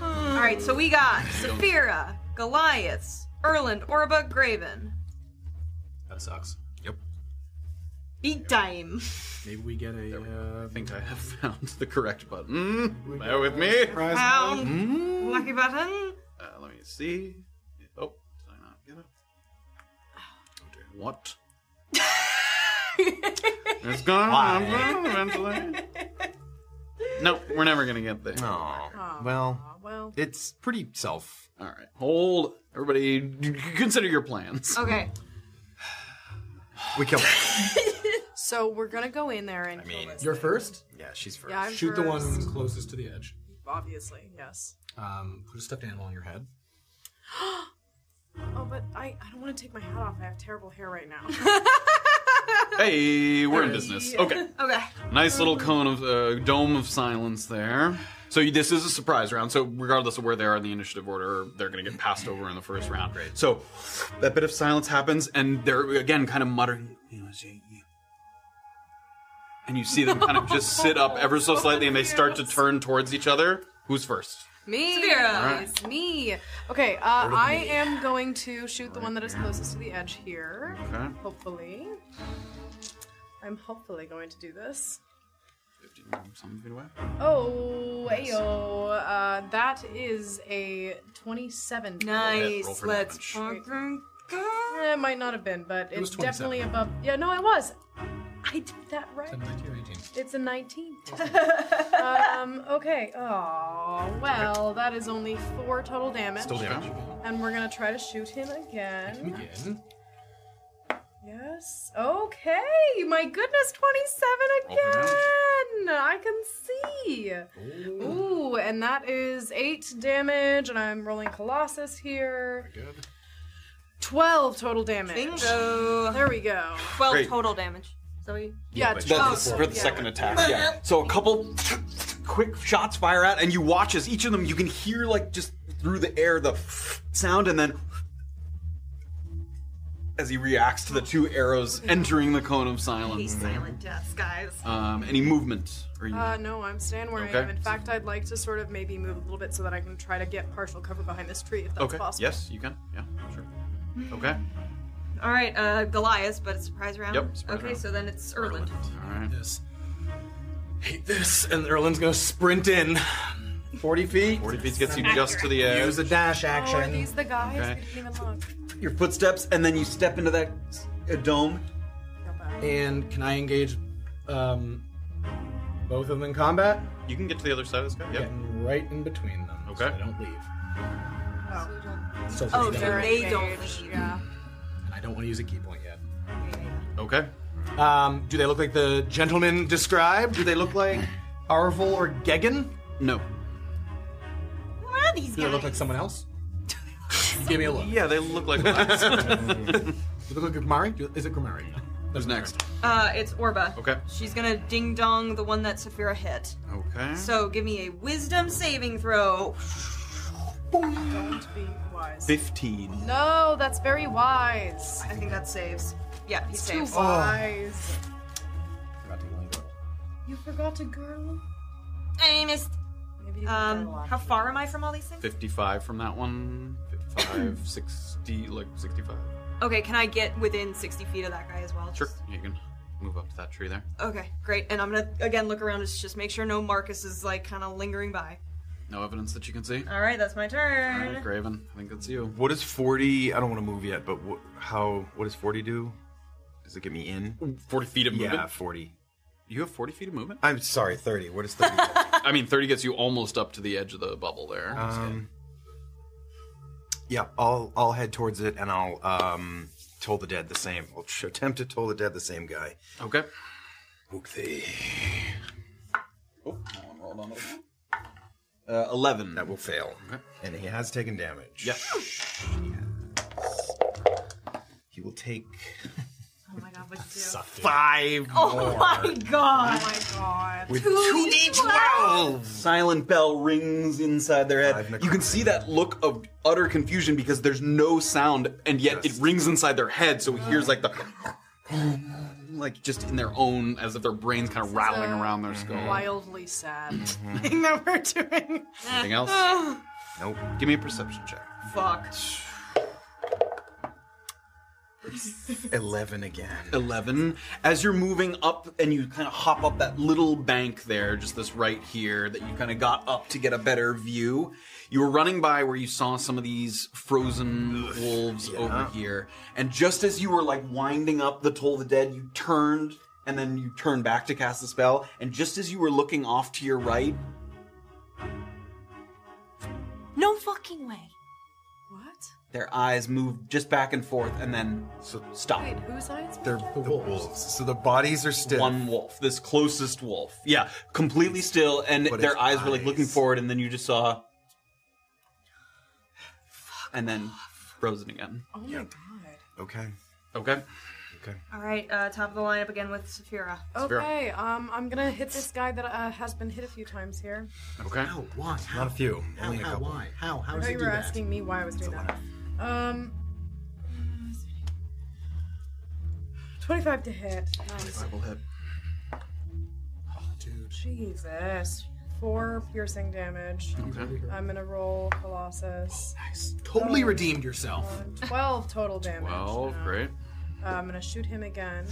S6: All right, so we got Saphira, Goliaths, Erland, Orba, Graven.
S12: That sucks. Yep.
S6: Beat Dime.
S12: Maybe we get a. Uh, I
S2: think I have found the correct button. Bear with me.
S6: Pound.
S2: Mm.
S6: Lucky button.
S2: Uh, let me see. Oh, did I not get it? Oh, dear. What? it's gone. I'm gone eventually. No, we're never gonna get there.
S5: No. Well, it's pretty self.
S2: All right, hold. Everybody, d- d- consider your plans.
S6: Okay.
S5: We kill.
S1: So we're gonna go in there and. I
S5: mean,
S12: You're first?
S5: Yeah, she's first.
S1: Yeah, I'm
S12: Shoot the one
S1: first.
S12: closest to the edge.
S1: obviously, yes.
S12: Um, put a stuffed animal on your head.
S1: Oh, but I, I don't want to take my hat off. I have terrible hair right now.
S2: Hey, we're in business. Okay.
S6: Okay.
S2: Nice little cone of uh, dome of silence there. So you- this is a surprise round. So regardless of where they are in the initiative order, they're going to get passed over in the first round. So that bit of silence happens, and they're again kind of muttering. you know, say, you- And you see them kind of just sit up ever so slightly, and they start to turn towards each other. Who's first?
S1: Me,
S2: Alright.
S1: it's me. Okay, uh, I am going to shoot the one that is closest to the edge here.
S2: Okay.
S1: Hopefully, I'm hopefully going to do this.
S2: Some feet away.
S1: Oh, ayo. Uh, that is a 27.
S6: Nice. Let's fucking go.
S1: Eh, It might not have been, but
S12: It
S1: it's
S12: was
S1: definitely
S12: 27.
S1: above. Yeah, no, it was. I did that right.
S12: 19 or 18.
S1: It's a 19. um, okay. Oh, well, that is only four total damage.
S12: Still damage.
S1: And we're going to try to shoot him again.
S12: Again.
S1: Yes. Okay. My goodness, 27 again. I can three. Ooh. and that is eight damage, and I'm rolling Colossus here.
S13: Good.
S1: 12 total damage.
S6: Bingo.
S1: There we go.
S6: 12
S2: Great.
S6: total damage. So we.
S1: Yeah,
S2: but
S1: twelve. Oh, Yeah.
S2: for the, for the
S1: Uh-huh.
S2: second attack. Yeah. So a couple quick shots fire out, and you watch as each of them you can hear like just through the air the sound, and then as he reacts to the two arrows entering the cone of silence.
S1: He's silent death, guys.
S2: Um, any movement? Or you-
S1: Uh, no, I'm staying where
S2: Okay.
S1: I am. In fact, I'd like to sort of maybe move a little bit so that I can try to get partial cover behind this tree if that's
S2: okay.
S1: possible.
S2: Yes, you can. Yeah. Sure. Okay.
S6: All right, uh, Goliath, but it's surprise round.
S2: Yep, surprise
S6: okay,
S2: round.
S6: so then it's Erland.
S2: All right.
S12: This. Hate this. And Erlen's gonna sprint in. 40 feet.
S2: 40 feet gets you just to the edge.
S12: Use a dash
S1: Oh, are
S12: action.
S1: these the guys?
S2: Okay.
S1: We didn't even look.
S2: Your footsteps, and then you step into that uh, dome.
S12: And can I engage um, both of them in combat?
S2: You can get to the other side of this guy. Yep.
S12: Getting right in between them. Okay. So I don't leave. So
S6: Oh,
S12: there's
S6: so
S12: no-
S6: they don't leave.
S1: uh,
S12: And I don't want to use a key point yet.
S2: Okay.
S12: Um, do they look like the gentleman described? Do they look like Arvel or Gegan?
S2: No.
S6: What are these
S12: Do they look like someone else? you gave me a look.
S2: Yeah, they look like.
S12: do they look like Grimari? Do- Is it Grimari?
S2: Who's next?
S6: Uh, it's Orba.
S2: Okay.
S6: She's gonna ding dong the one that Saphira hit.
S2: Okay.
S6: So give me a wisdom saving throw.
S1: Don't be wise.
S2: 15.
S1: No, that's very wise.
S6: I think that saves. Yeah, he
S1: It's
S6: saves.
S1: Too wise.
S6: You forgot a girl. I missed. Um, how far am I from all these things?
S2: 55 from that one. 55, 60, like 65.
S6: Okay, can I get within 60 feet of that guy as well?
S2: Sure. You can move up to that tree there.
S6: Okay, great. And I'm gonna again look around and just make sure no Marcus is like kind of lingering by.
S2: No evidence that you can see.
S6: All right, that's my
S2: All
S6: turn.
S2: right, Graven. I think that's you.
S5: What is 40? I don't want to move yet, but wh- how? What does 40 do? Does it get me in?
S2: 40 feet of
S5: Yeah,
S2: movement?
S5: 40.
S2: You have 40 feet of movement?
S5: I'm sorry, 30. What is 30?
S2: I mean, 30 gets you almost up to the edge of the bubble there.
S5: um, yeah, I'll I'll head towards it and I'll um toll the dead the same. I'll tr- attempt to toll the dead the same guy.
S2: Okay.
S5: Okay.
S2: Oh, that one rolled on the Uh, 11.
S5: That will fail. And he has taken damage.
S2: Yeah.
S5: He will take
S6: Oh my god, what you do?
S5: five
S6: Oh
S5: more.
S6: my god.
S1: Oh my god.
S5: With two D12.
S2: Silent bell rings inside their head. You can see that look of utter confusion because there's no sound, and yet it rings inside their head. So he hears like the, like just in their own, as if their brains kind of rattling
S1: Uh,
S2: around their
S12: Mm.
S2: skull.
S1: Wildly sad
S12: Mm-hmm.
S1: thing that we're doing.
S2: Anything else?
S5: Nope.
S2: Give me a perception check.
S6: Fuck.
S5: 11 again.
S2: 11. As you're moving up and you kind of hop up that little bank there, just this right here, that you kind of got up to get a better view, you were running by where you saw some of these frozen wolves over here. And just as you were like winding up the Toll of the Dead, you turned and then you turned back to cast the spell. And just as you were looking off to your right,
S6: No fucking way.
S1: What?
S2: their eyes moved just back and forth and then stop.
S1: Wait, whose eyes?
S5: They're the wolves. So the bodies are still
S2: one wolf, this closest wolf. Yeah, completely still, and
S5: But
S2: their
S5: his
S2: eyes were like looking forward, and then you just saw, and then frozen again.
S1: Oh my god.
S5: Okay.
S2: Okay.
S5: Okay.
S6: All right, uh, top of the lineup again with Saphira.
S1: Okay, um, I'm gonna hit this guy that uh, has been hit a few times here.
S2: Okay.
S12: How? Why? How?
S5: Not a few.
S12: How?
S5: Only a
S12: how
S5: couple.
S12: why? How? How
S1: I
S12: does
S1: thought
S12: he
S1: you
S12: do
S1: were
S12: that?
S1: asking me why I was doing that. Um, 25 to hit. Nice.
S2: will hit.
S12: Dude.
S1: Jesus. Four piercing damage.
S2: Okay.
S1: I'm gonna roll Colossus.
S12: nice. Totally redeemed yourself.
S1: 12 total damage.
S2: Well, great.
S1: Uh, I'm gonna shoot him again.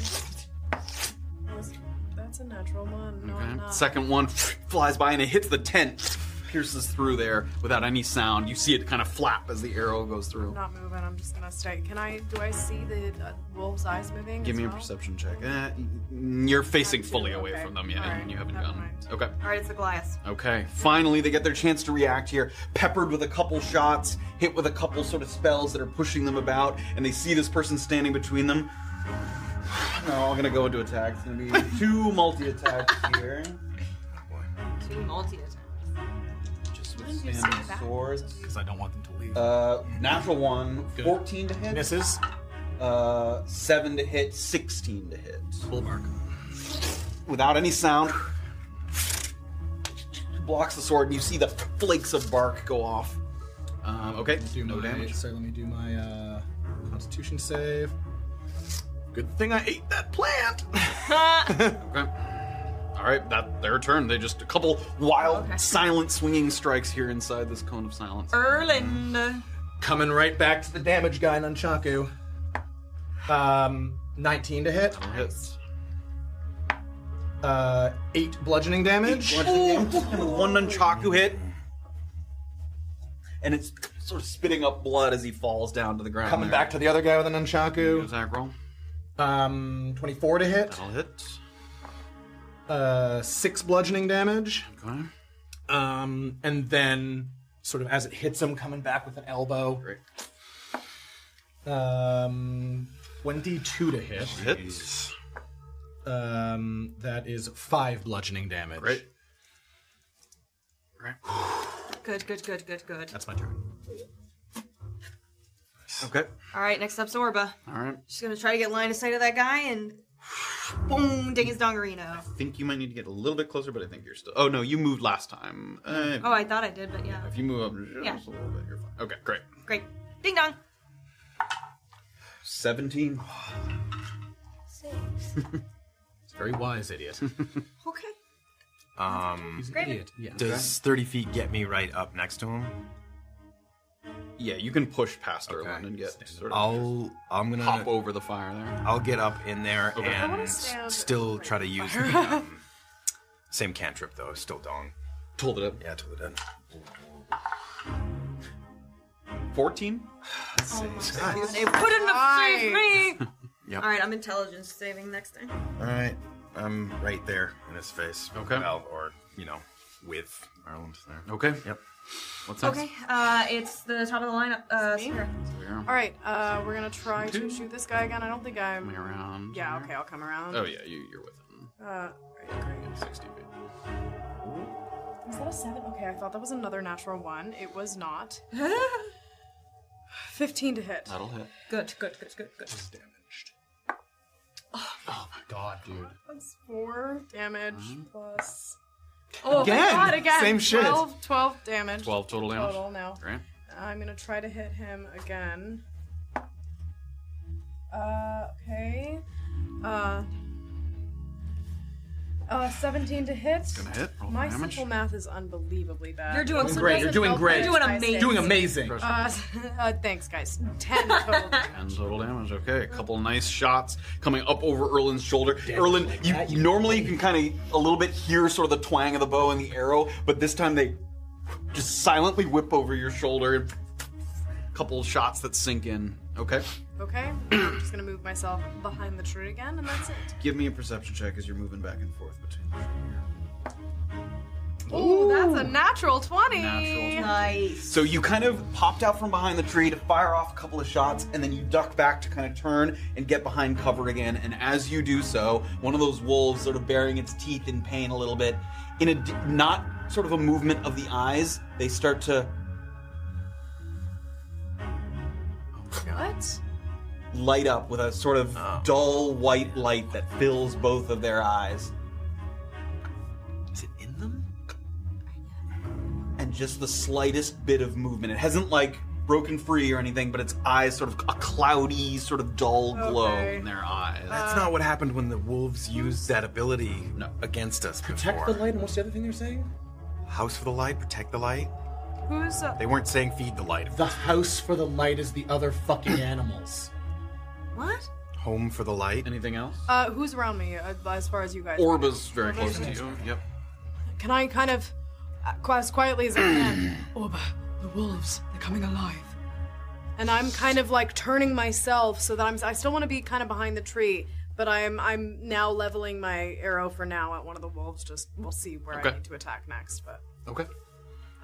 S1: That's a natural one. No,
S2: Okay.
S1: I'm not.
S2: Second one flies by and it hits the tent, pierces through there without any sound. You see it kind of flap as the arrow goes
S1: I'm
S2: through.
S1: not moving. I'm just gonna stay. Can I? Do I see the uh, wolf's eyes moving?
S2: Give
S1: as
S2: me a
S1: well?
S2: perception check. Eh, you're facing fully away
S1: okay.
S2: from them, yeah, and you haven't gone. Okay.
S6: All right, it's the Goliath.
S2: Okay, finally they get their chance to react here. Peppered with a couple shots, hit with a couple sort of spells that are pushing them about, and they see this person standing between them. They're all gonna go into attack. It's gonna be two multi attacks here.
S6: do multi attacks.
S2: Just
S6: Why did you
S2: Sand
S6: say that?
S2: swords.
S7: Because I don't want them to leave.
S2: Uh, natural one, 14 to hit. Misses. Uh, 7 to hit, 16 to hit. Full mark. Without any sound. Blocks the sword, and you see the flakes of bark go off. Um, okay,
S7: do
S2: no
S7: my,
S2: damage.
S7: So let me do my uh, Constitution save. Good thing I ate that plant.
S2: okay. All right, that their turn. They just a couple wild, silent, swinging strikes here inside this cone of silence.
S6: Er- Erland.
S12: Coming right back to the damage guy, Nunchaku. Um, 19 to hit.
S2: Hits.
S12: Uh, 8 bludgeoning damage.
S2: One nunchaku hit. And it's sort of spitting up blood as he falls down to the ground.
S12: Coming
S2: there.
S12: back to the other guy with a Nunchaku.
S2: Aggro.
S12: Um, 24 to hit.
S2: That'll hit.
S12: Uh, 6 bludgeoning damage.
S2: Okay.
S12: Um, and then, sort of as it hits him, coming back with an elbow.
S2: Great.
S12: Um, 22 to hit.
S2: Hits.
S12: Um, that is five bludgeoning damage. Right.
S6: Good, good, good, good, good.
S12: That's my turn.
S2: Okay.
S6: All right, next up's Orba.
S2: All right.
S6: She's gonna try to get line of sight of that guy and boom, ding his dongerino.
S2: I think you might need to get a little bit closer, but I think you're still. Oh no, you moved last time. Uh,
S6: Oh, I thought I did, but yeah.
S2: If you move up just
S6: Yeah.
S2: a little bit, you're fine. Okay, great.
S6: Great. Ding dong.
S2: Seventeen.
S6: Six.
S12: It's very wise, idiot.
S6: Okay.
S5: Um,
S12: He's an Great. idiot, yeah.
S5: Does 30 feet get me right up next to him?
S2: Yeah, you can push past Erland and get sort of.
S5: I'll I'm gonna
S2: hop over the fire there.
S5: I'll get up in there
S2: Okay. I
S5: and
S2: wanna
S5: s-
S2: stand
S5: still try to use the, um, same cantrip though. Still dong.
S2: Told it up.
S5: Yeah, told it up.
S2: 14?
S6: They wouldn't have saved me.
S5: Yep.
S6: All right, I'm intelligence saving next time.
S5: All right, I'm right there in his face. Okay. Well, or you know, with Ireland there.
S2: Okay.
S5: Yep.
S2: What's
S6: Okay, uh, it's the top of the lineup. Uh, Sierra.
S1: All right, uh, we're gonna try to shoot this guy again. I don't think I'm.
S2: Coming around.
S1: Yeah, okay, I'll come around.
S2: Oh yeah, you, you're with him.
S1: Uh,
S2: Yeah, 60 feet.
S1: was that a seven? Okay, I thought that was another natural one. It was not. Fifteen to hit.
S2: That'll hit.
S6: Good, good, good, good, good.
S12: God, dude.
S1: That's four damage plus.
S6: Oh,
S12: Again!
S1: my God, again.
S12: Same shit.
S1: 12, 12 damage.
S2: 12 total damage?
S1: Total now.
S2: Great.
S1: I'm gonna try to hit him again. Uh, okay. Uh, uh, 17 to hit.
S2: Gonna hit. Roll
S1: My
S2: damage.
S1: simple math is unbelievably bad.
S6: You're doing
S12: Doing great, you're doing great. Doing amazing.
S1: Uh, uh, thanks, guys. 10 total.
S2: 10 total damage. Okay, a couple nice shots coming up over Erlin's shoulder. Erlin, you, you normally you can kind of a little bit hear sort of the twang of the bow and the arrow, but this time they just silently whip over your shoulder and couple shots that sink in. Okay,
S1: okay, I'm just gonna move myself behind the tree again, and that's it.
S2: give me a perception check as you're moving back and forth between.
S1: Ooh, that's a natural 20.
S6: Nice.
S2: So you kind of popped out from behind the tree to fire off a couple of shots, and then you duck back to kind of turn and get behind cover again. And as you do so, one of those wolves, sort of baring its teeth in pain a little bit, in a d- not sort of a movement of the eyes, they start to
S1: What?
S2: light up with a sort of dull white light that fills both of their eyes. Is it in them? And just the slightest bit of movement. It hasn't like broken free or anything, but its eyes sort of a cloudy, sort of dull glow
S5: Okay.
S2: in their eyes.
S5: That's not what happened when the wolves used that ability against us
S12: Protect
S5: before.
S12: the light, and what's the other thing they're saying?
S5: House for the light, protect the light.
S1: Who's uh,
S5: They weren't saying feed the light.
S12: The house for the light is the other fucking animals.
S1: What?
S5: Home for the light.
S2: Anything else?
S1: Uh, who's around me uh, as far as you guys?
S2: Orba's very
S1: Orba's
S2: close to
S1: next.
S2: you. Yep.
S1: Can I kind of, uh, qu- as quietly as I can, Oh, Orba,
S4: The wolves, they're coming alive.
S1: and I'm kind of like turning myself so that I'm. I still want to be kind of behind the tree, but I'm. I'm now leveling my arrow for now at one of the wolves. Just we'll see where I
S2: Okay.
S1: need to attack next. But
S2: Okay.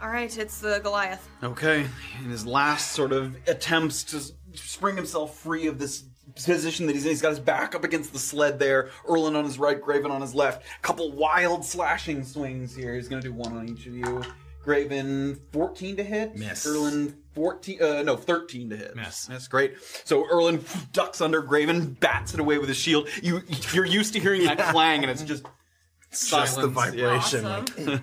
S6: All right, it's the Goliath.
S2: Okay, in his last sort of attempts to s- spring himself free of this position that he's in. He's got his back up against the sled there. Erlin on his right, Graven on his left. Couple wild slashing swings here. He's going to do one on each of you. Graven, 14 to hit.
S23: Miss.
S2: Erlin, 14, uh, no, 13 to hit. Miss. That's great. So Erlin ducks under Graven, bats it away with his shield. You, you're used to hearing that clang, and it's just
S23: Just the
S2: silence. Yeah.
S23: vibration, Awesome. like-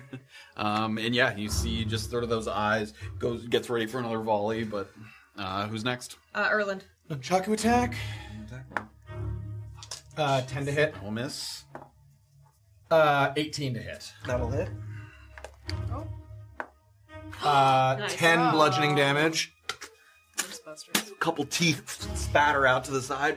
S2: um, and yeah, you see just sort of those eyes. Goes, gets ready for another volley, but uh, who's next?
S6: Uh, Erland.
S24: Nunchaku attack. Uh, 10 to hit.
S2: I'll miss.
S24: Uh, 18 to hit.
S2: That'll hit.
S13: Uh,
S24: Nice.
S13: 10
S24: Oh.
S13: bludgeoning damage.
S2: couple teeth spatter out to the side.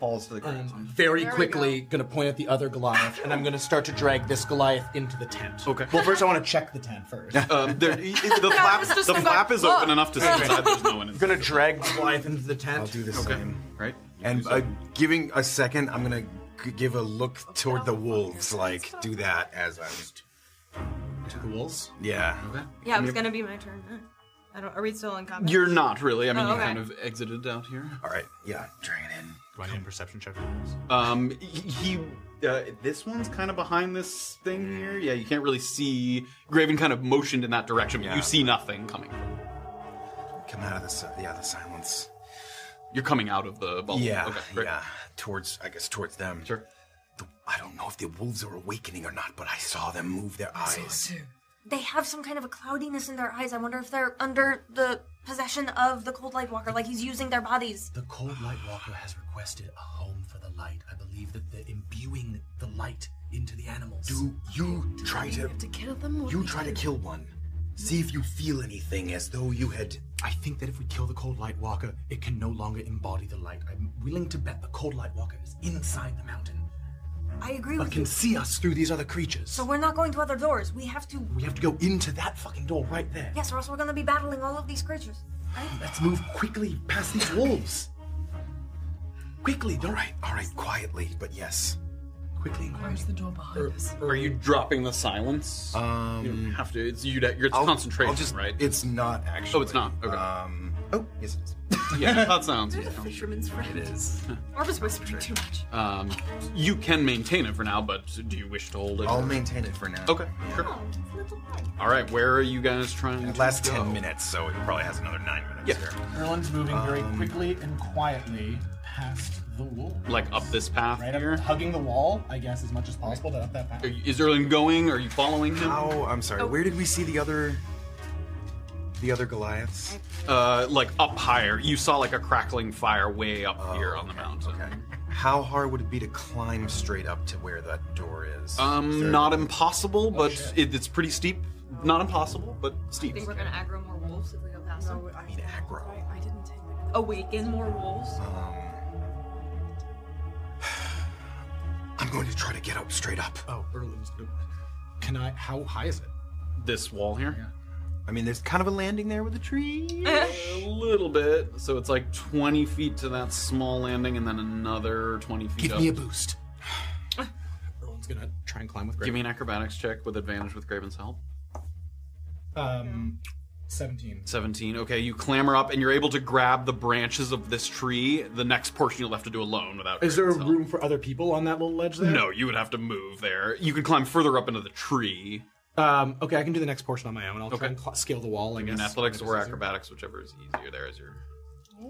S2: Falls to the ground.
S12: Um,
S13: Very quickly, gonna point at the other Goliath, and I'm gonna start to drag this Goliath into the tent.
S2: Okay.
S13: Well, first I want to check the tent first.
S2: um, there, the flap,
S13: was just
S2: the
S13: gonna
S2: flap
S13: go,
S2: is open
S13: "Look."
S2: enough to see inside. There's no one
S13: I'm
S2: inside.
S13: gonna drag Goliath into the tent.
S5: I'll do the same.
S2: Right.
S5: And uh, giving a second, I'm gonna g- give a look toward the wolves. Like do that as I was.
S13: To the wolves.
S5: Yeah.
S2: Okay.
S6: Yeah, it was gonna be my turn. huh? I don't. Are we still in combat?
S2: You're not really. I mean,
S6: Oh,
S2: you
S6: okay.
S2: kind of exited out here.
S5: All right. Yeah. Drag it in.
S23: Do I need a perception check?
S2: Um, he, he- uh, this one's kind of behind this thing here. Yeah, you can't really see. Graven kind of motioned in that direction, but
S5: Yeah.
S2: you see nothing coming.
S5: Come out of the si- yeah the silence.
S2: You're coming out of the bubble.
S5: Yeah,
S2: Oh, Okay, great.
S5: yeah. Towards, I guess, towards them.
S2: Sure.
S5: I don't know if the wolves are awakening or not, but I saw them move their eyes.
S10: They have some kind of a cloudiness in their eyes. I wonder if they're under the possession of the Cold Light Walker, like he's using their bodies.
S12: The Cold Light Walker has requested a home for the light. I believe that they're imbuing the light into the animals.
S5: Do you try to,
S4: kill them?
S5: you try to kill one? See if you feel anything as though you had.
S12: I think that if we kill the Cold Light Walker, it can no longer embody the light. I'm willing to bet the Cold Light Walker is inside the mountain,
S10: I agree
S12: but
S10: with
S12: can
S10: you.
S12: see us through these other creatures.
S10: So we're not going to other doors. We have to.
S12: We have to go into that fucking door right there.
S10: Yes, or else we're going to be battling all of these creatures.
S12: Let's move quickly past these wolves. Quickly, don't. All right,
S5: all right, quietly, but yes.
S12: Quickly.
S4: Where's the door behind us?
S2: Are you dropping the silence? Um, you don't have to. It's you. that- It's concentration, right?
S5: It's not actually.
S2: Oh, it's not. Okay.
S5: Um. Oh, yes, it
S2: is. yeah, that sounds. yeah.
S6: Fisherman's friend.
S2: It is.
S6: Or was whispering too much.
S2: Um, you can maintain it for now, but do you wish to hold it?
S5: I'll maintain it for now.
S2: Okay, sure. All right, where are you guys trying
S5: It
S2: to
S5: lasts
S2: go?
S5: 10 minutes, so it probably has another 9 minutes
S2: yeah.
S24: Erlin's moving very
S2: Um,
S24: quickly and quietly past the wolf.
S2: Like up this path
S24: Right
S2: here?
S24: up, hugging the wall, I guess, as much as possible, but up that path.
S2: Are you- Is Erlin going? Are you following him?
S5: How? I'm sorry. Where did we see the other? The other Goliaths.
S2: Uh, like up higher. You saw like a crackling fire way up
S5: Oh,
S2: here on the mountain.
S5: How hard would it be to climb straight up to where that door is? Is there-
S2: Um, not impossible, but it, it's pretty steep. Not impossible, but
S6: I
S2: steep.
S6: think we're gonna aggro more wolves if we go past them.
S5: I mean aggro.
S6: I, didn't take that. Awaken more wolves.
S5: I'm going to try to get up straight up.
S24: Oh, Erlin's good. Can I? How high is it?
S2: This wall here.
S5: I mean, there's kind of a landing there with a tree.
S2: a little bit. So it's like 20 feet to that small landing, and then another 20 feet.
S13: Give
S2: up.
S13: me a boost. Erlin's gonna try and climb with
S2: Give
S13: Graven.
S2: me an acrobatics check with advantage with Graven's help.
S24: Um, 17.
S2: 17. Okay, you clamber up and you're able to grab the branches of this tree. The next portion you'll have to do alone without.
S24: Is there room for other people on that little ledge there?
S2: No, you would have to move there. You can climb further up into the tree.
S13: Um, okay, I can do the next portion on my own. I'll try and cl- scale the wall, I
S2: In
S13: guess.
S2: athletics or acrobatics, whichever is easier there is your.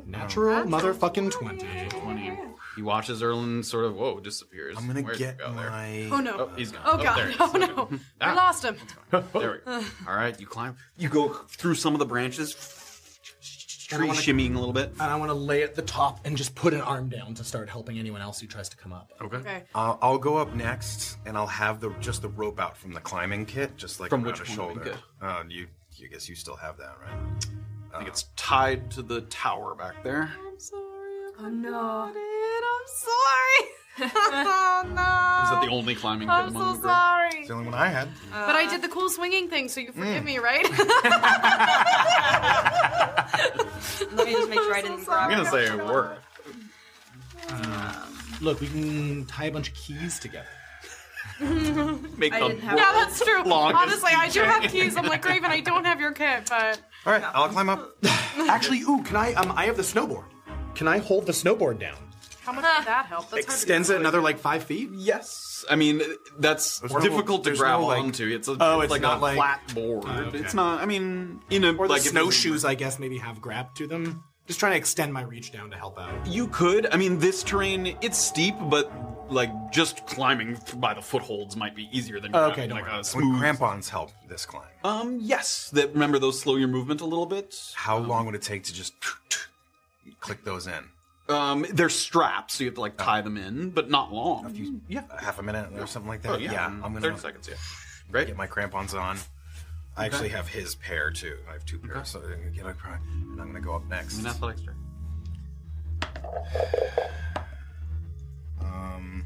S13: Natural motherfucking 20.
S2: 20. He watches Erlen sort of, whoa, disappears. I'm gonna
S5: get
S2: go
S5: my.
S1: Oh, no.
S2: Oh, he's gone.
S1: Oh, God.
S2: there he is.
S1: Oh, no. I
S2: Ah. Oh,
S1: lost him.
S2: There we go. All right, you climb. You go through some of the branches,
S13: And I
S2: tree
S13: wanna-
S2: shimmying a little bit.
S12: Ah.
S13: And I want to lay at the top and just put an arm down to start helping anyone else who tries to come up.
S1: Okay.
S5: Uh, I'll go up next, and I'll have the just the rope out from the climbing kit, just like
S2: From
S5: around
S2: which
S5: a
S2: climbing
S5: shoulder.
S2: kit?
S5: Uh, you, you guess you still have that, right?
S2: I think it's tied to the tower back there.
S6: Oh no. I'm sorry. oh no.
S2: Is that the only climbing kit
S1: I'm
S2: among the
S1: so
S2: group?
S1: sorry. It's
S5: the only one I had.
S1: but I did the cool swinging thing, so you
S2: Mm.
S1: forgive me, right?
S6: Let me just make sure I didn't grab
S13: I'm gonna
S6: it.
S13: say it worked. Look, we can tie a bunch of keys together.
S2: Make
S1: I
S2: the
S1: didn't have yeah, that's true.
S13: longest
S1: Honestly, I do
S13: keychain.
S1: have keys. I'm like, Raven, I don't have your kit, but
S5: All right, I'll climb up.
S13: Actually, ooh, can I? Um, I have the snowboard.
S7: Can I hold the snowboard down?
S1: How much did that help? That's hard to
S7: Extends it
S1: do.
S7: another like five feet? Yes. I mean, that's
S2: It's difficult to grab onto. It's, a,
S7: oh,
S2: it's
S7: it's
S2: like
S7: not
S2: a
S7: like-
S2: flat board.
S7: Oh, okay.
S2: It's not. I mean, in a
S7: or the
S2: like if it was-
S7: snowshoes, I guess, maybe have grab to them. Just trying to extend my reach down to help out.
S2: You could. I mean, this terrain it's steep, but like just climbing th- by the footholds might be easier than
S7: Okay,
S2: grabbing,
S7: don't
S2: like
S7: worry about
S2: a
S7: it.
S2: smooth.
S5: Crampons help this climb.
S2: Um, yes. That remember those slow your movement a little bit.
S5: How long would it take to just click those in?
S2: Um, they're straps, so you have to like
S5: Oh.
S2: tie them in, but not long. yeah,
S5: half a minute or something like that.
S2: Oh, yeah.
S5: I'm gonna
S2: 30 seconds, yeah.
S5: Right. Get my crampons on. I
S2: Okay.
S5: actually have his pair too. I have two pairs, so I'm gonna get a cramp, and I'm gonna go up next.
S2: An athletics check.
S5: Um,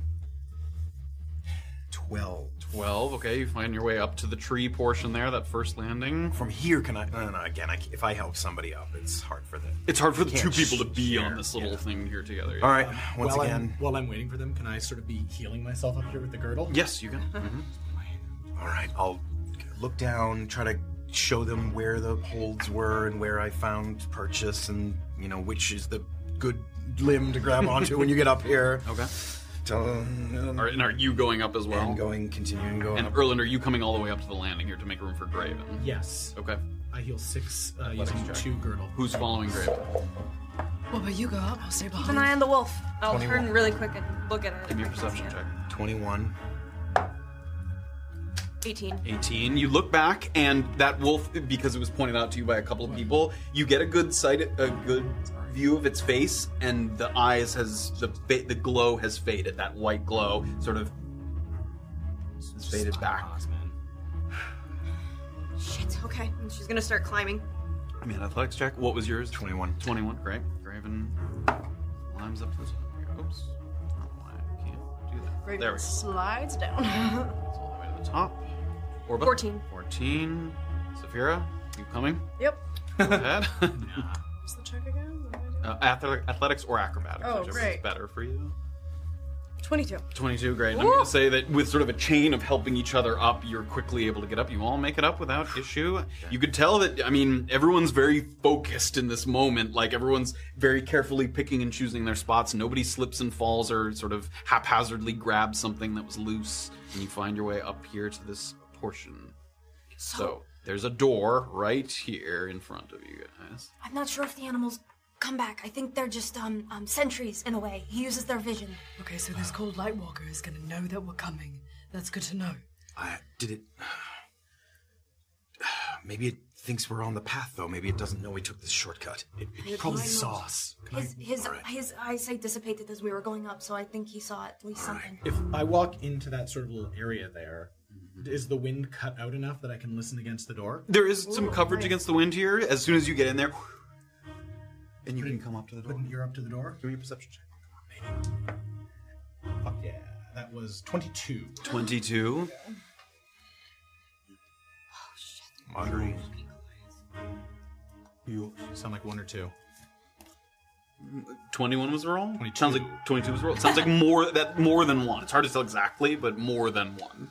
S5: twelve.
S2: 12 okay you find your way up to the tree portion there that first landing
S5: from here can i no no, no again I, c- if i help somebody up it's hard for them
S2: it's hard for the
S5: Can't
S2: two people to
S5: sh-
S2: be
S5: share.
S2: on this little thing here together
S5: all right once
S7: while
S5: again
S7: I'm, while I'm waiting for them, can I sort of be healing myself up here with the girdle?
S2: Yes, you can. Mm-hmm.
S5: all right i'll look down try to show them where the holds were and where i found purchase and you know which is the good limb to grab onto when you get up here
S2: okay
S5: Tell
S2: All right, and are you going up as well
S5: and going continuing going
S2: and
S5: up.
S2: Erland, are you coming all the way up to the landing here to make room for Graven?
S7: Yes.
S2: Okay.
S7: I heal six uh,
S2: Athletics
S7: using
S2: check.
S7: two girdle.
S2: Who's following Graven?
S4: Well, but you go up, I'll stay behind.
S6: Keep an eye on the wolf. I'll
S5: 21.
S6: turn really quick and look at
S2: Give
S6: it.
S2: me a perception check.
S5: 21.
S6: 18.
S2: 18. You look back, and that wolf, because it was pointed out to you by a couple of people, you get a good sight, a good view of its face, and the eyes has the fa- the glow has faded. That white glow sort of has faded back.
S6: Shit, okay. And She's gonna start climbing.
S2: I mean, athletics check. What was yours?
S5: 21.
S2: 21. Great. Graven climbs up to the top here. Oops. I don't know why I can't do that.
S1: Graven
S2: There we go.
S1: slides down.
S2: All the way to the top. Orba?
S1: 14.
S2: 14. Saphira, you coming?
S1: Yep.
S2: Go ahead.
S1: What's the check again?
S2: Uh, athle- athletics or acrobatics,
S1: Oh,
S2: whichever is
S1: great.
S2: better for you.
S1: 22.
S2: 22, great. And I'm
S1: Woo!
S2: going to say that with sort of a chain of helping each other up, you're quickly able to get up. You all make it up without issue. You could tell that, I mean, everyone's very focused in this moment. Like, everyone's very carefully picking and choosing their spots. Nobody slips and falls or sort of haphazardly grabs something that was loose. And you find your way up here to this portion. So, there's a door right here in front of you guys.
S10: I'm not sure if the animals come back. I think they're just um, um sentries in a way. He uses their vision.
S4: Okay, so this cold light walker is gonna know that we're coming. That's good to know.
S5: I did it. Maybe it thinks we're on the path, though. Maybe it doesn't know we took this shortcut. It,
S10: His eye moves. His his his eyesight dissipated as we were going up, so I think he saw at least something.
S7: If I walk into that sort of little area there, is the wind cut out enough that I can listen against the door?
S2: There is some coverage against the wind here. As soon as you get in there, and you can come up to the door.
S7: You're up to the door.
S2: Give me a perception check.
S7: Fuck yeah. That was 22.
S2: 22.
S5: Marguerite.
S7: You sound like one or two.
S2: 21 was the roll? Sounds like 22 was the roll. It sounds like more that more than one. It's hard to tell exactly, but more than one.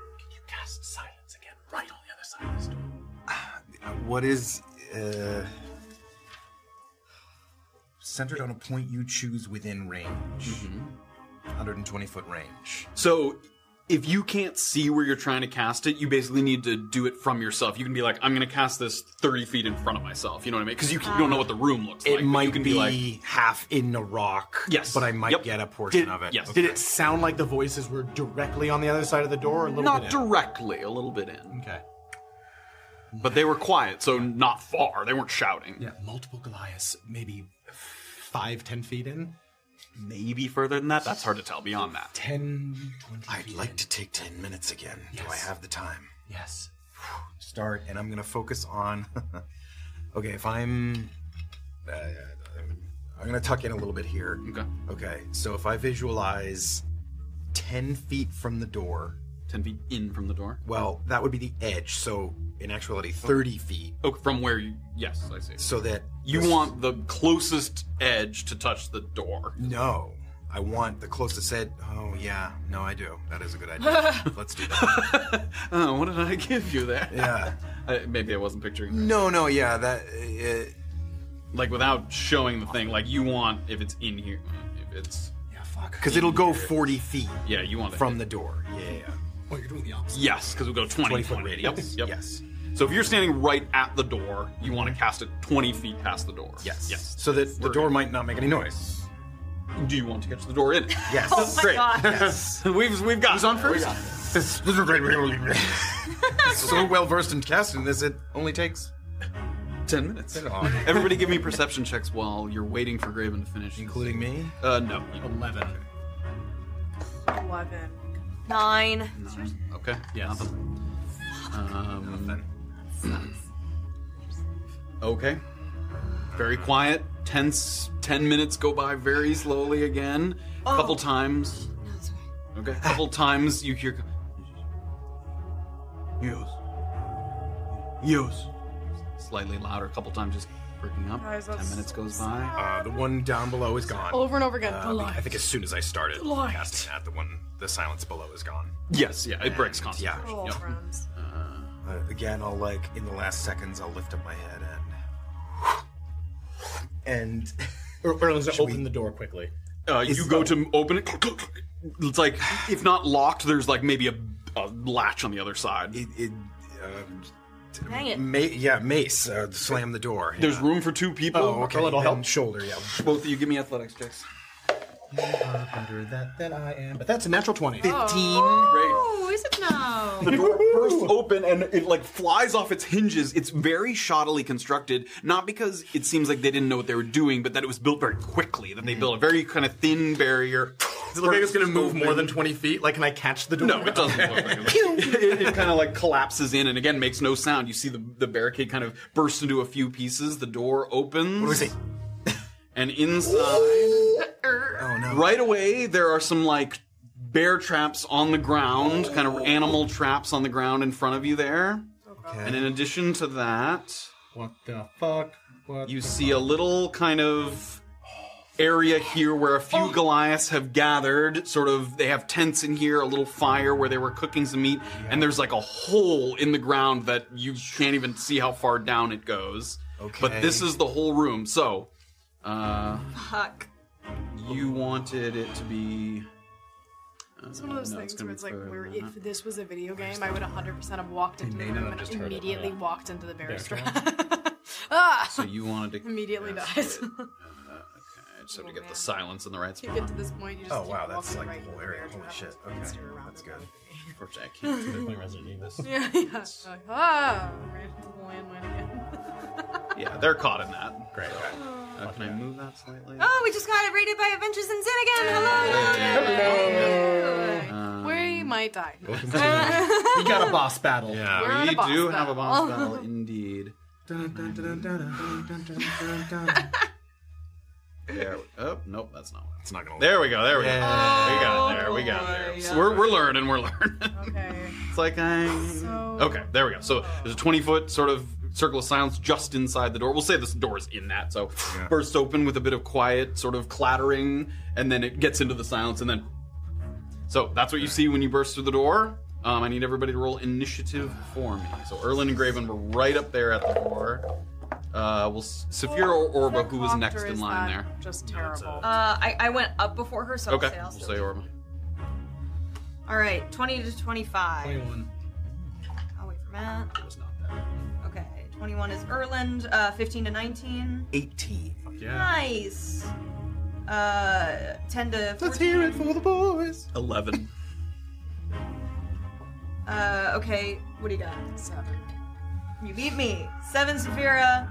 S7: You cast silence again, right on the other side of this door.
S5: What is. Uh, centered on a point you choose within range Mm-hmm. 120 foot range.
S2: So if you can't see where you're trying to cast it, you basically need to do it from yourself. You can be like, I'm going to cast this 30 feet in front of myself. You know what I mean? Because you, can- you don't know what the room looks like.
S5: It
S2: but you
S5: might
S2: can
S5: be,
S2: be like,
S5: half in the rock.
S2: Yes.
S5: But I might
S2: Yep.
S5: get a portion
S2: Did-
S5: of it.
S2: yes.
S7: Did it sound like the voices were directly on the other side of the door? Or a little
S2: Not
S7: bit
S2: directly, a little bit in.
S7: Okay.
S2: But they were quiet, so not far. They weren't shouting.
S7: Yeah, multiple Goliaths, maybe five, ten feet in.
S2: Maybe further than that. That's hard to tell beyond that.
S7: 10, 20
S5: I'd like to take 10 minutes again. Do I
S7: Yes.
S5: have the time?
S7: Yes.
S5: Start, and I'm going to focus on. okay, if I'm. Uh, I'm going to tuck in a little bit here.
S2: Okay.
S5: Okay, so if I visualize 10 feet from the door.
S2: 10 feet in from the door?
S5: Well, that would be the edge, so in actuality, 30 feet.
S2: Oh, from where you. Yes, I see.
S5: So that.
S2: You want the closest edge to touch the door.
S5: No. I want the closest said. Oh, yeah. No, I do. That is a good idea. Let's do that.
S2: Oh, what did I give you there?
S5: Yeah.
S2: I, maybe I wasn't picturing.
S5: No, no, yeah, that. Uh,
S2: Like without showing the thing, like you want if it's in here, if it's yeah,
S5: uh,
S2: fuck.
S13: Because it'll go 40 feet.
S2: Yeah, you want it
S13: From the door. Yeah, yeah.
S2: Oh, you're doing the opposite. Yes, because we go 20,
S13: 20 foot
S2: 20.
S13: radius.
S2: Yep. Yes. So if you're standing right at the door, you want to cast it 20 feet past the door. Yes. Yes.
S13: So that the door might not make any noise.
S2: Do you want to catch the door in?
S13: Yes.
S2: Oh my Great. God. Yes. we've we've got.
S13: Who's on first? This, this is great. so well versed in casting this, it only takes
S2: ten minutes. Everybody, give me perception checks while you're waiting for Graven to finish, including
S13: me.
S2: Uh, no, eleven.
S1: Eleven.
S6: Nine.
S2: Okay. Yeah. Um, okay. Very quiet. Tense. Ten minutes go by very slowly again. A
S1: Oh.
S2: couple times. Okay. A couple times you hear. Yes. Yes. Slightly louder. A couple times, just breaking up.
S1: Guys,
S2: Ten
S1: that's
S2: minutes goes by. Uh,
S13: the one down below is gone.
S1: Over and over again.
S13: Uh, I think as soon as I started
S1: The light.
S13: casting that, the one, the silence below is gone.
S2: Yes, yeah, it breaks
S13: And,
S2: concentration.
S13: Yeah. Uh, again, I'll like in the last seconds, I'll lift up my head and and
S11: Or, or let's open the door quickly.
S2: Uh, you go to open it. It's like if not locked, there's like maybe a, a latch on the other side.
S13: It, it um,
S6: Dang it.
S13: ma- yeah, mace uh, slam the door.
S2: There's
S13: yeah.
S2: room for two people.
S13: Oh, okay.
S2: That'll help.
S13: Then Shoulder, yeah.
S2: Both of you give me athletics checks.
S11: Under that, that I am. But that's a natural twenty.
S6: Oh, is it now?
S2: The door bursts open and it like flies off its hinges. It's very shoddily constructed, not because it seems like they didn't know what they were doing, but that it was built very quickly. That they built a very kind of thin barrier. Mm-hmm. Is
S7: the baby's gonna move more than 20 feet? Like, can I catch the door?
S2: No, it doesn't look like it. it kind of like collapses in and again makes no sound. You see the, the barricade kind of burst into a few pieces. The door opens. and inside,
S13: Oh no.
S2: right away, there are some like bear traps on the ground, kind
S13: Oh.
S2: of animal traps on the ground in front of you there. And in addition to that,
S11: What the fuck? What?
S2: you see a little kind of area here where a few Goliaths have gathered. Sort of, they have tents in here, a little fire where they were cooking some meat, and there's like a hole in the ground that you can't even see how far down it goes. Okay. But this is the whole room. So, uh,
S6: Fuck.
S2: you wanted it to be. uh,
S1: It's one of those things where it's like, where
S2: if
S1: if this was a video game, I would 100% have walked into the
S2: may not
S1: room
S2: have
S1: and
S2: just heard it.
S1: immediately
S2: Yeah.
S1: walked into the bear
S2: Bear
S1: trap. ah!
S2: So you wanted to.
S1: immediately
S2: yeah,
S1: dies.
S2: so it- I just have to get the silence in the right
S1: you
S2: spot.
S1: get to this point, you just
S13: Oh
S1: keep
S13: wow, that's
S1: walking
S13: like
S1: right
S13: the whole area. Holy shit. Okay, that's good.
S2: Unfortunately, I
S1: can't. They're
S11: playing Resident Evil.
S1: Yeah, yeah. Like, ah, ran into the landmine again.
S2: Yeah, they're caught in that.
S11: Great.
S2: Uh, can I move that slightly?
S6: Oh, we just got it rated by Adventures in Sin again.
S1: we
S2: Um,
S1: might die.
S11: we got a boss battle.
S2: Yeah,
S1: We're on a
S2: we
S1: boss
S2: do have a boss
S1: battle.
S2: battle indeed. There. we- Oh nope, that's not. It's
S13: not gonna.
S2: There we go. There we go. We
S1: Yeah.
S2: got it there. We got it there. So we're we're learning. We're learning.
S1: Okay.
S2: It's like I. Okay, there we go. So there's a 20 foot sort of circle of silence just inside the door. We'll say this door is in that. So bursts open with a bit of quiet, sort of clattering, and then it gets into the silence, and then. So that's what you see when you burst through the door. Um, I need everybody to roll initiative for me. So Erlin and Graven were right up there at the door. Uh, well, S- Saphira or Orba, who was next in line there?
S1: Just terrible.
S6: Uh, I, I went up before her, so I'll
S2: Okay,
S6: say
S2: we'll
S6: I'll
S2: say Orba.
S6: All right, 20 to 25.
S11: 21.
S6: I'll wait for Matt. It was not that. Okay, 21 is Erland, uh, 15 to 19.
S13: 18.
S6: Nice. Uh, 10 to 14.
S11: Let's hear it for the boys.
S2: 11.
S6: Uh, okay, what do you got? Seven. You beat me. Seven Saphira,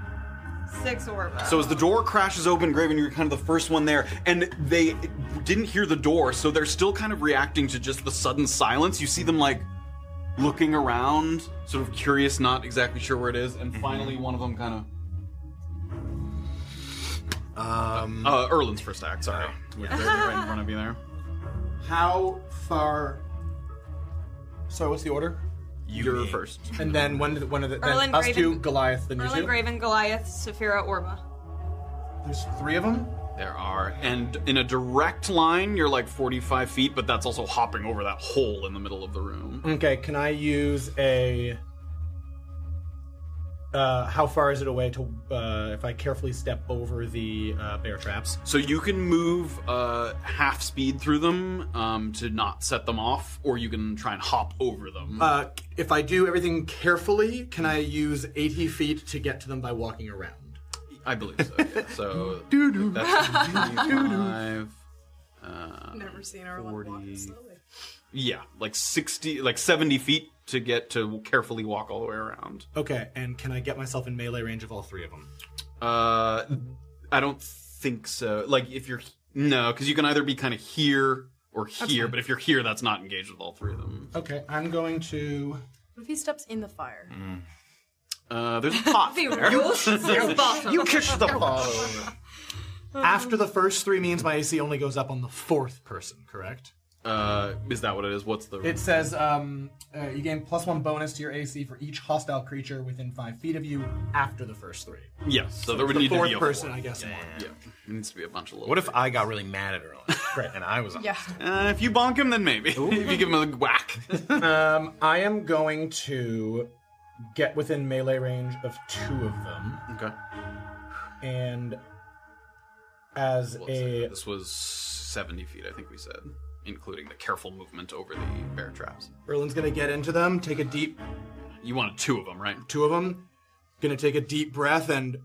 S6: six Orba.
S2: So as the door crashes open, Graven, you're kind of the first one there, and they didn't hear the door, so they're still kind of reacting to just the sudden silence. You see them like looking around, sort of curious, not exactly sure where it is, and finally one of them kind of. Um, uh, Erlin's first act. Sorry, With Graven right in front of you there.
S11: How far? So what's the order?
S2: You are first,
S11: and then one, of the- one of the then
S6: Erlen,
S11: us
S6: Graven-
S11: two, Goliath, then you
S6: Erland,
S11: two.
S6: Graven, Goliath, Saphira, Orba.
S11: There's three of them.
S2: There are, and in a direct line, you're like 45 feet, but that's also hopping over that hole in the middle of the room.
S11: Okay, can I use a Uh, how far is it away to uh, if I carefully step over the uh, bear traps?
S2: So you can move uh, half speed through them um, to not set them off, or you can try and hop over them.
S12: Uh, if I do everything carefully, can I use 80 feet to get to them by walking around?
S2: I believe so. yeah. So that's 25, uh,
S1: Never seen our one walk this slowly.
S2: yeah, like sixty, like seventy feet to get to carefully walk all the way around.
S12: Okay, and can I get myself in melee range of all three of them?
S2: Uh, I don't think so. Like if you're no, because you can either be kind of here or
S11: That's
S2: here,
S11: fine.
S2: but if you're here, that's not engaged with all three of them.
S11: Okay, I'm going to.
S4: What if he steps in the fire?
S2: Mm-hmm. Uh, there's a pot.
S4: They
S2: there.
S4: roast the bottom. You kiss the
S2: bottom.
S12: After the first three means my AC only goes up on the fourth person, correct?
S2: Uh, is that what it is? What's the?
S11: It says um, uh, you gain plus one bonus to your AC for each hostile creature within five feet of you after the first three.
S2: Yeah, so,
S11: So
S2: there
S11: it's
S2: would
S11: the
S2: need to
S11: fourth
S2: be a
S11: person,
S2: four.
S11: I guess,
S2: Yeah,
S11: more.
S2: yeah, yeah. It needs to be a bunch of. Little
S13: What if I got really mad at her?
S2: and I was?
S1: Yeah.
S2: Uh, if you bonk him, then maybe. if you give him a whack.
S11: um, I am going to get within melee range of two of them.
S2: Okay.
S11: And as a
S2: This was seventy feet, I think we said, including the careful movement over the bear traps.
S12: Erlin's gonna get into them, take a deep
S2: You wanted two of them, right?
S12: two of them, gonna take a deep breath, and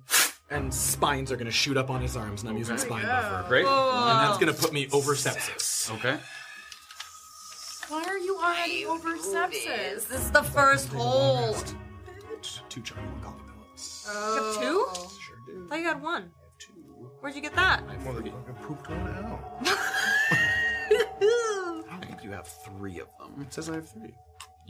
S12: and spines are gonna shoot up on his arms, and I'm using
S2: Okay.
S12: spine
S2: Yeah.
S12: buffer.
S2: Great.
S12: and that's gonna put me over sepsis.
S2: Okay.
S4: Why are you already over sepsis?
S6: This is the first hole.
S12: Two charming compliments.
S6: You have two? Sure
S12: do.
S6: I thought you had one. Where'd you get that?
S13: Motherfucker pooped one out.
S2: I think you have three of them. It
S13: says I have three.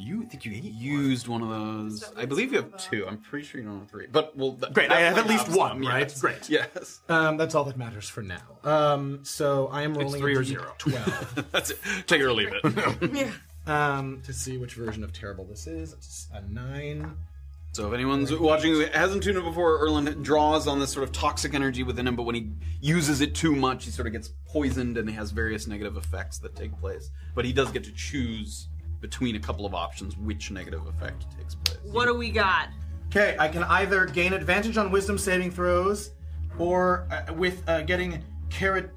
S2: You think you used one of those? I believe you have two. I'm pretty sure you don't have three. But well, th-
S12: Great, I have at least one, right?
S2: Great. Yes.
S11: um, that's all that matters for now. Um, so I am rolling
S2: three
S11: a
S2: or
S11: D
S2: zero.
S11: Twelve.
S2: That's it. Take it or leave it.
S11: um, to see which version of terrible this is. It's a nine.
S2: So if anyone's watching who hasn't tuned in before, Erland draws on this sort of toxic energy within him, but when he uses it too much, he sort of gets poisoned and he has various negative effects that take place. But he does get to choose between a couple of options which negative effect takes place.
S6: What do we got?
S12: Okay, I can either gain advantage on wisdom saving throws, or uh, with uh, getting kerat-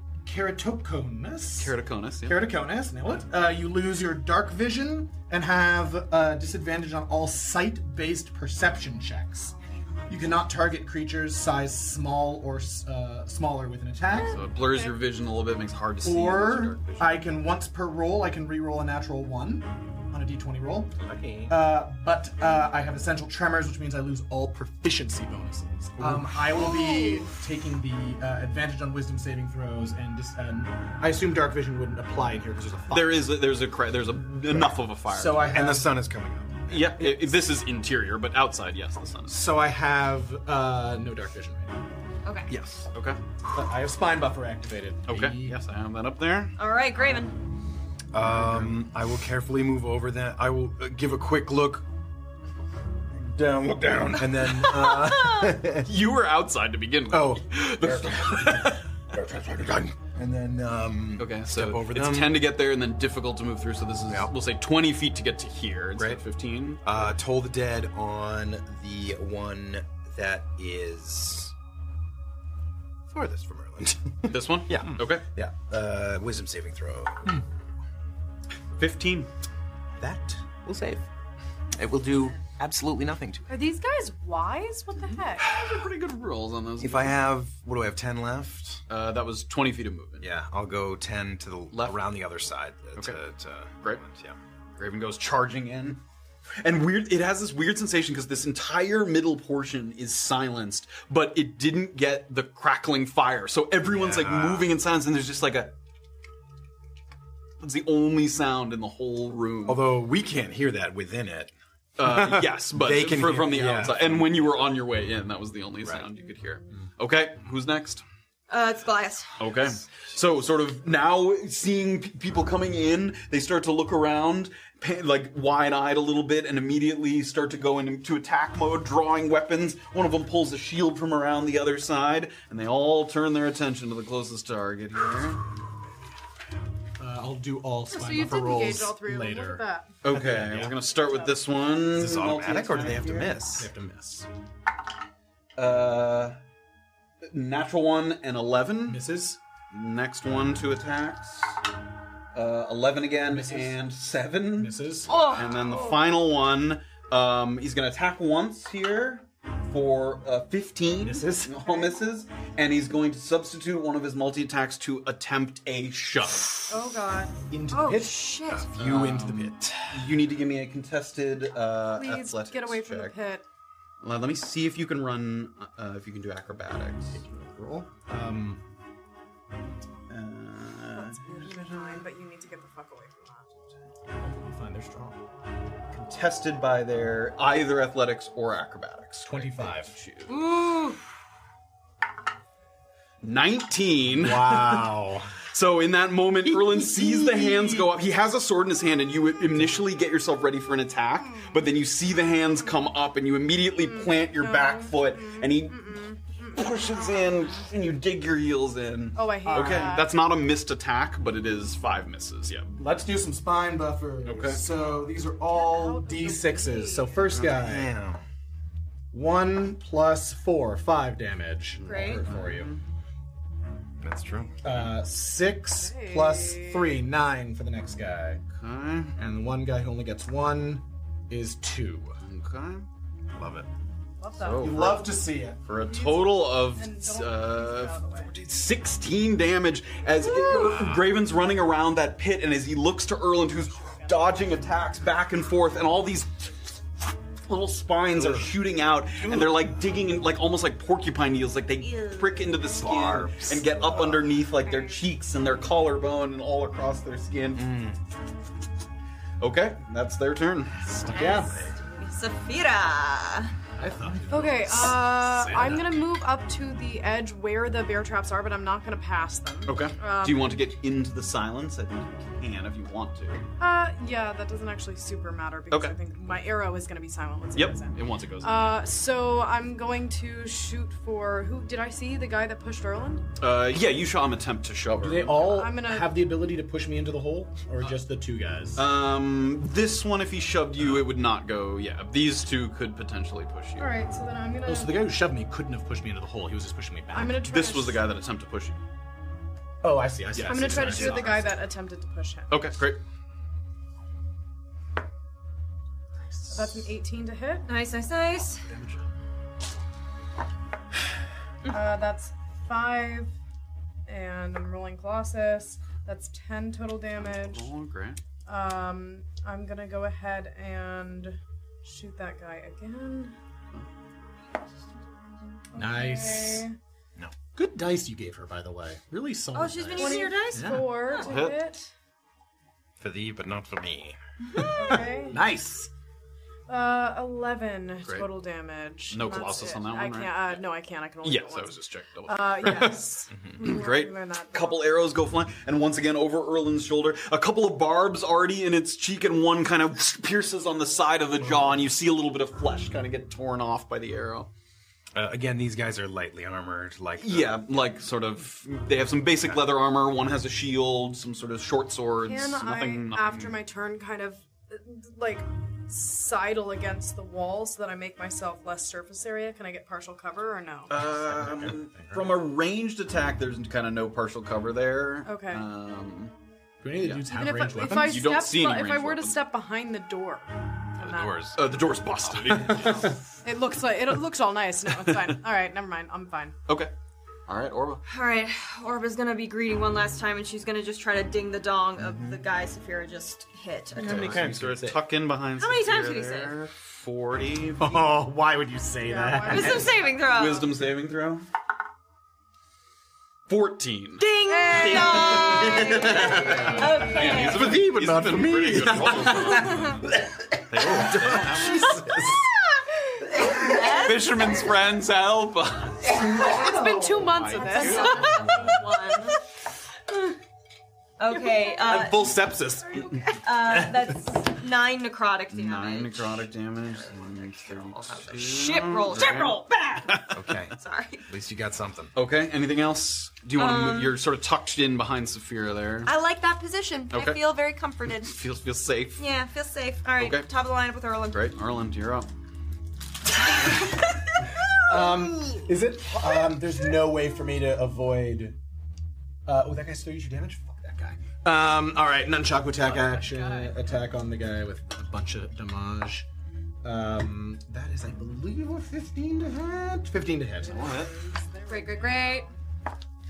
S12: keratoconus.
S2: Keratoconus, yeah.
S12: Keratoconus, nail it. Uh, you lose your dark vision and have uh, disadvantage on all sight based perception checks. You cannot target creatures size small or s- uh, smaller with an attack.
S2: So it blurs your vision a little bit, makes it hard to see.
S12: Or I can once per roll, I can re-roll a natural one on a d20 roll. Uh, but uh, I have essential tremors, which means I lose all proficiency bonuses. Um, I will be taking the uh, advantage on wisdom saving throws, and dis- and I assume dark vision wouldn't apply in here because there's a fire.
S2: There is a, there's a cra- there's a, enough of a fire.
S12: So I have-
S13: And the sun is coming up.
S2: Yep, i- this is interior, but outside, yes, the sun is.
S12: So I have uh, no dark vision right now.
S6: Okay.
S2: Yes. Okay.
S12: But I have spine buffer activated.
S2: Okay. Yes, I have that up there.
S6: All right, Graven.
S13: Um, I will carefully move over. Then I will uh, give a quick look. Down, look down, and then uh,
S2: you were outside to begin with.
S13: Oh, and then um,
S2: okay,
S13: step
S2: So
S13: over
S2: it's
S13: them.
S2: 10 to get there and then difficult to move through, so this is, we'll say 20 feet to get to here instead of 15.
S13: Uh, toll the dead on the one that is farthest from Erland.
S2: this one? Hmm.
S13: Yeah.
S2: Okay.
S13: Yeah. Uh, wisdom saving throw.
S2: 15.
S13: That will save. It will do absolutely nothing to
S4: Are these guys wise? What the
S2: Mm-hmm.
S4: heck?
S2: Those are pretty good rolls on those.
S13: If I have, what do I have? Ten left.
S2: Uh, that was twenty feet of movement.
S13: Yeah, I'll go ten to the left around the other side. Uh, To, to
S2: Great.
S13: Yeah.
S2: Graven goes charging in. And weird, it has this weird sensation because this entire middle portion is silenced, but it didn't get the crackling fire. So everyone's like
S13: Yeah.
S2: moving in silence, and there's just like a. It's the only sound in the whole room.
S13: Although we can't hear that within it.
S2: Uh, yes, but
S13: They can
S2: fr-
S13: hear
S2: from the
S13: it, yeah.
S2: outside. And when you were on your way in, that was the only sound you could hear.
S11: Mm-hmm.
S2: Okay, who's next?
S6: Uh, it's glass.
S2: Okay. So, sort of now seeing p- people coming in, they start to look around, pa- like wide eyed a little bit, and immediately start to go into attack mode, drawing weapons. One of them pulls a shield from around the other side, and they all turn their attention to the closest target here.
S12: Uh,
S11: I'll do all
S1: So
S11: slime
S1: you
S11: buffer
S1: did engage
S11: rolls
S1: all three of them. Look
S11: later.
S1: at that.
S2: Okay, we're gonna start with this one.
S11: Is this automatic, or do they have to
S2: miss?
S11: They have to miss.
S2: Uh, natural one and eleven
S11: misses.
S2: Next one two attacks. Uh, eleven again and seven
S11: misses.
S6: Oh.
S2: And then the final one. Um, he's gonna attack once here for uh, fifteen. Misses. All misses. And he's going to substitute one of his multi attacks to attempt a shove. Um,
S1: Oh god.
S11: Into
S1: oh, shit.
S6: Uh,
S11: You into the pit.
S2: You need to give me a contested uh,
S1: Please
S2: athletics
S1: get away from
S2: check.
S1: the pit.
S2: Let let me see if you can run. Uh, if you can do acrobatics. Roll. Um. Uh,
S1: That's really fine, but you need to get the fuck away from that.
S11: Fine, they're strong.
S2: Contested by their either athletics or acrobatics.
S11: Twenty-five.
S1: Ooh.
S2: 19. Wow. so in that moment, Erlin sees the hands go up. He has a sword in his hand, and you initially get yourself ready for an attack, but then you see the hands come up, and you immediately plant your back foot, and he pushes in, and you dig your heels in.
S1: Oh, I hate
S2: Okay,
S1: that.
S2: that's not a missed attack, but it is five misses, yeah.
S11: Let's do some spine buffers. Okay. So these are all d6s. So first guy. One plus four, five damage.
S1: Great. Mm-hmm.
S11: For you.
S13: That's true.
S11: Uh, six plus three, nine for the next guy.
S2: Okay.
S11: And the one guy who only gets one is two.
S2: Okay.
S11: Love it.
S1: Love
S11: that. You love to see it.
S2: For a total of uh, 16 damage as Graven's running around that pit, and as he looks to Erland, who's dodging attacks back and forth, and all these little spines are shooting out, and they're like digging, in, like almost like porcupine needles, like they prick into the skin and get up underneath like their cheeks and their collarbone and all across their skin. Okay, that's their turn. Yeah.
S6: Safira.
S2: I thought.
S1: Okay, uh,
S2: Say
S1: I'm gonna move up to the edge where the bear traps are, but I'm not gonna pass them.
S2: Okay.
S1: Um,
S2: Do you want to get into the silence? I think you can if you want to.
S1: Uh, yeah, that doesn't actually super matter because
S2: Okay.
S1: I think my arrow is gonna be silent once it
S2: Yep.
S1: goes in.
S2: And once it goes in.
S1: Uh, so I'm going to shoot for who? Did I see the guy that pushed Erland?
S2: Uh, yeah, you saw him attempt to shove her.
S11: Do they all
S1: I'm gonna-
S11: have the ability to push me into the hole, or just the two guys?
S2: Um, this one, if he shoved you, it would not go. Yeah, these two could potentially push you.
S1: All right, so then I'm gonna.
S11: Oh, so the guy who shoved me couldn't have pushed me into the hole. He was just pushing me back.
S1: I'm gonna try
S2: This
S1: to
S2: was the guy that attempted to push you.
S11: Oh, I see. I see.
S1: I'm gonna try to shoot at the guy that attempted to push him.
S2: Okay, great.
S1: So that's an 18 to hit.
S6: Nice, nice, nice.
S1: Uh, that's five, and I'm rolling Colossus. That's 10 total damage.
S2: Oh, great.
S1: Um, I'm gonna go ahead and shoot that guy again.
S11: Nice.
S1: Okay.
S11: No. Good dice you gave her, by the way. Really solid.
S1: Oh, she's been using her dice?
S11: Yeah.
S1: Four to
S11: Huh.
S1: hit.
S13: For thee, but not for me.
S1: Okay.
S11: Nice.
S1: Uh, 11
S13: Great.
S1: total damage.
S13: No
S1: That's
S13: Colossus
S1: it.
S13: on that one,
S1: I
S13: right?
S1: can't. Uh, no, I can't. I can only. do it
S2: Yes, I
S1: once.
S2: was just checking. double
S1: Uh,
S2: check.
S1: yes. We were-
S2: Great.
S1: we were not-
S2: Couple arrows go flying, and once again over Erlin's shoulder. A couple of barbs already in its cheek, and one kind of pierces on the side of the jaw, and you see a little bit of flesh kind of get torn off by the arrow.
S13: Uh, again, these guys are lightly armored, like the-
S2: Yeah, like sort of. They have some basic leather armor. One has a shield, some sort of short swords.
S1: Can
S2: nothing,
S1: I,
S2: nothing-
S1: after my turn, kind of uh, like sidle against the wall so that I make myself less surface area? Can I get partial cover or no?
S2: Um, from a ranged attack, there's kind of no partial cover there.
S1: Okay.
S2: Um,
S11: Do any of the dudes
S1: Even if I, if I
S2: you don't
S1: step
S2: see any
S1: bu- if I
S2: ranged
S1: were to
S2: weapons.
S1: step behind the door, I'm not-
S2: Uh, the door's busted.
S1: it looks like it looks all nice. No, it's fine. All right, never mind. I'm fine.
S2: okay. All right, Orba.
S6: All right, Orba's gonna be greedy one last time, and she's gonna just try to ding the dong of the guy Saphira just hit.
S2: How many times did it tuck in behind?
S6: How many times did he
S2: say? Forty.
S11: Oh, why would you say
S6: why would- Wisdom saving throw.
S2: Wisdom saving throw. Fourteen.
S6: Ding
S2: Man, he's a thee, but not for me. Fisherman's friends help.
S1: it's been two months of this.
S6: okay, uh,
S2: full sepsis.
S6: uh, that's nine necrotic damage.
S2: Nine necrotic damage. Let me
S6: a shit
S2: Mm-hmm.
S6: roll. Shit roll.
S25: Okay.
S6: Sorry.
S25: At least you got something.
S2: Okay. Anything else? Do you want to
S6: Um,
S2: move? You're sort of tucked in behind Saphira there.
S6: I like that position. I
S2: Okay.
S6: feel very comforted.
S2: Feels feels safe.
S6: yeah, feel safe. All right,
S2: Okay.
S6: top of the lineup with Erlen.
S2: Great, Arland, you're up.
S12: Um, is it? Um, there's no way for me to avoid. Uh, oh, that guy still used your damage. Fuck that guy. Um, all right, nunchaku attack action, attack on the guy with a bunch of damage. Um, that is, I believe, a 15 to hit. 15 to hit.
S1: Great, great, great.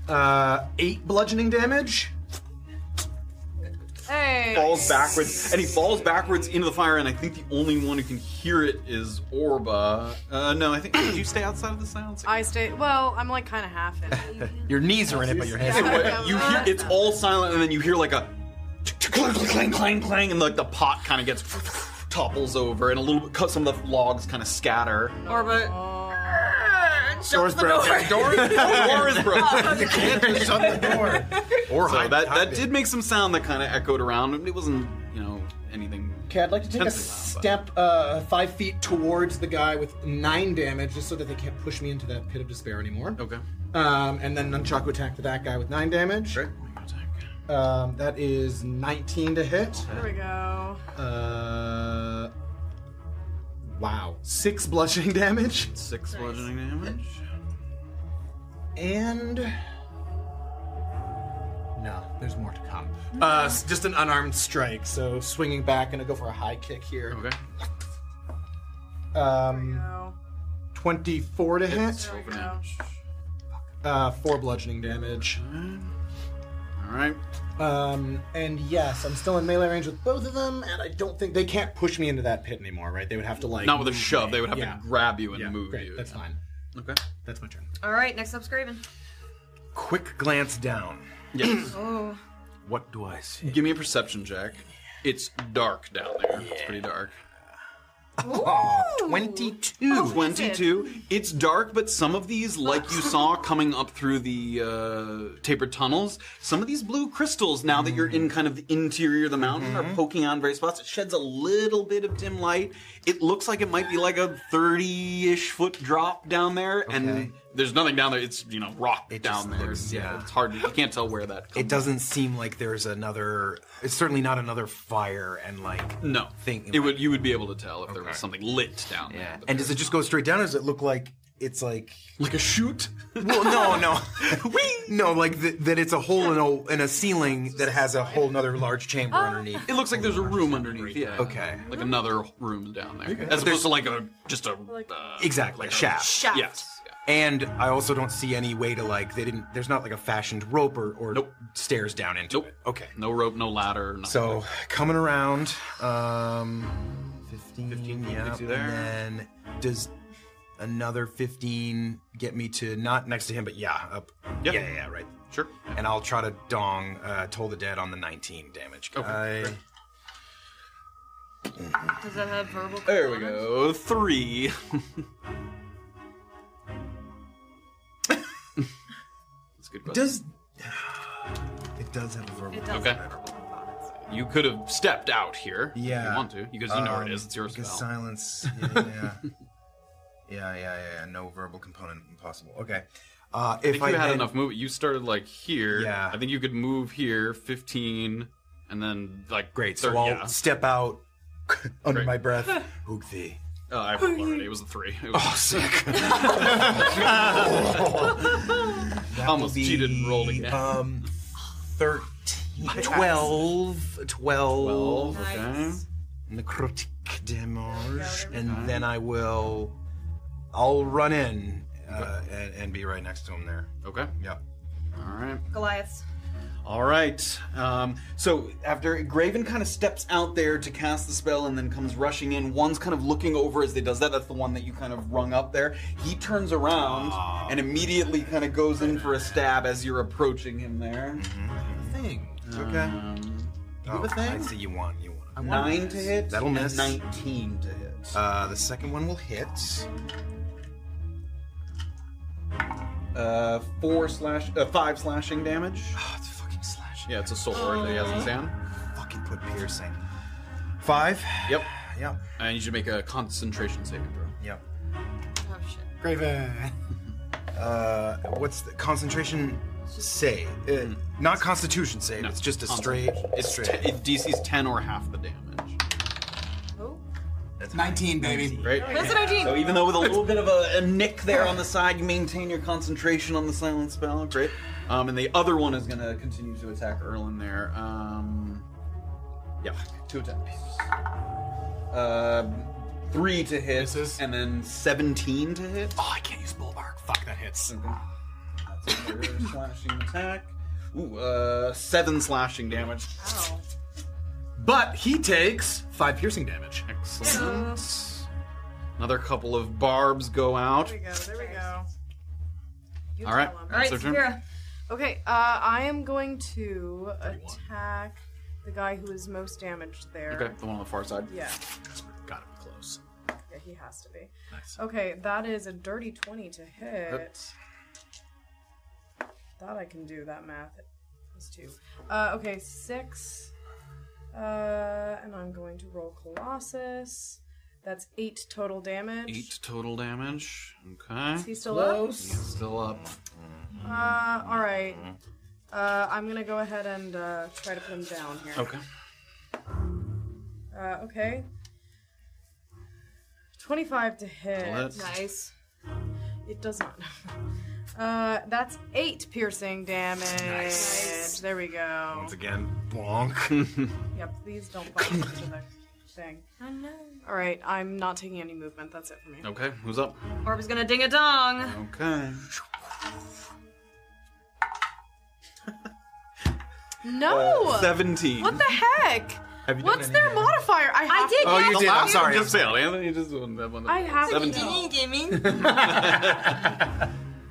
S12: Uh, eight bludgeoning damage.
S1: Hey.
S2: Falls backwards, and he falls backwards into the fire. And I think the only one who can hear it is Orba. Uh, no, I think did you stay outside of the silence?
S1: I stay. Well, I'm like kind of half in.
S2: Your knees are in it, but your
S1: hands
S2: Anyway,
S1: aren't.
S2: you hear it's all silent, and then you hear like a clang, clang, clang, clang, and like the pot kind of gets topples over, and a little bit. Some of the logs kind of scatter.
S6: Orba.
S2: Door's broken. Door, door is broken. you can't just shut the door. Or so that that did make some sound that kind of echoed around. It wasn't, you know, anything.
S12: Okay, I'd like to take a step uh, five feet towards the guy with nine damage, just so that they can't push me into that pit of despair anymore.
S2: Okay.
S12: Um, and then nunchaku attack to that guy with nine damage. Right. Um, that is 19 to hit.
S1: There we go.
S12: Uh, wow, six bludgeoning damage.
S2: Six bludgeoning damage.
S12: And no, there's more to come.
S1: No.
S12: Uh, s- just an unarmed strike. So swinging back, gonna go for a high kick here. Okay. Um, twenty-four to hit.
S1: There we go.
S12: Uh, four bludgeoning damage.
S2: All right.
S12: Um, and yes, I'm still in melee range with both of them, and I don't think they can't push me into that pit anymore, right? They would have to like
S2: Not with a shove. They would have
S12: Yeah.
S2: to grab you and
S12: Yeah,
S2: move
S12: great,
S2: you.
S12: That's fine.
S2: Okay.
S12: That's my turn.
S6: All right, next up's Graven.
S5: Quick glance down.
S2: Yes.
S6: Oh.
S5: What do I see?
S2: Give me a perception check. It's dark down there. It's pretty dark.
S5: Oh,
S2: 22. 22. It's dark, but some of these, like you saw coming up through the uh, tapered tunnels, some of these blue crystals, now that you're
S12: Mm.
S2: in kind of the interior of the mountain,
S12: Mm-hmm.
S2: are poking out in various spots. It sheds a little bit of dim light. It looks like it might be like a 30 ish foot drop down there,
S5: Okay.
S2: and there's nothing down there. It's, you know, rock down there.
S5: looks-
S2: so
S5: yeah.
S2: It's hard. to- You can't tell where that comes
S5: It doesn't seem like there's another. It's certainly not another fire and like
S2: No.
S5: thing.
S2: It would, you would be able to tell if there was something lit down there. but
S5: And does it just go straight down, or does it look like it's like
S2: like a chute?
S5: Well, no, no, no, like th- that. It's a hole in a in a ceiling that has a whole another large chamber underneath.
S2: It looks like there's a room underneath. Yeah.
S5: Okay.
S2: Like another room down there,
S5: Okay.
S2: as
S5: There's-
S2: opposed to like a just a uh,
S5: Exactly,
S2: like a
S5: shaft.
S2: shaft. Yes.
S5: And I also don't see any way to like they didn't. There's not like a fashioned rope or, or stairs down into it. Okay.
S2: No rope, no ladder. Nothing.
S5: So coming around, um, 15, 15 yeah,
S2: takes you there.
S5: and then does another 15 get me to not next to him, but yeah, up. Yeah, yeah, yeah, right.
S2: Sure.
S5: And I'll try to dong uh, Toll the Dead on the 19 damage guy.
S6: Does that have verbal?
S2: There we go. Three. That's a good. question.
S5: Does it does have a verbal?
S6: It does
S2: okay. You could have stepped out here. If
S5: Yeah.
S2: you want to, because you know where it is. It's your
S5: because
S2: spell.
S5: um, silence. Yeah yeah. yeah, yeah, yeah, yeah. No verbal component impossible. Okay. Uh,
S2: I
S5: if
S2: think you had
S5: then-
S2: enough movement. You started like here.
S5: Yeah.
S2: I think you could move here, fifteen, and then like
S5: Great.
S2: thirty-
S5: So I'll
S2: yeah.
S5: step out under my breath. Hoogthee.
S2: Oh, I rolled already. It was a three. It was
S5: Oh, sick.
S2: Almost cheated and rolled again.
S5: Um, 13, 12, 12.
S2: okay.
S5: Necrotic damage. And then I will. I'll run in uh, and, and be right next to him there.
S2: Okay.
S5: Yep.
S2: All right.
S6: Goliaths.
S2: All right. Um, so after Graven kind of steps out there to cast the spell and then comes rushing in, one's kind of looking over as they does that. That's the one that you kind of rung up there. He turns around and immediately kind of goes in for a stab as you're approaching him there.
S5: Thing.
S2: Okay. you have a thing?
S5: Um, oh, I see you want. You want.
S2: I want Nine to hit
S5: That'll
S2: and
S5: miss.
S2: 19 to hit.
S5: Uh, the second one will hit.
S2: Uh, four slash, uh, five slashing damage.
S5: Oh, it's fucking slashing.
S2: Yeah, it's a soul. Right? He has in sand.
S5: Fucking put piercing. Five.
S2: Yep.
S5: yeah.
S2: I need you to make a concentration saving throw.
S5: Yep.
S6: Oh shit.
S5: Graven. Uh, what's the concentration save? Uh, not constitution save. It's just a straight.
S2: Mm. It's
S5: straight.
S2: T- it DC's ten or half the damage.
S6: Oh.
S2: That's 19, baby. Right.
S6: That's an 19.
S26: So even though with a little bit of a, a nick there on the side, you maintain your concentration on the silent spell. Great.
S2: Um, and the other one is going to continue to attack Erlin there. Um, yeah, two attacks.
S26: Uh, three to hit, and then seventeen to hit.
S5: Ah.
S26: Oh, I can't use bulwark.
S2: Fuck, that hits.
S26: That's another slashing attack. Ooh, uh, seven slashing damage.
S2: But he takes five piercing damage. Excellent. Another couple of barbs go out.
S1: There we go. There we go.
S2: All right, that's their turn.
S1: Okay, uh, I am going to attack the guy who is most damaged there.
S2: Okay, the one on the far side.
S1: Yeah.
S2: Got him close.
S1: Yeah, he has to be.
S2: Nice.
S1: Okay, that is a dirty 20 to hit. That I can do, that math. That's two. Uh, okay, six. Uh, and I'm going to roll Colossus. That's eight total damage.
S2: Eight total damage. Okay.
S1: Is he still up? Close.
S2: He's still up.
S1: Uh, all right.
S2: Mm-hmm.
S1: Uh, I'm gonna go ahead and uh, try to put him down here.
S2: Okay.
S1: Uh, okay. Twenty-five to hit.
S2: Let's-
S1: Nice. It does not. Uh, that's eight piercing damage.
S5: Nice.
S1: There we go.
S5: Once again, blonk.
S1: Yep, these don't fall into the thing.
S6: Oh no.
S1: All right, I'm not taking any movement. That's it for me.
S2: Okay, who's up?
S6: Orb is gonna ding a dong.
S2: Okay.
S1: No.
S2: Uh, 17.
S1: What the heck?
S2: Have you
S1: What's their modifier? I, have to-
S2: Oh, you did. I'm sorry. Just failed, Anthony. You just won that one.
S1: I have to
S2: Seventeen.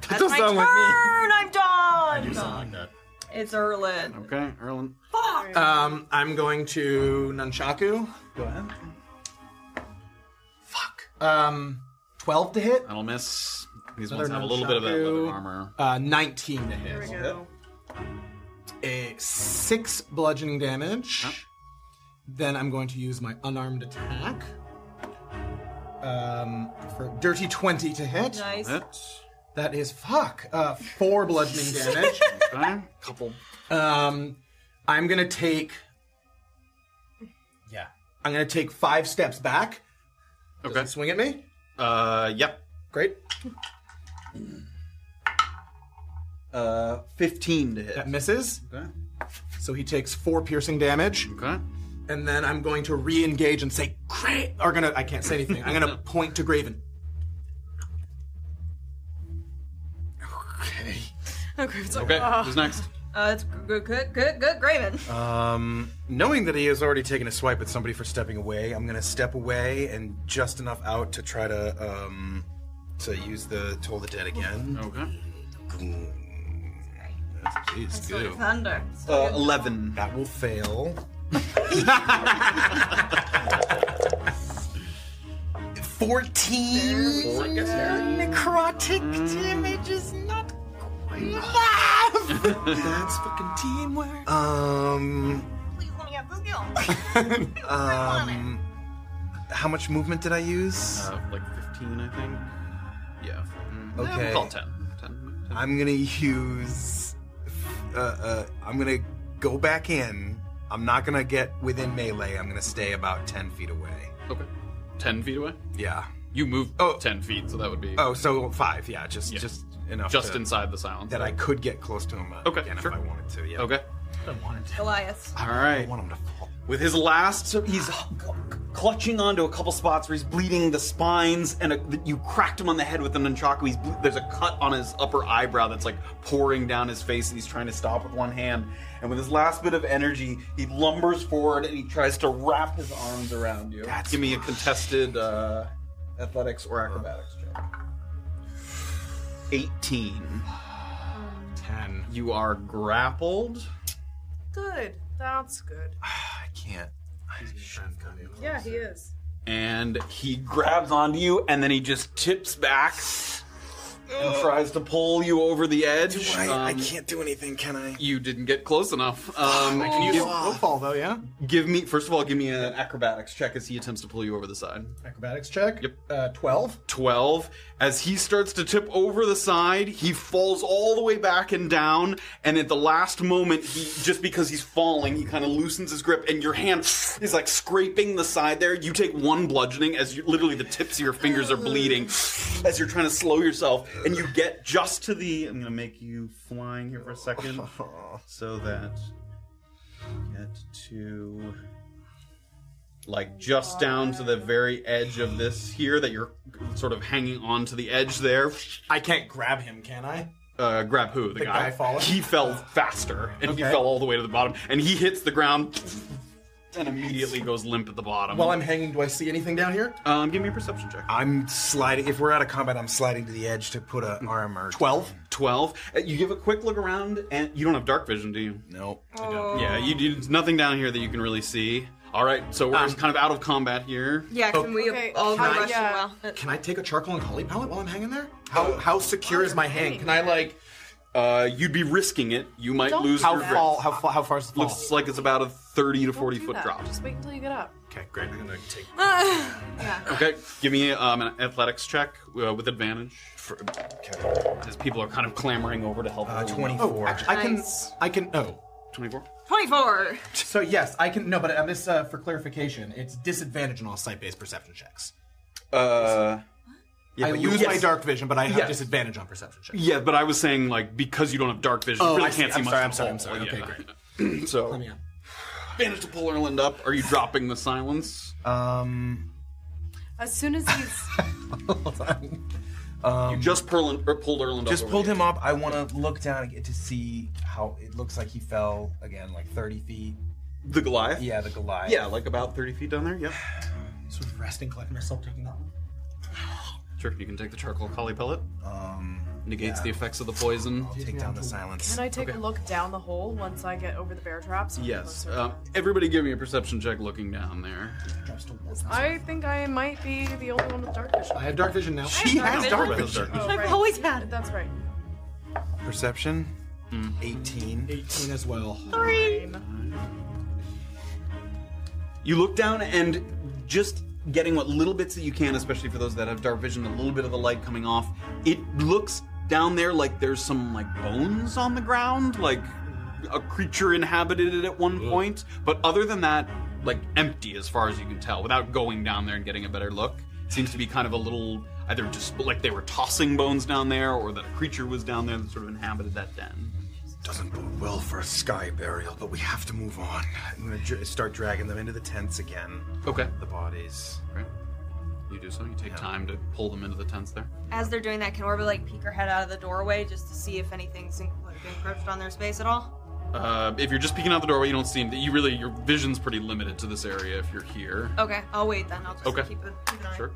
S6: That's
S2: does
S6: my
S2: sound
S6: turn.
S2: like me.
S6: I'm done.
S2: that.
S6: It's Erlin.
S2: Okay, Erlen.
S12: Um, I'm going to Nunchaku. Go ahead. Fuck. Um, 12 to hit.
S2: That'll miss. These
S12: Another
S2: ones have a little bit of that
S12: Nunchaku.
S2: leather armor.
S12: Uh, 19 to hit.
S2: we go.
S12: A six bludgeoning damage. Then I'm going to use my unarmed attack. Um, for a dirty 20 to hit.
S6: Nice.
S12: That is fuck. Uh, four bludgeoning damage.
S2: Couple.
S12: Um, I'm gonna take. Yeah, I'm gonna take five steps back. Okay. swing at me.
S2: Uh, yep.
S12: Great.
S26: Uh, 15 to hit.
S12: That misses. Okay. So he takes four piercing damage.
S2: Okay.
S12: And then I'm going to re-engage and say, "Great!" Or gonna. I can't say anything. I'm gonna point to Graven. Okay.
S6: Okay. It's like,
S12: Okay,
S6: ah.
S12: who's next?
S6: Uh, it's good, good, good, good, Graven.
S5: Um, knowing that he has already taken a swipe at somebody for stepping away, I'm gonna step away and just enough out to try to um to use the toll the dead
S2: Oh,
S5: again.
S2: Uh,
S5: Okay. That's jeez,
S6: Sort of
S5: good.
S6: Thunder.
S5: Uh, Eleven. That will fail. Fourteen. Uh,
S27: Necrotic
S2: Mm.
S27: damage is not quite
S5: That's fucking teamwork. Um. um. How much movement did I use?
S2: Uh, like 15, I think. Yeah. Mm,
S5: Okay.
S2: we'll Call 10. 10.
S5: I'm gonna use. Uh, uh, I'm gonna go back in. I'm not gonna get within melee. I'm gonna stay about ten feet away.
S2: Okay. 10 feet away?
S5: Yeah.
S2: You move oh. 10 feet, so that would be.
S5: Oh, so five. Yeah, just
S2: Yeah.
S5: just enough.
S2: Just
S5: to-
S2: inside the silence.
S5: That I could get close to him uh,
S2: Okay,
S5: again
S2: sure.
S5: if I wanted to. Yeah.
S2: Okay.
S6: Goliath.
S2: All right.
S26: With his last, so he's
S2: Ah.
S26: h- clutching onto a couple spots where he's bleeding the spines, and a, you cracked him on the head with the nunchaku. He's ble- there's a cut on his upper eyebrow that's like pouring down his face, and he's trying to stop with one hand. And with his last bit of energy, he lumbers forward and he tries to wrap his arms around you. Give me a contested uh, athletics or acrobatics check.
S2: 18. 10. You are grappled.
S1: Good. That's good.
S2: I can't.
S1: Yeah, he is.
S2: And he grabs onto you, and then he just tips back and tries to pull you over the edge.
S28: I- I
S2: can't do anything, can I? You didn't get close enough. Um,
S12: I can use
S2: give,
S12: low fall though, yeah.
S2: give me first of all, give me an acrobatics check as he attempts to pull you over the side.
S12: Acrobatics check. Yep. Uh, Twelve.
S2: 12 as he starts to tip over the side he falls all the way back and down and at the last moment he just because he's falling he kind of loosens his grip and your hand is like scraping the side there you take one bludgeoning as you literally the tips of your fingers are bleeding as you're trying to slow yourself and you get just to the i'm gonna make you flying here for a second so that get to like just down to the very edge of this here that you're sort of hanging on to the edge there. I can't grab him, can I? Uh, grab who? The,
S12: The guy falling?
S2: He fell faster, and he
S12: Okay.
S2: fell all the way to the bottom, and he hits the ground and immediately goes limp at the bottom.
S12: While I'm hanging, do I see anything down here?
S2: Um, give me a perception check.
S5: I'm sliding. If we're out of combat, I'm sliding to the edge to put an arm or twelve.
S2: 12. Uh, You give a quick look around, and you don't have dark vision, do you?
S5: No.
S2: Yeah, you, you, there's nothing down here that you can really see. All right, so we're
S5: Um,
S2: just kind of out of combat here.
S6: Yeah, can we all
S12: can
S6: go
S12: I-
S6: rush
S12: yeah.
S6: well?
S12: Can I take a charcoal and holly pellet while I'm hanging there? How how secure is my hand? Can I like
S2: Uh, you'd be risking it. You might
S12: Don't
S2: lose
S12: do
S2: your
S12: that.
S2: grip.
S12: How fa- how fa- how far is the fall?
S2: Looks like it's about a 30 to 40 foot drop.
S1: Just wait until you get up.
S2: Okay, great. I'm gonna take.
S1: yeah.
S2: Okay, give me um, an athletics check uh, with advantage. For, As people are kind of clamoring over to help. Uh,
S12: Oh, actually, I can. I can. Oh.
S2: 24.
S6: 24.
S12: So yes, I can. No, but I miss uh, for clarification. It's disadvantage on all sight-based perception checks.
S2: Uh,
S12: I lose my dark vision, but I have
S2: Yes.
S12: disadvantage on perception checks.
S2: Yeah, but I was saying like because you don't have dark vision,
S12: Oh,
S2: you really
S12: I see.
S2: can't see
S12: I'm
S2: much.
S12: sorry,
S2: at
S12: I'm sorry,
S2: all.
S12: I'm sorry. Okay,
S2: great. so, advantage to pull Erland up. Are you dropping the silence? Um,
S29: As soon as he's
S12: Um,
S2: you just Erland, or pulled Erland
S5: Just
S2: up.
S5: pulled him up. I want to look down and get to see how it looks like he fell again, like thirty feet.
S2: The Goliath.
S5: Yeah, the Goliath.
S2: Yeah, like about thirty feet down there. Yep.
S12: Sort of resting, collecting myself, taking that.
S2: Sure, you can take the charcoal collie pellet. Um, negates the effects of the poison.
S5: take down the silence.
S1: Can I take a look down the hole once I get over the bear traps?
S2: Yes. Um, everybody, give me a perception check. Looking down there.
S1: I think I might be the only one with dark vision.
S12: I have dark vision now.
S5: She has dark
S2: Dark
S5: vision.
S2: vision.
S1: I've always had. That's right.
S5: Perception.
S2: Hmm.
S5: Eighteen.
S12: Eighteen as well.
S1: Three.
S2: You look down and just getting what little bits that you can, especially for those that have dark vision, a little bit of the light coming off. It looks down there like there's some like bones on the ground, like a creature inhabited it at one point. But other than that, like empty as far as you can tell, without going down there and getting a better look. seems to be kind of a little either just like they were tossing bones down there, or that a creature was down there that sort of inhabited that den.
S5: Doesn't bode well for a sky burial, but we have to move on. I'm gonna dr- start dragging them into the tents again.
S2: Okay.
S5: The bodies.
S2: Right. You do so. You take time to pull them into the tents there.
S6: As they're doing that, can Orba like peek her head out of the doorway just to see if anything's en- like, encroached on their space at all?
S2: Uh, if you're just peeking out the doorway, you don't see him. You really, your vision's pretty limited to this area if you're here.
S6: Okay, I'll wait then. I'll just
S2: Okay.
S6: keep, it, keep an eye.
S2: Sure.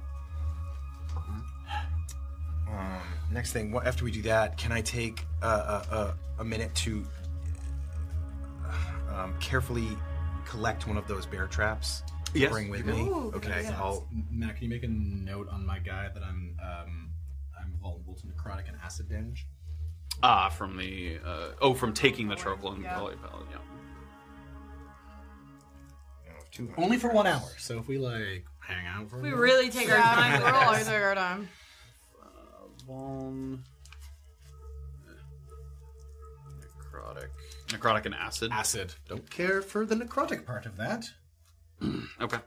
S5: Um, next thing, what, after we do that, can I take uh, uh, uh, a minute to uh, um, carefully collect one of those bear traps? to
S12: Yes,
S5: Bring with
S12: you can.
S5: me.
S12: Ooh,
S5: okay.
S12: yes.
S5: I'll.
S12: Matt, can you make a note on my guy that I'm um, I'm vulnerable to necrotic and acid damage?
S2: Ah, from the uh, oh, from taking the charcoal and
S12: Yeah.
S2: belly pallet. Yeah.
S12: Only for one hour. So if we like hang out for, a
S6: We
S12: bit-
S6: really take our
S29: Yeah,
S6: time.
S29: We're all taking our time.
S2: Vuln. Necrotic. Necrotic and acid.
S12: Acid. Don't care for the necrotic part of that.
S2: Okay.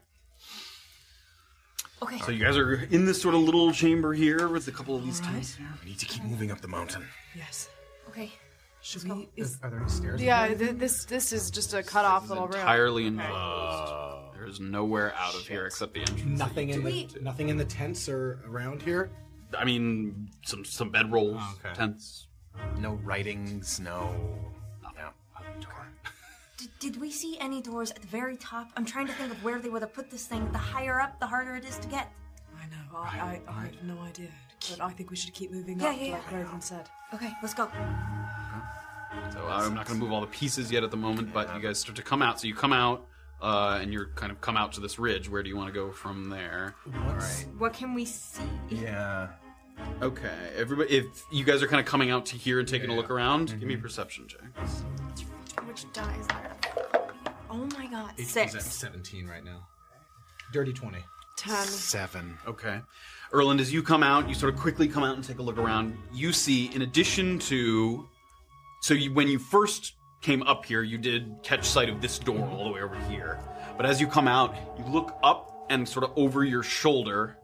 S6: Okay.
S2: So you guys are in this sort of little chamber here with a couple of these tents.
S5: We need to keep moving up the mountain.
S1: Yes.
S6: Okay.
S1: Should we? Is,
S12: are there any stairs?
S1: yeah. Th- this this is just a cut off little room.
S2: Entirely enclosed. There is nowhere out of here except the entrance. that
S12: Nothing
S2: you
S12: in
S2: take.
S12: the nothing in the tents or around here.
S2: I mean, some some bedrolls,
S12: okay.
S2: tents.
S5: No oh, writings. No.
S10: Did, did we see any doors at the very top? I'm trying to think of where they would have put this thing. The higher up, the harder it is to get.
S1: I know. I, I, I have no idea. But I think we should keep moving
S10: Yeah,
S1: up,
S10: yeah, yeah.
S1: like Raven said.
S10: Okay, let's go.
S2: So uh, I'm not going to move all the pieces yet at the moment, but you guys start to come out. So you come out, uh, and you're kind of come out to this ridge. Where do you want to go from there?
S6: What can we see?
S5: Yeah.
S2: Okay, everybody, if you guys are kind of coming out to here and taking a look around, give me a perception check.
S10: Which die is there? Oh my god,
S2: It is
S10: six.
S2: at
S12: 17 right now. Dirty 20. Um,
S10: Ten.
S2: Seven. Okay. Erland, as you come out, you sort of quickly come out and take a look around. You see, in addition to. So you, when you first came up here, you did catch sight of this door all the way over here. But as you come out, you look up and sort of over your shoulder,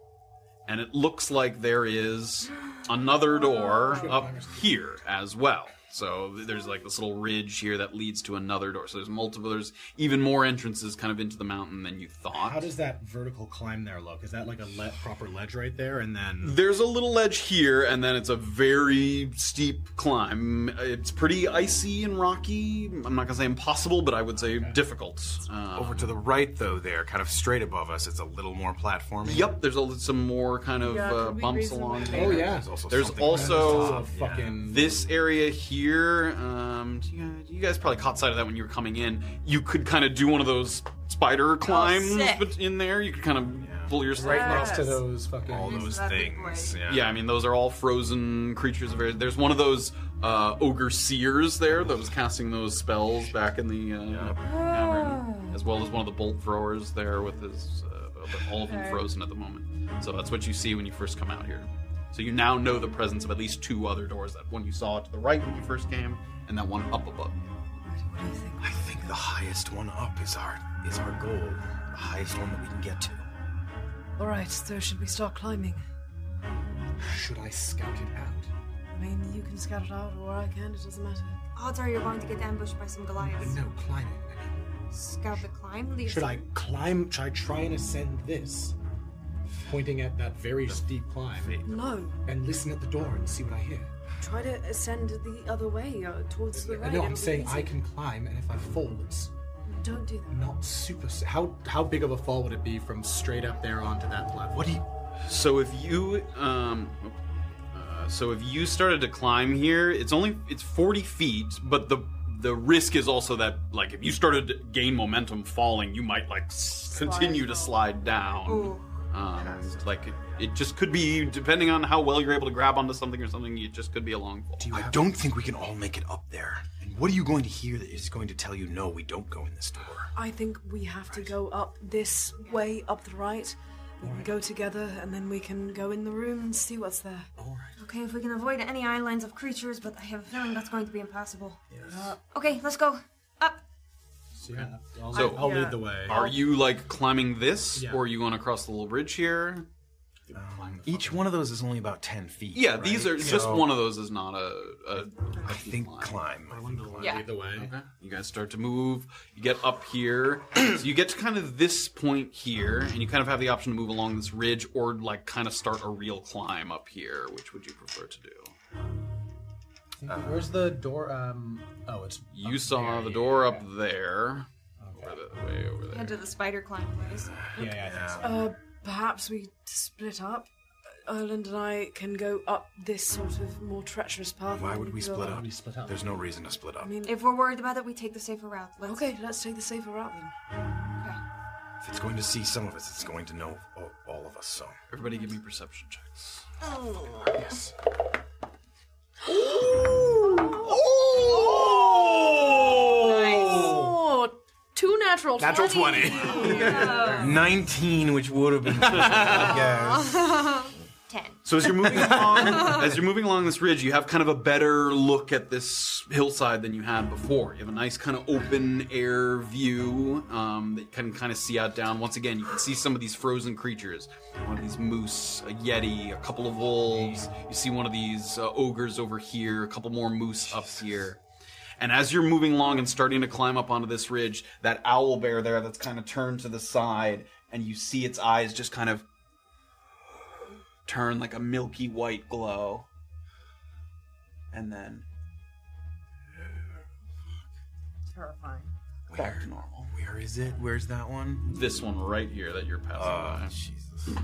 S2: and it looks like there is another door up here as well. So th- there's like this little ridge here that leads to another door. So there's multiple, there's even more entrances kind of into the mountain than you thought.
S12: How does that vertical climb there look? Is that like a le- proper ledge right there? And then
S2: There's a little ledge here, and then it's a very steep climb. It's pretty icy and rocky. I'm not gonna say impossible, but I would say difficult. Um,
S5: Over to the right, though, there, kind of straight above us, it's a little more platforming.
S2: Yep, there's a, some more kind of
S5: Yeah,
S2: uh,
S5: could we
S2: bumps
S5: raise them
S2: along
S5: up?
S2: there.
S5: Oh, yeah. There's
S2: There's
S5: also
S2: also,
S5: something on the top,
S2: fucking this area here. Um, do you, you guys probably caught sight of that when you were coming in. You could kind of do one of those
S5: Oh,
S2: spider climbs
S12: sick.
S2: bet- in there. You could kind of pull yourself
S12: right
S2: up.
S12: next to those fucking all
S5: those things.
S2: Yeah. I mean, those are all frozen creatures of air. There's one of those uh, ogre seers there that was casting those spells back in the uh, cavern, as well as one of the bolt throwers there with his, uh, but all of them
S30: Okay.
S2: frozen at the moment. So that's what you see when you first come out here. So you now know the presence of at least two other doors: that one you saw to the right when you first came, and that one up above.
S5: I think the highest one up is our is our goal. The highest one that we can get to.
S4: All right, so should we start climbing?
S12: Should I scout it out?
S4: I mean, you can scout it out, or I can. It doesn't matter.
S10: Odds are you're going to get ambushed by some Goliaths.
S12: No, climbing.
S10: Scout the climb. Leave
S12: Should I climb? Should I try and ascend this? Pointing at that very steep climb.
S4: No.
S12: And listen at the door and see what I hear.
S4: Try to ascend the other way, uh, towards the right.
S12: no,
S4: it'll
S12: I'm
S4: be
S12: saying I
S4: easy.
S12: can climb, and if I fall, it's
S4: Don't do that.
S12: not super. s- How how big of a fall would it be from straight up there onto that platform? What do you?
S2: So if you um, uh, so if you started to climb here, it's only it's forty feet, but the the risk is also that like if you started to gain momentum falling, you might like s- continue to slide down.
S30: Ooh.
S2: Um, like it, it just could be depending on how well you're able to grab onto something or something. It just could be a long fall.
S5: I don't think we can all make it up there. And what are you going to hear that is going to tell you, no, we don't go in this door?
S4: I think we have to go up this way, up the right. We can go together, and then we can go in the room and see what's there.
S10: Okay, if we can avoid any islands of creatures, but I have a feeling that's going to be impossible. Okay, let's go. Up.
S12: I'll,
S2: So
S12: I'll lead the way.
S2: Are you like climbing this,
S12: Yeah.
S2: or you want to cross the little bridge here?
S5: Each one of those is only about ten feet.
S2: Yeah, these
S5: right?
S2: are just
S5: So-
S2: one of those is not a. a I
S5: think climb.
S2: Yeah. Okay. You guys start to move. You get up here. so you get to kind of this point here, and you kind of have the option to move along this ridge or like kind of start a real climb up here. Which would you prefer to do? Uh,
S12: Where's the door? Um. Oh, it's
S2: You saw the door up there. Over the way over there.
S31: Head to the spider climb place.
S4: Uh, perhaps we split up. Erland and I can go up this sort of more treacherous path.
S5: Why
S4: and
S5: would
S4: you
S5: we
S4: can go
S5: split up? There's no reason to split
S4: I
S5: up.
S4: mean,
S10: If we're worried about it, we take the safer route. Let's...
S4: Okay, let's take the safer route then.
S5: If it's going to see some of us, it's going to know all, all of us. So
S2: everybody, give me perception checks.
S10: Oh.
S5: Yes.
S6: Oh, two natural
S5: Natural 20. Nineteen, which would have been. Yeah.
S10: Ten.
S2: So as you're moving along, as you're moving along this ridge, you have kind of a better look at this hillside than you had before. You have a nice kind of open air view um, that you can kind of see out down. Once again, you can see some of these frozen creatures. One of these moose, a yeti, a couple of wolves. You see one of these uh, ogres over here, a couple more moose up here. And as you're moving along and starting to climb up onto this ridge, that owl bear there that's kind of turned to the side, and you see its eyes just kind of turn like a milky white glow. And then
S6: Terrifying.
S2: back to normal.
S5: Where is it? Where's that one?
S2: This one right here that you're passing
S5: Oh,
S2: by.
S5: Jesus.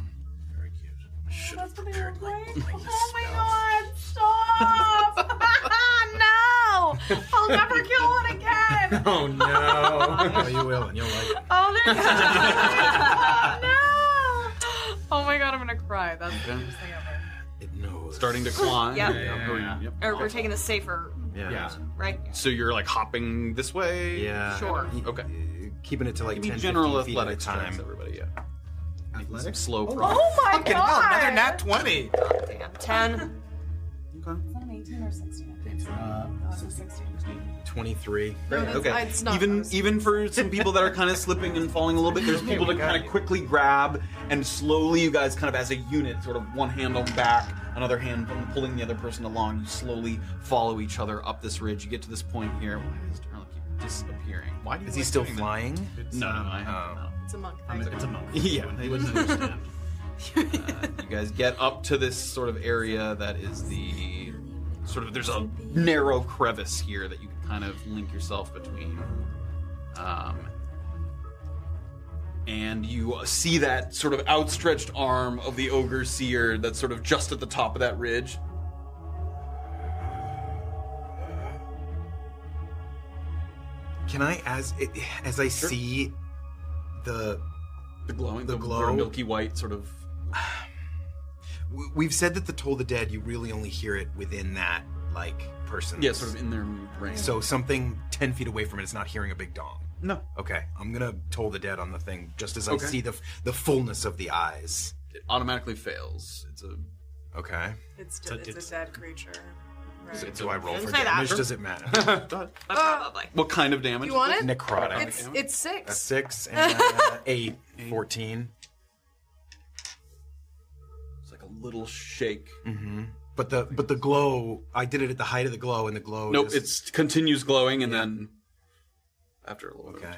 S5: Very cute. Should
S6: That's the bigger Oh my god, stop! no! I'll never kill it again!
S12: Oh no! oh, you will, and you'll like. it.
S6: Oh, there's no! Oh my god, I'm gonna cry. That's the
S5: Okay.
S6: cutest thing ever.
S5: It knows.
S2: starting to climb.
S6: Yep.
S2: yeah. Yep.
S6: Or we're taking the safer,
S2: Yeah.
S6: right?
S2: So you're like hopping this way.
S6: Yeah. Sure.
S2: Okay.
S5: Uh, Keeping it to like
S2: Give me
S5: 10,
S2: general
S5: 15 feet at a
S2: athletics checks,
S5: time.
S2: everybody. Yeah. Athletics. Slow.
S6: Oh,
S2: progress.
S6: oh my
S2: Fucking
S6: God.
S2: hell, another nat twenty.
S6: Damn, ten.
S2: Okay.
S6: Is that an eighteen or sixteen?
S32: Uh,
S5: Twenty-three.
S6: No, that's-
S2: okay.
S6: it's not
S2: even even for some people that are kind of slipping and falling a little bit, there's people to kind of quickly grab and slowly you guys kind of as a unit, sort of one hand on back, another hand pulling the other person along. You slowly follow each other up this ridge. You get to this point here. Why does Darla keep disappearing? Why do you
S5: Is
S2: like
S5: he still
S2: doing that? Oh.
S5: flying?
S2: No, no, no. I haven't- no.
S1: It's a monk.
S2: It's a
S12: Um,
S2: monk. Yeah, they wouldn't understand. Uh, you guys get up to this sort of area that is the sort of there's a narrow crevice here that you can kind of link yourself between. Um, and you see that sort of outstretched arm of the ogre seer that's sort of just at the top of that ridge.
S5: Can I, as it, as I
S2: Sure.
S5: see the
S2: the glowing, the,
S5: glow,
S2: sort of milky white, sort of.
S5: We- We've said that the toll of the dead, you really only hear it within that like person.
S2: Yeah, sort of in their range.
S5: So something ten feet away from it is not hearing a big dong.
S2: No.
S5: Okay, I'm gonna toll the dead on the thing just as I
S2: Okay.
S5: see the the fullness of the eyes.
S2: It automatically fails. It's a.
S5: Okay.
S1: It's, d- it's, a dead creature. Right.
S5: So do I roll
S1: Didn't
S5: for
S1: say that.
S5: damage? Does it matter?
S1: Probably.
S2: What kind of damage?
S1: You want it?
S5: Necrotic.
S1: It's it's six.
S5: A six and uh, eight. Fourteen.
S2: It's like a little shake.
S5: Mm-hmm. But the but the glow, I did it at the height of the glow, and the glow.
S2: nope,
S5: just-
S2: it continues glowing, and then after a little bit. Okay.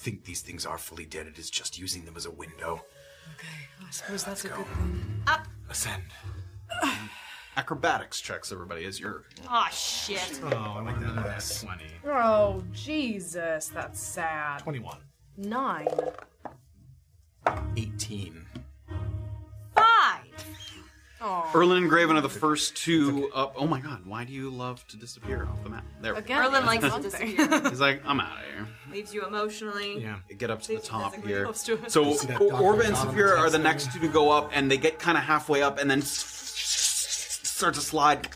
S5: think these things are fully dead. It is just using them as a window.
S4: I suppose that's a good thing.
S5: Ascend.
S2: Acrobatics checks everybody as your.
S6: Ah,
S1: Oh shit.
S2: I like that. That's twenty.
S1: Oh Jesus, that's sad.
S2: Twenty-one.
S1: Nine.
S5: Eighteen.
S1: Five. Oh.
S2: Erlin and Graven are the first two up. Oh my god, why do you love to disappear off the map? There. we go.
S6: Again, Erlin likes to disappear.
S2: He's like, I'm out of here.
S6: Leaves you emotionally.
S2: Get up to the
S6: Leaves you
S2: top
S6: physically
S2: here.
S6: close to it.
S2: So
S6: You see that
S2: O-
S6: Dr.
S2: Orba and
S6: Donovan
S2: Saphira are
S6: text
S2: the
S6: thing?
S2: next two to go up, and they get kind of halfway up, and then start to slide.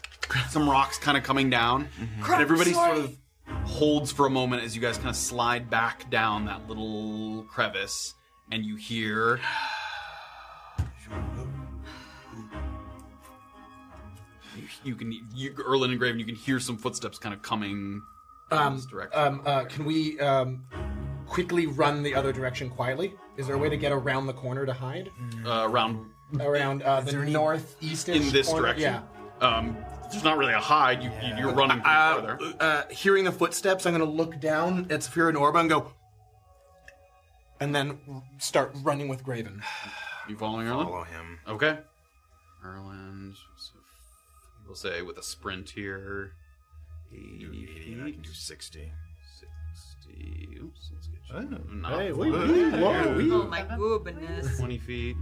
S2: Some rocks kind of coming down,
S6: Mm-hmm.
S33: Crap,
S2: and everybody
S33: sorry.
S2: sort of holds for a moment as you guys kind of slide back down that little crevice, and you hear. You can, you, Erlin and Graven, you can hear some footsteps kind of coming in
S12: Um,
S2: this direction.
S12: um, uh, can we um, quickly run the other direction quietly? Is there a way to get around the corner to hide?
S2: uh, around
S12: Around uh, the northeast
S2: in this
S12: corner?
S2: direction. Um, there's not really a hide. You, You're running pretty far there.
S12: Yeah. Uh, hearing the footsteps, I'm going to look down at Saphira and Orba and go, and then start running with Graven.
S2: You following Erlen?
S5: Follow him.
S2: Okay. Erland, so f- we'll say with a sprint here. 80 feet. I can do
S5: 60.
S2: 60. Oops, let's get you.
S33: Oh,
S2: Not
S33: hey,
S2: far.
S33: wee, wee, whoa, wee.
S6: Oh my goodness.
S2: 20 feet.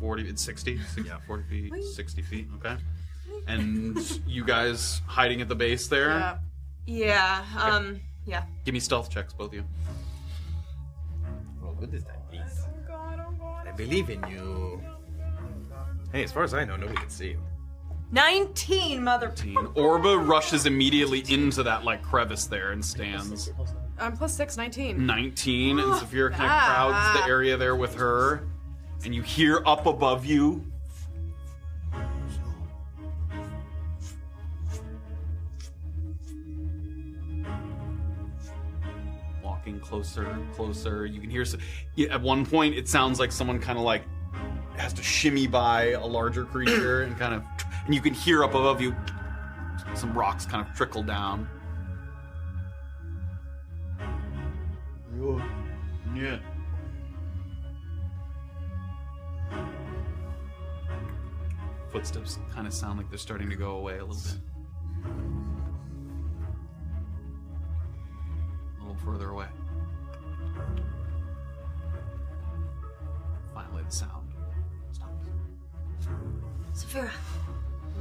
S2: 40. It's 60. six- 40 feet. 60 feet. Okay. And you guys hiding at the base there?
S6: Yeah. Yeah. Um. Yeah.
S2: Give me stealth checks, both of you.
S5: Roll good this time, please. I believe in you. Hey, as far as I know, nobody can see you.
S6: Nineteen, mother.
S2: Orba rushes immediately into that like crevice there and stands.
S1: I'm plus six, 19.
S2: 19, and Zafira kind of
S1: Ah.
S2: crowds the area there with her. And you hear up above you. Walking closer, closer. You can hear. s- yeah, At one point, it sounds like someone kind of like has to shimmy by a larger creature and kind of. And you can hear up above you some rocks kind of trickle down. Yeah. Footsteps kind of sound like they're starting to go away a little bit. A little further away. Finally, the sound.
S6: Safira,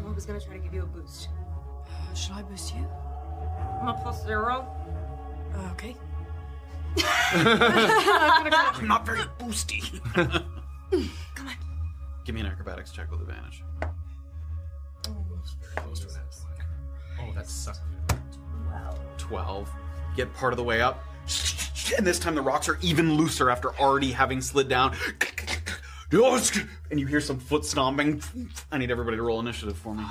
S6: I was gonna try to give you a boost.
S4: Should I boost you?
S6: I'm a plus zero.
S4: Okay.
S6: I'm
S5: not very boosty.
S2: Give me an acrobatics check with advantage.
S7: Close to that.
S2: Oh, that sucked. 12. Get part of the way up. And this time the rocks are even looser after already having slid down. And you hear some foot stomping. I need everybody to roll initiative for me.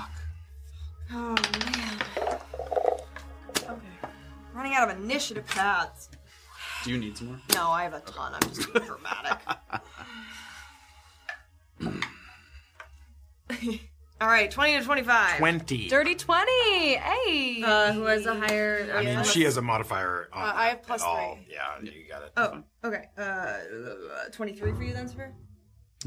S6: Oh man. Okay. Running out of initiative pads.
S2: Do you need some more?
S6: No, I have a ton. I'm just being dramatic. All right, twenty to twenty-five.
S5: 20.
S6: Dirty twenty. Hey. Uh, who has a higher?
S5: I mean, she has a modifier on.
S6: Uh, I have plus
S5: at all. Yeah, you got it.
S6: Oh, okay. Uh, uh, twenty-three for you then, Sphere.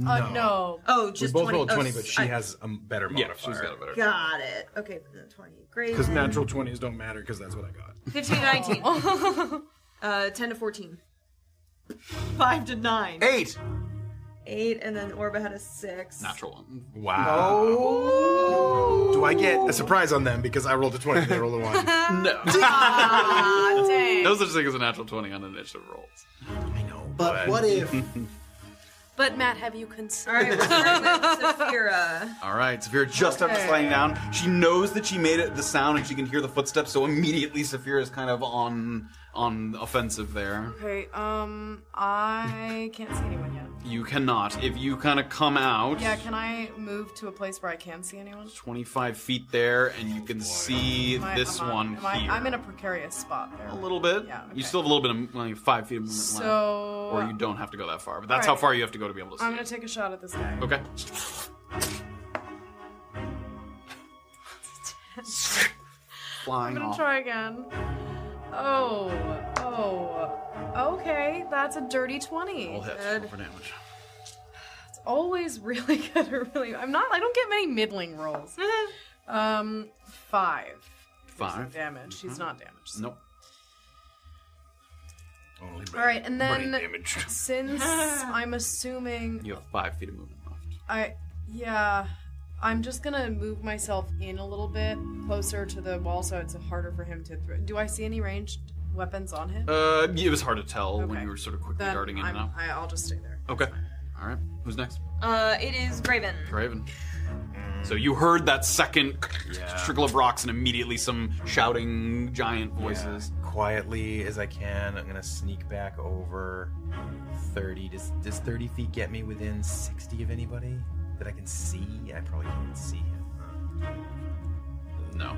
S1: Uh, no.
S6: Oh,
S5: We
S6: just
S5: both
S6: 20
S5: rolled
S6: oh,
S5: 20, but
S6: s-
S5: she
S6: I-
S5: has a better modifier.
S13: Yeah, she's got a better-
S6: Got it. Okay, twenty. Great.
S13: Because natural 20s don't matter, because that's what I got.
S6: 15 to 19. uh, 10 to 14. 5 to 9.
S2: 8.
S6: 8, and then Orba had a 6.
S2: Natural one.
S13: Wow.
S6: Oh.
S13: Do I get a surprise on them because I rolled a 20 they rolled a 1?
S2: no.
S6: Ah, dang.
S2: No such thing as a natural 20 on initiative rolls. I know.
S13: But
S1: what if-
S6: But Matt, have you considered? All right, we're starting with Saphira.
S2: All right, Saphira just after
S6: Okay.
S2: sliding down, she knows that she made it, the sound and she can hear the footsteps, so immediately Saphira is kind of on on offensive there.
S4: Okay, um, I can't see anyone yet.
S2: You cannot. If you kind of come out
S4: Yeah, can I move to a place where I can see anyone?
S2: 25 feet there, and you can see
S4: Am I-
S2: this
S4: am I-
S2: one
S4: am I,
S2: here.
S4: I'm in a precarious spot there.
S2: a little bit.
S4: Yeah.
S2: You still have a little bit of like five feet of movement
S4: So-
S2: left, or you don't have to go that far. But that's how
S4: Alright.
S2: far you have to go to be able to see.
S4: I'm gonna take a shot at this guy.
S2: Okay.
S4: I'm
S2: Flying
S4: gonna
S2: off.
S4: try again. Oh, oh. Okay, that's a dirty 20.
S2: All hits.
S4: Good.
S2: Roll for damage.
S4: It's always really good or really. I'm not, I don't get many middling rolls. um, five.
S2: Five.
S4: Damage. She's
S2: Mhm.
S4: not damaged.
S2: Nope.
S4: All right, and
S2: brain
S4: then
S2: damage.
S4: since I'm assuming
S2: You have five feet of movement left.
S4: I yeah, I'm just gonna move myself in a little bit closer to the wall so it's harder for him to. Throw. Do I see any ranged weapons on him?
S2: Uh, it was hard to tell when you were sort of quickly
S4: Then
S2: darting in
S4: I'm,
S2: and out.
S4: I, I'll just stay there.
S2: Okay. All right. Who's next?
S6: Uh, it is Graven.
S2: Graven. So you heard that second trickle of rocks and immediately some shouting giant voices.
S5: Quietly as I can, I'm gonna sneak back over 30. Does, does 30 feet get me within 60 of anybody that I can see? I probably can't see him.
S2: No.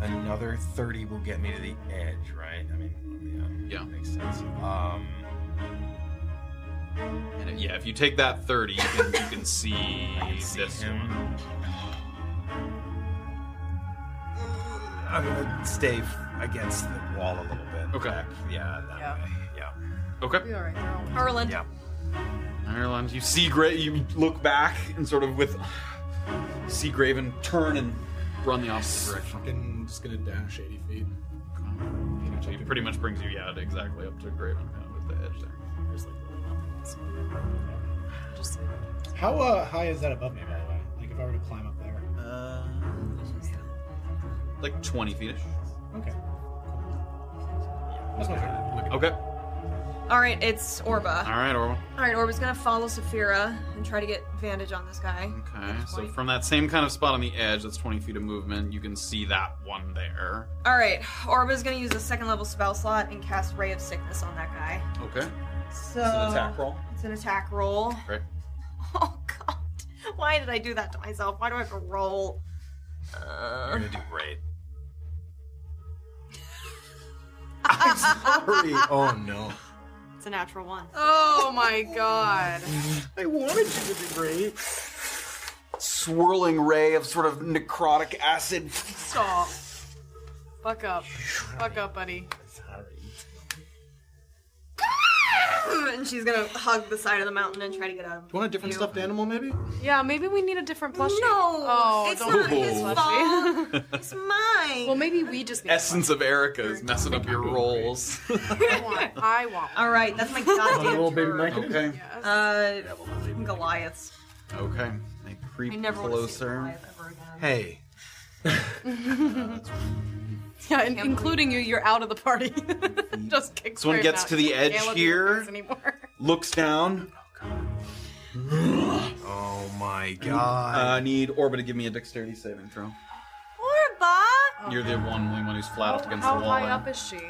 S5: Another 30 will get me to the edge, right? I mean,
S2: yeah.
S5: Makes sense. Um,
S2: And it- yeah, if you take that 30, you can, you can see, this one.
S5: I'm gonna stay f- against the wall a little bit.
S2: Okay.
S5: Back. Yeah, that way. Yeah.
S2: Okay.
S6: Harlan.
S5: Yeah.
S2: Ireland, you see Gra- you look back and sort of with see Graven turn and run the opposite direction.
S11: Fucking just gonna dash 80 feet.
S2: So he pretty much brings you, yeah, exactly up to Graven kind of at the edge there.
S4: Just
S12: How uh, high is that above me, by the way? Like if I were to climb up there?
S2: Uh, like 20 feet
S12: okay.
S2: That's
S12: my
S2: Okay.
S6: All right, it's Orba.
S2: All right, Orwell.
S6: All right, Orba's gonna follow Saphira and try to get vantage on this guy.
S2: Okay, so from that same kind of spot on the edge, that's 20 feet of movement, you can see that one there.
S6: All right, Orba's gonna use a second level spell slot and cast Ray of Sickness on that guy.
S2: Okay.
S6: So
S2: attack roll.
S6: It's an attack roll. Oh,
S2: Right.
S6: Why did I do that to myself? Why do I have to roll?
S5: You're gonna do great.
S6: I'm
S13: sorry. Oh no.
S6: It's a natural one.
S1: Oh my god.
S11: I wanted you to be great.
S2: Swirling ray of sort of necrotic acid.
S1: Stop. Fuck up. Fuck up, buddy.
S6: Oh, and she's gonna hug the side of the mountain and try to get out of
S12: Do you want a different stuffed animal, maybe?
S1: Yeah, maybe we need a different
S6: plushie. No,
S1: Oh,
S6: it's
S1: don't
S6: not his fault. it's mine. Well,
S1: maybe we just
S2: Essence of Erica is messing up your rolls.
S1: I want. I want.
S6: All right, that's my goddamn
S2: Little baby
S6: turn.
S2: Mike. Okay.
S6: Uh, Goliaths.
S2: Okay. They creep
S6: I never wanna see
S2: closer.
S6: Ever again.
S2: Hey.
S1: Yeah, and including you, you're out of the party. Just kicks.
S2: Someone
S1: Graham
S2: gets
S1: out.
S2: to the edge
S1: Caleb
S2: here.
S1: doesn't Anymore.
S2: Looks down.
S5: Oh my god.
S2: I Uh, need Orba to give me a dexterity saving throw.
S34: Orba!
S2: You're the one only one who's flat up against
S1: Oh. How
S2: the wall.
S1: high
S2: there.
S1: up is she?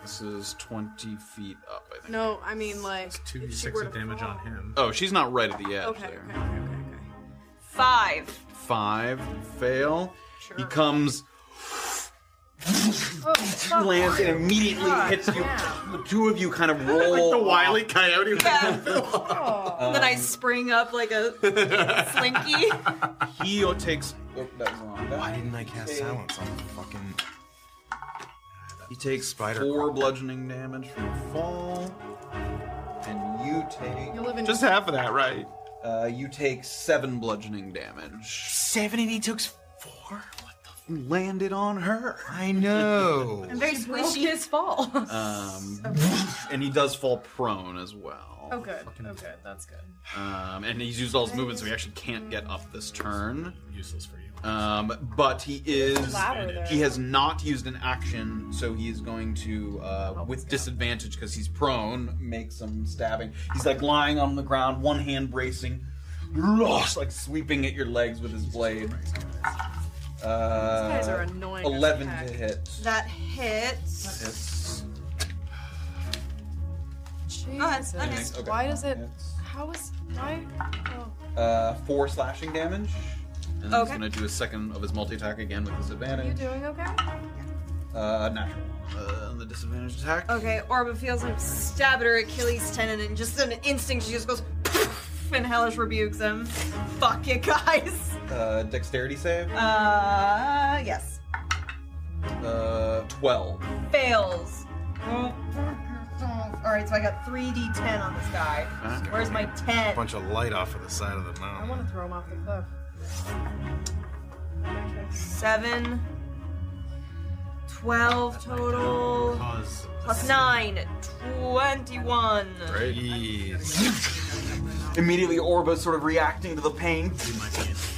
S2: This is 20 feet up, I think.
S1: No, I mean like.
S2: Two
S1: she were to
S2: damage
S1: fall.
S2: on him. Oh, she's not right at the edge
S1: Okay,
S2: there.
S1: okay, okay, okay.
S34: Five.
S2: Five, fail. He comes, Oh, lands, and immediately hits you. The two of you kind of roll. like the wily coyote.
S6: then I spring up like a slinky.
S2: He takes. Oh, that was wrong. Why
S5: didn't I cast silence on the fucking?
S2: He takes
S5: Spider
S2: four bludgeoning damage from the fall, and you take
S1: You live in-
S2: just half of that, right? Uh, you take seven bludgeoning damage.
S5: Seven and he took four.
S2: Landed on her.
S5: I know.
S6: I'm very squishy as fall.
S2: Um, and he does fall prone as well.
S1: Oh, good. Oh, good. That's good.
S2: Um, and he's used all his movement, so he actually can't get up this turn.
S35: Useless for you.
S2: Um, but he is.
S1: Ladder there.
S2: He has not used an action, so he is going to,
S1: Oh,
S2: uh, with disadvantage because he's prone, make some stabbing. He's like lying on the ground, one hand bracing, like sweeping at your legs with his blade. Uh,
S1: These guys are annoying as
S2: Eleven
S1: heck.
S2: to hit.
S34: That hits.
S2: Hits.
S1: Jesus. Oh,
S2: that is- Okay.
S1: Why does it? How is? Why? Oh.
S2: Uh, four slashing damage. And then
S1: Okay.
S2: he's going to do a second of his multi attack again with
S1: You
S2: disadvantage.
S1: doing okay?
S2: Uh, natural. Uh, and the disadvantage attack.
S6: Okay, Orba feels him stab at her Achilles tendon, and just an instinct, she just goes "Poof," and Hellish rebukes him. Fuck you guys.
S2: Uh, dexterity save.
S6: Uh, yes.
S2: Uh, 12.
S6: Fails. Oh, fuck yourself. All right, so I got 3d10 on this guy. Where's my 10?
S5: Bunch of light off of the side of the
S1: I
S5: mountain.
S1: want to throw him off the cliff.
S6: Seven. Twelve total. Plus nine. Twenty-one.
S2: Immediately, Orba sort of reacting to the pain.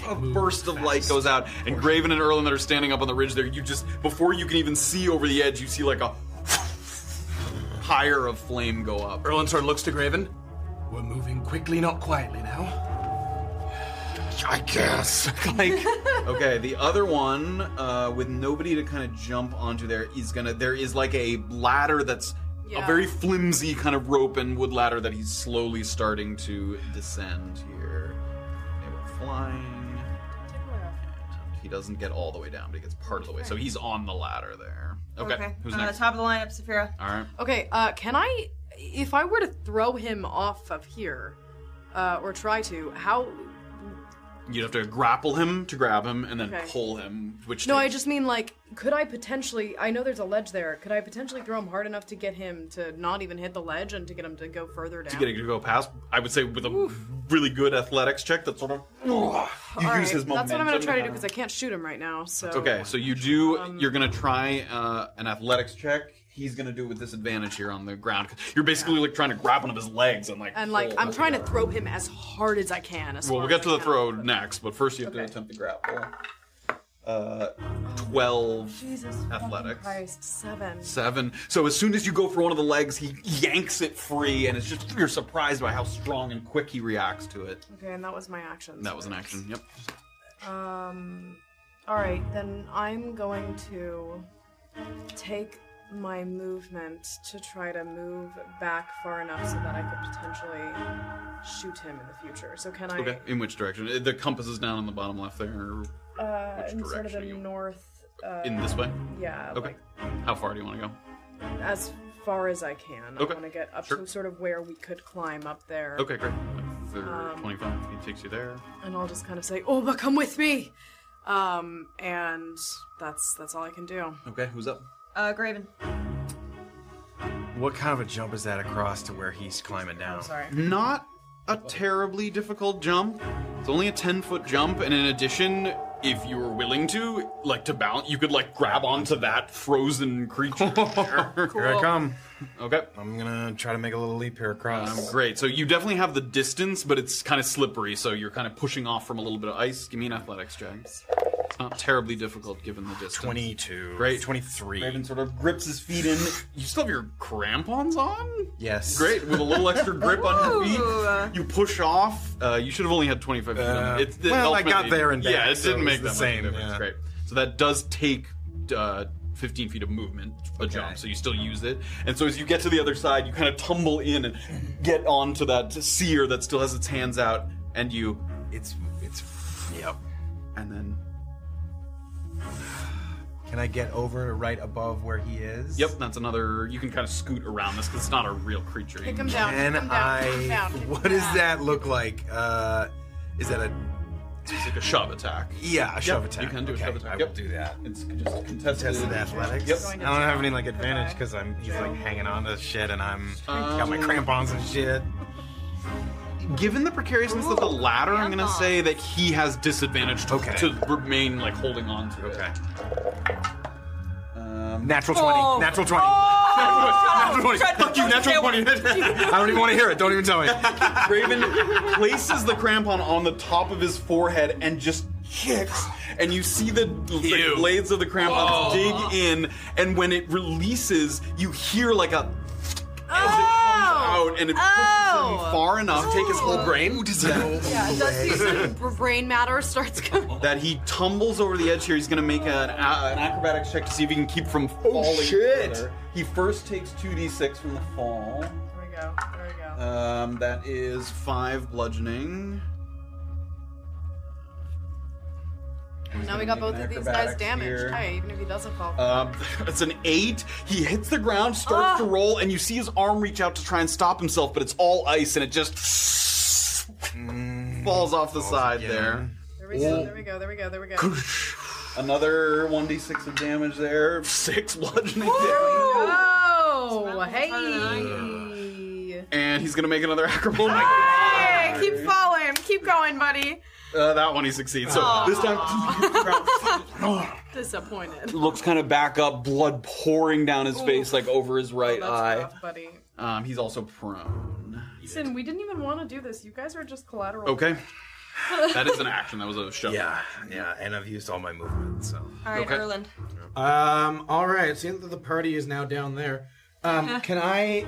S2: A burst of light goes out, and Graven and Erlen that are standing up on the ridge there, you just, before you can even see over the edge, you see like a pyre of flame go up.
S12: Erlensorn looks to Graven. We're moving quickly, not quietly now.
S2: I guess. like, okay, the other one uh, with nobody to kind of jump onto there is gonna. There is like a ladder that's a
S1: Yeah.
S2: very flimsy kind of rope and wood ladder that he's slowly starting to descend here. They were flying. He doesn't get all the way down, but he gets part of the way. So he's on the ladder there. Okay, who's
S6: uh,
S2: next?
S6: Top of the lineup, Saphira.
S2: all right.
S1: Okay. Uh, can I? If I were to throw him off of here, uh, or try to, how?
S2: You'd have to grapple him to grab him and then
S1: Okay.
S2: pull him, which
S1: No, I
S2: takes-
S1: just mean like, could I potentially? I know there's a ledge there. Could I potentially throw him hard enough to get him to not even hit the ledge and to get him to go further down?
S2: to get it to go past, I would say with a really good athletics check that sort of you use
S1: All right,
S2: his momentum.
S1: That's what I'm gonna try to do
S2: kinda-
S1: because I Um, can't shoot him right now. So
S2: Okay, so you do. you're gonna try uh, an athletics check. He's gonna do it with disadvantage here on the ground. 'cause You're basically like trying to grab one of his legs and like.
S1: And like,
S2: pull.
S1: I'm trying to throw him as hard as I can. As
S2: Well,
S1: far
S2: we'll get
S1: as
S2: to
S1: I
S2: the
S1: can.
S2: throw next, but first you have to attempt to grapple. Uh, twelve
S1: Jesus
S2: athletics.
S1: Christ, seven.
S2: Seven. So as soon as you go for one of the legs, he yanks it free, and it's just you're surprised by how strong and quick he reacts to it.
S1: Okay, and that was my action.
S2: That was an action. Yep.
S1: Um, all right, then I'm going to take my movement to try to move back far enough so that I could potentially shoot him in the future. So can I?
S2: Okay. In which direction? Uh, The compass is down on the bottom left there.
S1: Uh,
S2: Which
S1: in sort of the
S2: direction you-
S1: north. Uh,
S2: In this way.
S1: Yeah.
S2: Okay.
S1: like,
S2: How far do you want to go?
S1: as far as I can.
S2: Okay.
S1: I want to get up
S2: Sure.
S1: to sort of where we could climb up there.
S2: Okay, great. Third,
S1: Um,
S2: 25. He takes you there.
S1: And I'll just kind of say, "Oh, but come with me," um, and that's that's all I can do.
S2: Okay, who's up?
S6: Uh, Graven.
S5: What kind of a jump is that across to where he's climbing down?
S2: Not a terribly difficult jump. It's only a 10 foot jump, and in addition, if you were willing to, like to balance, you could like grab onto that frozen creature.
S5: Here I come.
S2: Okay.
S5: I'm gonna try to make a little leap here across.
S2: Um, great. So you definitely have the distance, but it's kind of slippery, so you're kind of pushing off from a little bit of ice. Give me an athletics check. It's not terribly difficult given the distance.
S5: 22.
S2: Great.
S5: 23.
S2: Raven sort of grips his feet in. You still have your crampons on?
S5: Yes.
S2: Great. With a little extra grip on your feet, you push off. Uh, you should have only had 25 feet
S5: Uh,
S2: on. It's- it
S5: well, I got
S2: ultimately-
S5: there and back,
S2: Yeah, it
S5: so
S2: didn't
S5: it
S2: make that much
S5: was the
S2: of a
S5: same,
S2: difference.
S5: yeah.
S2: Great. So that does take uh, 15 feet of movement, a jump, so you still use it. And so as you get to the other side, you kind of tumble in and get onto that seer that still has its hands out, and you. It's. It's. Yep. And then.
S13: Can I get over right above where he is?
S2: Yep, that's another. You can kind of scoot around this because it's not a real creature.
S13: Pick
S2: him
S13: Can I? what does that look like? Uh, is that a?
S2: It's like a shove attack.
S13: Yeah, a
S2: Yep,
S13: shove attack.
S2: You can do
S13: okay,
S2: a shove attack.
S13: I
S2: yep.
S13: will do that.
S2: It's just contested,
S13: Tested athletics.
S2: Yep.
S13: I don't have any like advantage because I'm he's like hanging on to shit and I'm got my
S2: Um,
S13: crampons and shit.
S2: Given the precariousness of the ladder, I'm going to say that he has disadvantage to, to remain like holding on to okay. Um,
S13: Natural twenty. Natural twenty.
S6: Oh!
S13: natural twenty. Fuck you. Natural twenty. I don't even want to hear it. Don't even tell me.
S2: Raven places the crampon on the top of his forehead and just kicks, and you see the, the blades of the crampon
S7: Whoa.
S2: dig in, and when it releases, you hear like a out, and it pushes him
S36: Oh!
S2: far enough. Take his whole brain.
S36: Yeah, does he sort of brain matter starts going?
S2: that he tumbles over the edge here. He's going to make an, a- an acrobatics check to see if he can keep from falling.
S11: shit.
S2: further. He first takes 2d6 from the fall.
S1: There we go. There we go.
S2: Um, that is five bludgeoning.
S1: Now we got both of these guys
S2: Acrobatics
S1: damaged.
S2: here.
S1: Hey, even if he doesn't fall.
S2: Um, it's an eight. He hits the ground, starts
S1: Ah!
S2: to roll, and you see his arm reach out to try and stop himself, but it's all ice, and it just falls off the side there.
S1: there we
S2: oh.
S1: go. There we go. There we go. There we go.
S2: Another 1d6 of damage there. Six bludgeoning
S1: Oh, hey.
S2: And he's gonna make another acrobat.
S36: Hey, keep falling. Keep going, buddy.
S2: Uh, that one he succeeds. So
S36: Aw.
S2: this time
S1: Disappointed.
S2: looks kind of back up, blood pouring down his face, like over his right eye.
S1: Oh, Rough, buddy.
S2: Um, he's also prone.
S1: Sin, we didn't even want to do this. You guys are just collateral.
S2: Okay, that is an action. That was a shove.
S5: Yeah, yeah, and I've used all my movement, so.
S6: All right,
S5: Okay.
S6: Erland.
S12: Um. All right. Seeing that the party is now down there, um, can I,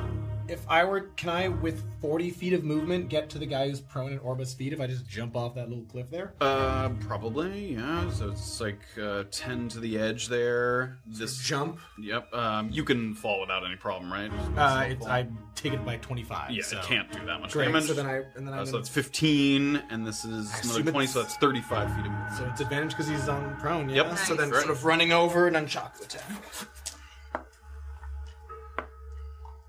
S12: if I were, can I with forty feet of movement get to the guy who's prone in Orba's feet if I just jump off that little cliff there?
S2: Uh, probably yeah. So it's like uh, ten to the edge there. This
S12: jump.
S2: Yep. Um, you can fall without any problem, right?
S12: Uh, it's, I take it by twenty-five.
S2: Yeah,
S12: so.
S2: it can't do that much
S12: Great.
S2: damage.
S12: So then I and then
S2: Uh,
S12: I'm
S2: so
S12: in-
S2: that's 15, and this is
S12: assume
S2: another 20, so that's 35 feet of movement.
S12: so it's advantage because he's on prone. Yeah?
S2: Yep.
S12: So then
S2: Nice.
S12: sort of running over and unshock attack.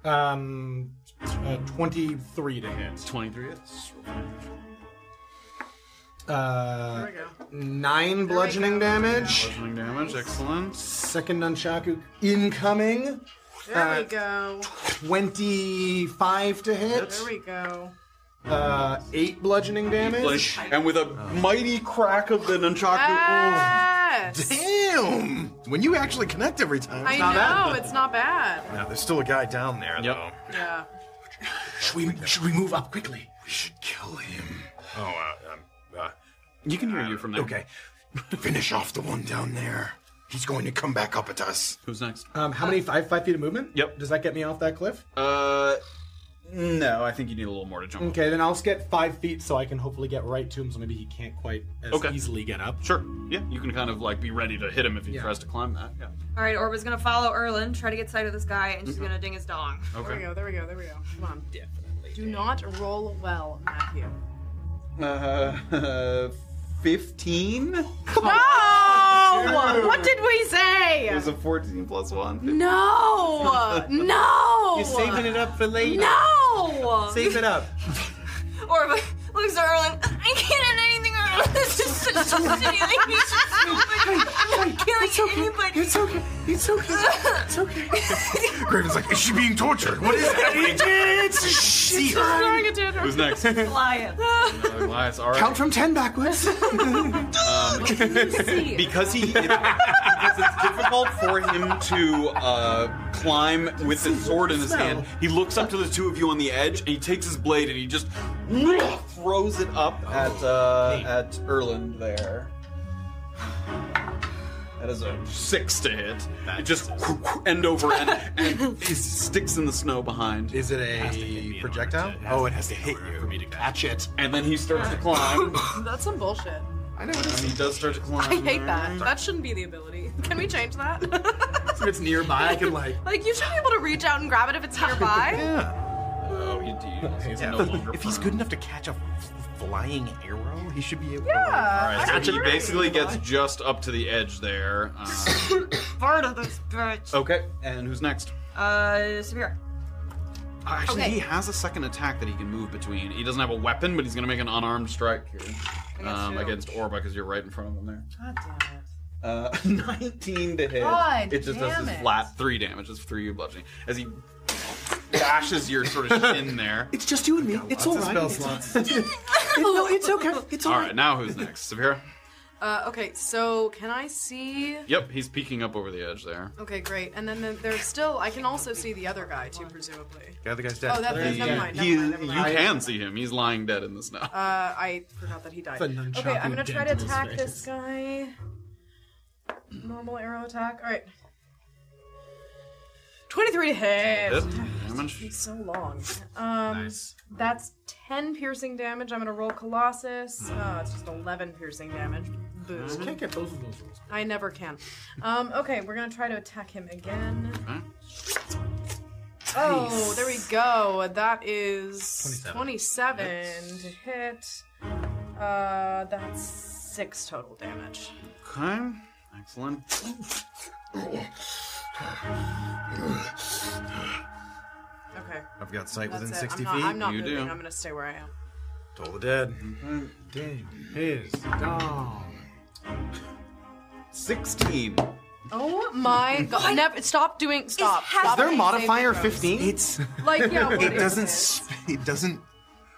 S12: Um, uh, twenty-three to hit.
S2: Twenty-three hits.
S12: Uh, nine bludgeoning damage.
S2: Bludgeoning damage, excellent.
S12: Second Nunchaku incoming.
S1: There we
S12: Uh,
S1: go.
S12: 25 to hit.
S1: There we go.
S12: Uh, 8 bludgeoning damage.
S2: Like, and with a mighty crack of the nunchaku.
S1: Ah! Yes.
S13: Damn! When you actually connect every time,
S1: I know it's not bad.
S13: Now there's still a guy down there
S1: Oh,
S13: though.
S1: Yeah.
S13: Should we should we move up quickly?
S5: Oh, uh, um, uh,
S2: you can hear you from there.
S5: Okay. Finish off the one down there. He's going to come back up at us.
S2: Who's next?
S12: Um, how
S1: Uh,
S12: many? Five, five feet of movement?
S2: Yep.
S12: Does that get me off that cliff?
S2: Uh, no, I think you need a little more to jump. off.
S12: Okay, then I'll just get 5 feet so I can hopefully get right to him so maybe he can't quite as
S2: Okay.
S12: easily get up.
S2: Sure. Yeah, you can kind of like be ready to hit him if he tries to climb that. Yeah.
S6: All right, Orba's gonna follow Erland, try to get sight of this guy, and she's
S13: Mm-hmm.
S2: Mhm.
S6: gonna ding his dong.
S1: There we go. There we go. There we go. Come on. Definitely. Do not roll well, Matthew.
S2: Uh, fifteen.
S1: No! What did we say?
S2: It was a fourteen plus one.
S1: No! No!
S6: You're saving
S12: it up for later.
S6: No!
S12: up.
S6: Oh! Orba looks at Erland. I can't hit anything, Erland. This is such a shitty thing. He's just stupid. I'm not killing anybody. It's okay. It's okay. It's okay.
S5: Graven's like, is she being tortured? What is happening?
S12: She's
S1: throwing it at her.
S2: Who's next? Another Elias, all right.
S12: Count from 10 backwards.
S2: Um,
S12: see?
S2: because he, it, because it's difficult for him to uh, climb with his sword in his hand. He looks up to the two of you on the edge, and he takes his blade and he just
S1: Oh,
S2: throws it up at uh, at Erland there. That is a six to hit. It just end over end, and he sticks in the snow behind. Is it a projectile? oh, it has to hit you for me to catch it. And then he starts to climb.
S1: That's some bullshit.
S2: I know. And he does start to climb.
S1: I hate that. That shouldn't be the ability. Can we change that?
S2: If it's nearby, I can like.
S1: like, you should be able to reach out and grab it if it's nearby.
S2: Oh, he, he, he's
S37: Yeah.
S2: no longer.
S37: if he's good enough to catch a f- flying arrow, he should be able.
S2: All
S37: Yeah.
S2: right, so he basically gets just up to the edge there. Uh,
S6: Part of this bitch.
S2: okay, and who's next?
S6: Uh, Severe.
S2: Uh, Actually,
S6: Okay.
S2: he has a second attack that he can move between. He doesn't have a weapon, but he's going to make an unarmed strike here um,
S6: who?
S2: against Orba because you're right in front of him there.
S1: God damn it.
S2: Uh, 19 to hit.
S1: God
S2: it just
S1: damn
S2: does
S1: it.
S2: this flat three damage. It's three you bludgeoning as he bashes your sort of shin there.
S37: It's just you and me. It's all
S2: lots
S37: right.
S2: of spell
S37: It's- no, it's okay. It's
S2: all
S37: all
S2: right. now who's next? Severa.
S1: Uh, okay, so can I see?
S2: Yep, he's peeking up over the edge there.
S1: Okay, great. And then the, there's still. I can also see the other guy too, presumably.
S2: The other guy's
S1: dead. Oh, that-
S2: he,
S1: never mind, never
S2: he-
S1: mind, never mind.
S2: You can see him. He's lying dead in the snow.
S1: Uh, I forgot that he died.
S2: The nunchaku
S1: Okay, I'm gonna try to
S2: dent in his
S1: attack
S2: face.
S1: this guy. Normal arrow attack. All right. Twenty-three to hit.
S2: Hit. Damage.
S1: Takes so long. Um, That's 10 piercing damage. I'm going to roll Colossus. Uh, it's just 11 piercing damage. Boo.
S12: Just can't get both of those rolls.
S1: I never can. Um, okay, we're going to try to attack him again.
S2: Okay.
S1: Oh, there we go. That is
S12: 27.
S1: 27 to hit. Uh, that's 6 total damage.
S2: Okay. Excellent.
S1: Okay.
S5: I've got sight
S1: Oh, That's
S5: within
S1: it.
S5: 60
S1: I'm not,
S5: feet.
S1: I'm not
S5: You
S1: moving.
S5: do.
S1: I'm going to stay where I am.
S5: Toll the dead.
S13: Damn. His dog.
S2: 16.
S1: Oh my god. Never, stop doing. Stop.
S37: Is
S1: stop
S37: there a
S1: doing
S37: modifier
S1: saving throws.
S37: 15? It's
S1: Like, yeah, what
S5: it
S1: is
S5: doesn't.
S1: it?
S5: sp- It doesn't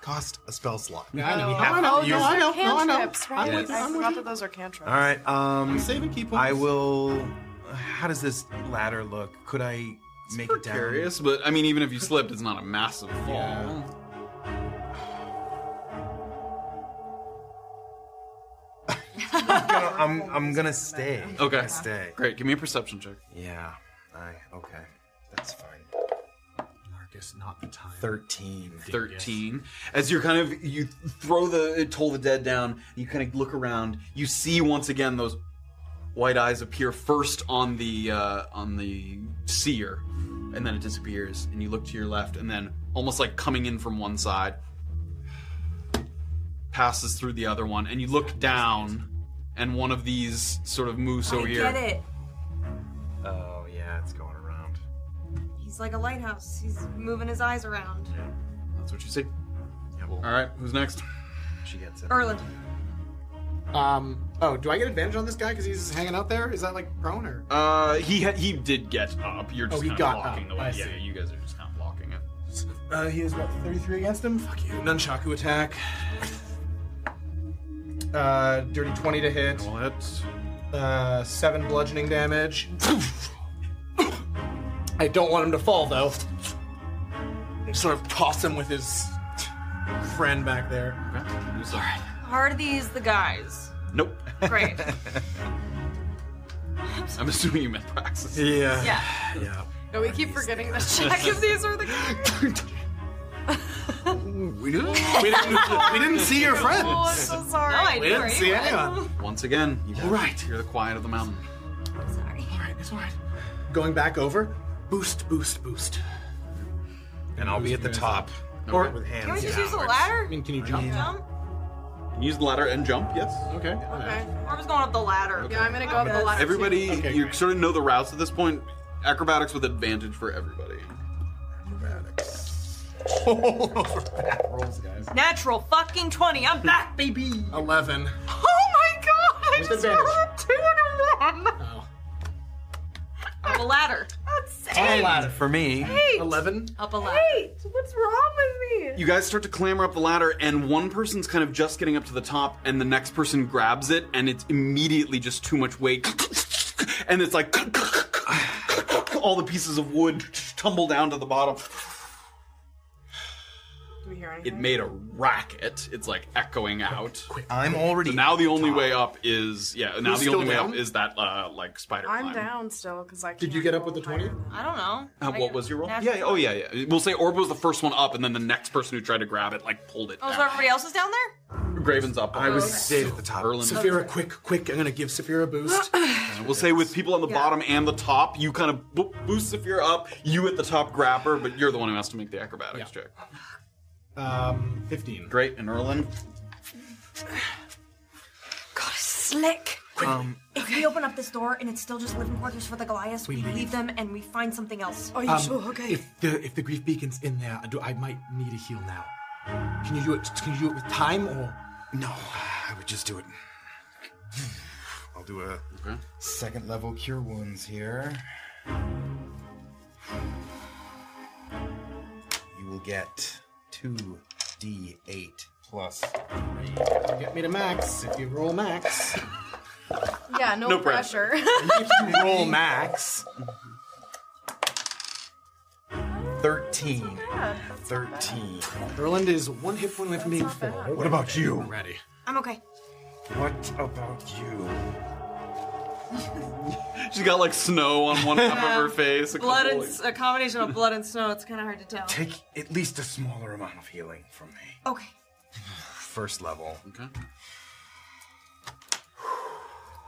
S5: cost a spell slot.
S1: I know.
S5: You have
S1: I know.
S5: to
S1: No,
S5: use
S1: I
S5: it.
S1: know. No, I know. Oh, Cantrips,
S5: I'm
S1: right?
S5: with you,
S1: I
S5: I'm with
S1: forgot that those are cantrips.
S5: All right. Um,
S2: saving key
S5: I will. How does this ladder look? Could I make it down?
S2: Curious, but I mean, even if you slipped, it's not a massive fall.
S5: I'm gonna, I'm, I'm gonna stay.
S2: Okay.
S5: I stay.
S2: Great. Give me a perception check.
S5: Yeah. I okay. That's fine.
S12: Marcus, not the time.
S5: 13.
S2: 13 as you're kind of you throw the toll the dead down you kind of look around you see once again those white eyes appear first on the uh, on the seer and then it disappears and you look to your left and then almost like coming in from one side passes through the other one and you look down and one of these sort of moose over
S6: I
S2: here
S6: get it.
S5: Oh yeah, it's going around.
S6: He's like a lighthouse. He's moving his eyes around.
S2: that's what you see all right who's next
S5: she gets it
S6: Erland.
S12: Um. Oh, do I get advantage on this guy because he's hanging out there? Is that like prone or?
S2: uh he ha- he did get up you're
S12: Oh,
S2: just
S12: he
S2: kind
S12: got
S2: of blocking
S12: up.
S2: the way
S12: I
S2: yeah you guys are just kind of blocking it
S13: Uh, he is what 33 against him. Fuck you. Nunchaku attack.
S12: Uh, dirty twenty to hit. Uh, seven bludgeoning damage. I don't want him to fall though. I sort of toss him with his friend back there.
S2: All right.
S6: Are these the guys?
S2: Nope.
S6: Great.
S2: I'm assuming you meant Praxis.
S6: Yeah. Yeah.
S5: Yeah.
S1: No, we keep forgetting this check if these are the cards.
S2: We didn't,
S12: we didn't- we didn't see your friends.
S1: Oh, I'm so sorry.
S12: No, I We didn't didn't see either. anyone.
S2: Once again, you guys right. hear the quiet of the mountain.
S6: Sorry.
S12: All right, it's all right. Going back over, boost, boost, boost.
S5: And I'll be at the top.
S12: Or
S5: with hands.
S6: Can we just
S12: Yeah,
S6: use the
S12: or
S6: ladder?
S12: I mean, can you jump?
S6: Jump?
S2: Use the ladder and jump, yes.
S12: Okay.
S1: Okay.
S6: Or was going up the ladder.
S1: Yeah, I'm gonna go up the ladder.
S2: Everybody,
S1: too.
S2: you sort of know the routes at this point. Acrobatics with advantage for everybody.
S12: Acrobatics. rolls, guys.
S6: Natural fucking 20. I'm back, baby.
S12: Eleven.
S6: Oh my god! I
S12: With
S6: just
S12: advantage.
S6: rolled a two and a one.
S12: Oh.
S6: Up a ladder. That's
S2: And
S6: eight.
S5: for me,
S6: Eight.
S12: eleven.
S6: Up a ladder. Eight. What's wrong with
S2: You guys start to clamber up the ladder, and one person's kind of just getting up to the top, and the next person grabs it, and it's immediately just too much weight. And it's like all the pieces of wood tumble down to the bottom.
S1: Do we hear anything?
S2: It made a racket. It's like echoing out.
S38: I'm already.
S2: So now the only way up is yeah. Now
S38: Who's
S2: the only
S38: still
S2: way
S38: down?
S2: up is that uh like spider
S1: I'm
S2: climb.
S1: down still because I.
S2: Did you get up with the 20th?
S6: I don't know.
S2: Uh, what was your roll?
S6: Natural
S2: Yeah. yeah, Oh yeah. Yeah. We'll say Orb was the first one up, and then the next person who tried to grab it like pulled it.
S6: Oh, so everybody else is down there?
S2: Graven's up.
S6: I was
S2: stayed at the top.
S6: Saphira,
S2: quick, quick! I'm gonna give Saphira a boost. we'll say with people on the
S6: Yeah.
S2: bottom and the top, you kind of bo- boost Saphira up. You at the top grab her, but you're the one who has to make the acrobatics check. Um, fifteen. Great, and Erlin.
S6: God, it's slick.
S2: Um,
S6: If we open up this door and it's still just living quarters for the Goliaths, we,
S12: We
S6: leave.
S12: leave.
S6: them and we find something else.
S12: Um, If the if the grief beacon's in there, I do I might need a heal now. Can you do it? Can you do it with time or?
S5: No, I would just do it. I'll do a second level cure wounds here. You will get 2d8 plus 3.
S12: Get me to max if you roll max.
S1: Yeah, no,
S12: No pressure.
S1: pressure.
S12: if you roll max.
S5: 13. 13.
S12: Erland is one hit point away from being full.
S5: What about you?
S12: Ready.
S6: I'm okay.
S5: What about you?
S2: She's got like snow on one half of her face. a
S6: Blood
S2: couple,
S6: and
S2: like-
S6: s- a combination of blood and snow. It's kind of hard to tell.
S5: Take at least a smaller amount of healing from me.
S6: Okay.
S5: First level.
S2: Okay.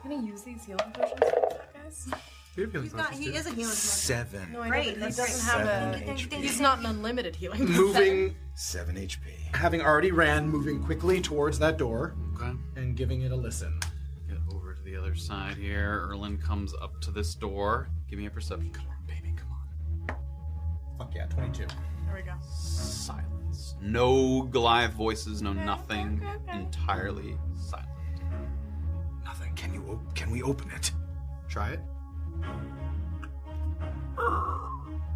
S1: Can I use these healing potions, guys?
S6: He's not. He is a healer.
S5: Seven.
S1: No, I know,
S6: Great,
S1: but he
S6: that's
S1: doesn't
S5: great.
S1: have
S5: Seven
S1: a.
S5: HP.
S1: He's not an unlimited healing.
S12: Moving.
S5: Seven HP.
S12: Having already ran, moving quickly towards that door.
S2: Okay.
S12: And giving it a listen.
S2: Get over to the other side here. Erlin comes up to this door. Give me a perception. Come on, baby, come on.
S12: Fuck yeah, 22.
S1: There we go.
S2: Silence. No Goliath voices, no nothing. Entirely silent.
S5: Nothing. Can you? Op- can we open it?
S12: Try it.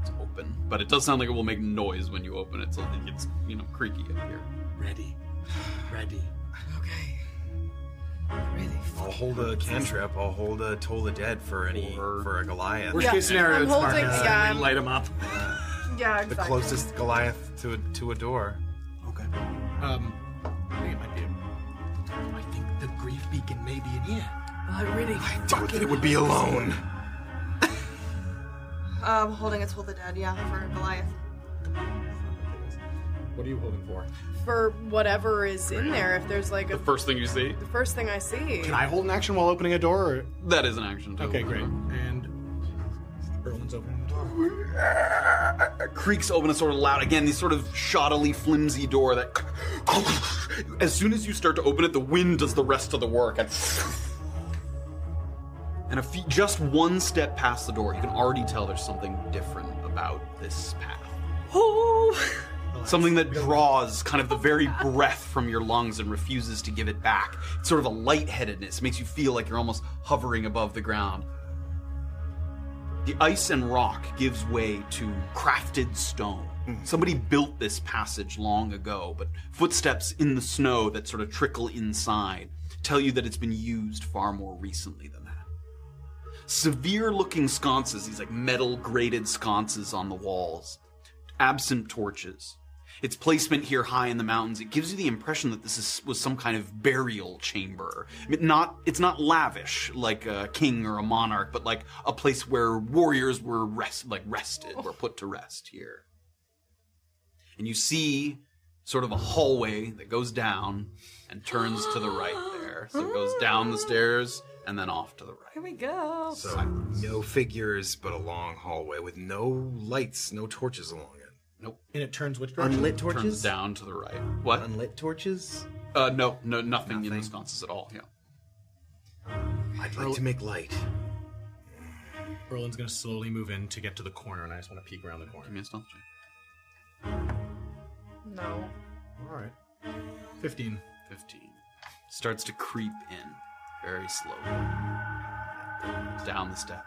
S2: It's open. But it does sound like it will make noise when you open it, so it gets, you know, creaky up here.
S12: Ready. Ready.
S5: I'll hold a cantrip. I'll hold a toll the dead for any for a Goliath.
S1: Worst Yeah, case scenario, I'm it's holding- Marcus. yeah, I'm-
S5: light him up.
S1: Yeah, exactly.
S5: The closest Goliath to a, to a door.
S12: Um, I think it might be. I think the grief beacon may be in here.
S1: I really.
S12: I
S5: doubt that it would be alone.
S6: Um, holding a toll the dead. Yeah, for Goliath.
S12: What are you holding for?
S1: For whatever is in there, if there's like a.
S2: The first thing you see,
S1: The first thing I see.
S12: Can I hold an action while opening a door? Or...
S2: that is an action. Uh, Tool.
S12: Okay, great. And Erwin's opening the door.
S2: uh, creaks open a sort of loud again these sort of shoddily flimsy door that as soon as you start to open it the wind does the rest of the work and and a few, just one step past the door you can already tell there's something different about this path
S6: Oh.
S2: something that draws kind of the very breath from your lungs and refuses to give it back it's sort of a lightheadedness makes you feel like you're almost hovering above the ground the ice and rock gives way to crafted stone. Somebody built this passage long ago, but footsteps in the snow that sort of trickle inside tell you that it's been used far more recently than that. Severe looking sconces, these like metal grated sconces on the walls, absent torches. Its placement here high in the mountains, it gives you the impression that this is, was some kind of burial chamber. I mean, not, it's not lavish like a king or a monarch, but like a place where warriors were rest, like rested, were put to rest here. And you see sort of a hallway that goes down and turns to the right there. So it goes down the stairs and then off to the right.
S6: Here we go.
S5: So no figures, but a long hallway with no lights, no torches along it.
S2: Nope.
S12: And it turns which
S5: direction? Unlit
S2: Turns
S5: torches?
S2: down to the right. What?
S5: Unlit torches?
S2: Uh, no, no, nothing, in the sconces at all. Yeah.
S5: I'd like to make light.
S12: Erlin's gonna slowly move in to get to the corner, and I just want to peek around the corner. Give
S2: me a stealth check.
S1: No.
S12: All right. Fifteen.
S2: Fifteen. Starts to creep in, very slowly, down the step.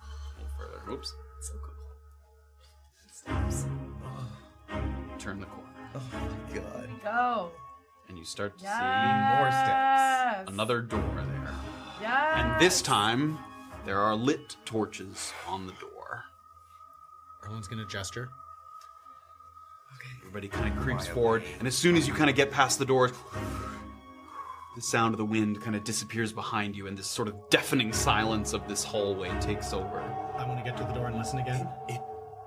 S2: A little further. Oops.
S1: So cool.
S2: Turn the corner. Oh my god.
S1: Go.
S2: And you start to see
S1: Yes. More steps.
S2: Another door there.
S1: Yeah.
S2: And this time, there are lit torches on the door.
S12: Erlen's gonna gesture.
S2: Everybody kind of creeps forward, and as soon as you kind of get past the doors, the sound of the wind kind of disappears behind you, and this sort of deafening silence of this hallway takes over.
S12: I want to get to the door and listen again.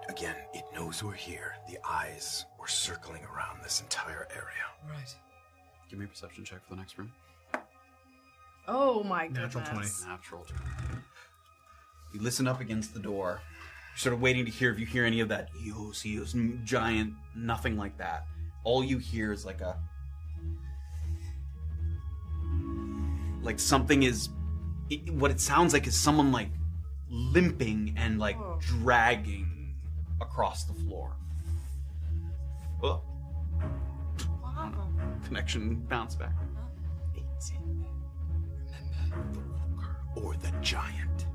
S39: Again, it knows we're here. The eyes were circling around this entire area.
S12: Right.
S2: Give me a perception check for the next room.
S1: Oh my goodness.
S2: Natural 20. Natural. You listen up against the door. You're sort of waiting to hear if you hear any of that eos, eos, m- giant, nothing like that. All you hear is like a. Like something is. It, what it sounds like is someone like limping and like dragging across the floor. Well, connection bounce back.
S39: Or the giant.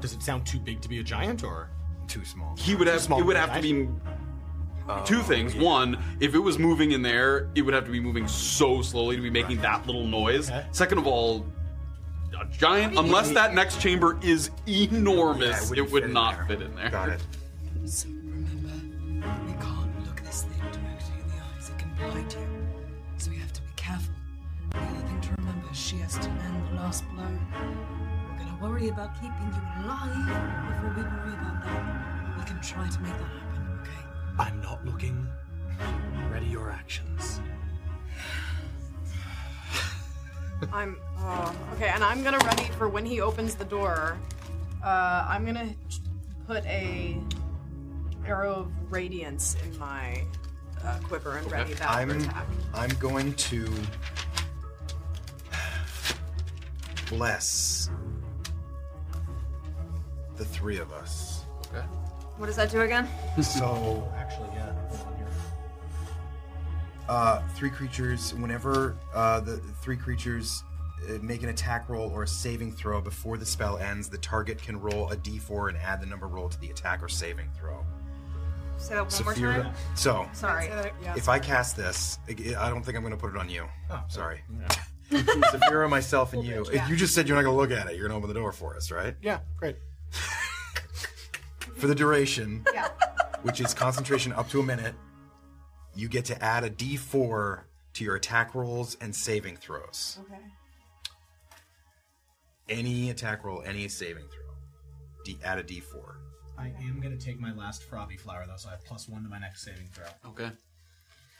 S12: Does it sound too big to be a giant or
S39: too small?
S2: He would have.
S12: Small
S2: it would
S12: for a
S2: have to be
S12: giant?
S2: two things. One, if it was moving in there, it would have to be moving so slowly to be making that little noise. Second of all, a giant, unless that next chamber is enormous, it, would not fit in there. Got it.
S4: So remember, we can't look this thing directly in the eyes. It can bite you. So we have to be careful. The other thing to remember is she has to land the last blow. We're gonna worry about keeping you alive before we worry about that. We can try to make that happen, okay?
S40: I'm not looking. Ready your actions.
S1: I'm oh, okay, and I'm gonna ready for when he opens the door. Uh, I'm gonna ch- put a arrow of radiance in my uh, quiver and ready that
S5: I'm
S1: for attack.
S5: I'm going to bless the three of us. Okay.
S6: What does that do again?
S5: So
S12: actually, yeah. hold on here.
S5: Uh, three creatures. Whenever uh, the the three creatures uh, make an attack roll or a saving throw before the spell ends, the target can roll a d4 and add the number rolled to the attack or saving throw.
S6: Say that one more
S5: Saphira-
S6: time.
S5: So,
S6: Sorry.
S5: If I cast this, I I don't think I'm going to put it on you. Sorry. Saphira, myself, and you.
S12: yeah.
S5: You just said you're not going to look at it. You're going to open the door for us, right?
S12: Yeah, great.
S5: For the duration,
S12: Yeah.
S5: which is concentration up to a minute, you get to add a d4 to your attack rolls and saving throws.
S1: Okay.
S5: Any attack roll, any saving throw. D- add a d4.
S12: I am gonna take my last frothy flower though, so I have plus one to my next saving throw.
S2: Okay.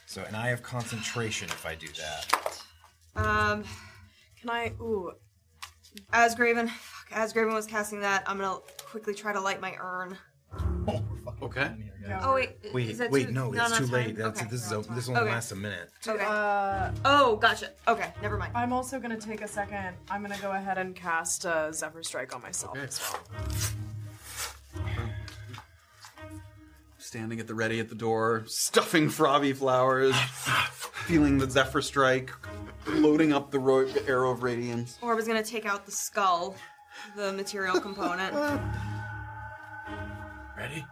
S5: So, and I have concentration if I do that.
S6: Um,
S1: can I? Ooh,
S6: Asgraven. Fuck, Asgraven was casting that. I'm gonna quickly try to light my urn.
S2: Okay.
S6: Oh wait. is that
S5: Wait, wait,
S6: too-
S5: no, it's too
S6: it's
S5: late.
S6: fine.
S5: That's,
S6: Okay.
S5: This is a, this
S6: fine.
S5: only
S6: Okay.
S5: lasts a minute.
S6: Okay.
S1: Uh,
S6: oh, gotcha. Okay, never mind.
S1: I'm also gonna take a second. I'm gonna go ahead and cast uh, Zephyr Strike on myself as well.
S2: Standing at the ready at the door, stuffing frobby flowers, feeling the zephyr strike, loading up the ro- the arrow of radiance.
S6: Orb is gonna take out the skull, the material component.
S40: Ready?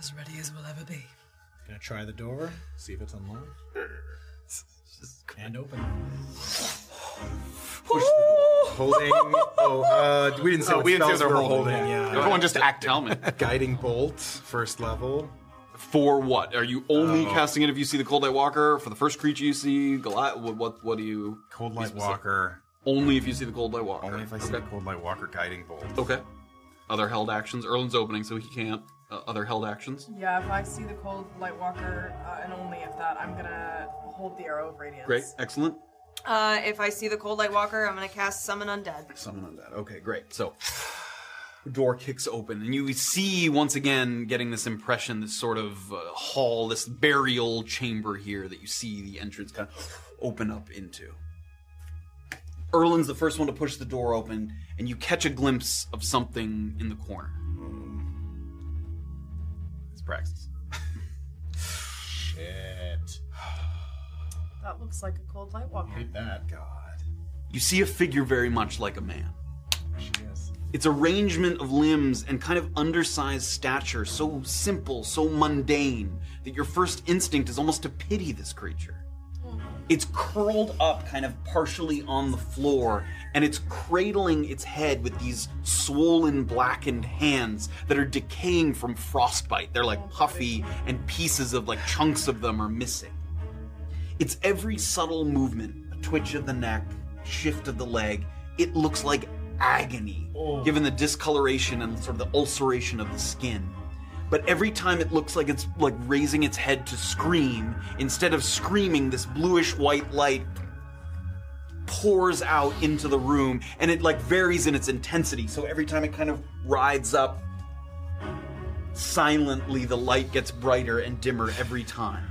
S4: As ready as we'll ever be.
S12: Gonna try the door, see if it's unlocked. and open.
S5: Holding. Oh, uh, we didn't say
S12: Oh,
S5: what
S12: we didn't say
S5: spells
S12: what
S5: we're
S12: they're
S5: holding.
S12: holding,
S5: Yeah.
S12: yeah. Everyone
S2: just acted. Tell me.
S5: Guiding bolt, first level.
S2: For what? Are you only
S5: Oh.
S2: casting it if you see the Cold Light Walker? For the first creature you see, Goliath? What, what, what do you.
S5: Cold
S2: be
S5: Light
S2: specific?
S5: Walker.
S2: Only if you see the Cold Light Walker.
S5: Only if I see the Cold Light Walker guiding bolt.
S2: Okay. Other held actions. Erlen's opening, so he can't. Uh, other held actions.
S1: Yeah, if I see the cold light walker, uh, and only if that, I'm gonna hold the arrow of radiance.
S2: Great. Excellent.
S6: Uh, if I see the cold light walker, I'm gonna cast summon undead.
S2: Summon on that. Okay, great. So, door kicks open, and you see once again getting this impression, this sort of uh, hall, this burial chamber here that you see the entrance kind of open up into. Erlin's the first one to push the door open, and you catch a glimpse of something in the corner. It's Praxis.
S12: Shit.
S1: That looks like a cold light walker.
S12: that.
S5: God.
S2: You see a figure very much like a man. Its arrangement of limbs and kind of undersized stature, so simple, so mundane, that your first instinct is almost to pity this creature. It's curled up, kind of partially on the floor, and it's cradling its head with these swollen, blackened hands that are decaying from frostbite. They're like puffy, and pieces of, like, chunks of them are missing. It's every subtle movement a twitch of the neck, shift of the leg. It looks like agony, given the discoloration and sort of the ulceration of the skin. But every time it looks like it's like raising its head to scream, instead of screaming, this bluish white light pours out into the room and it like varies in its intensity. So every time it kind of rides up, silently the light gets brighter and dimmer every time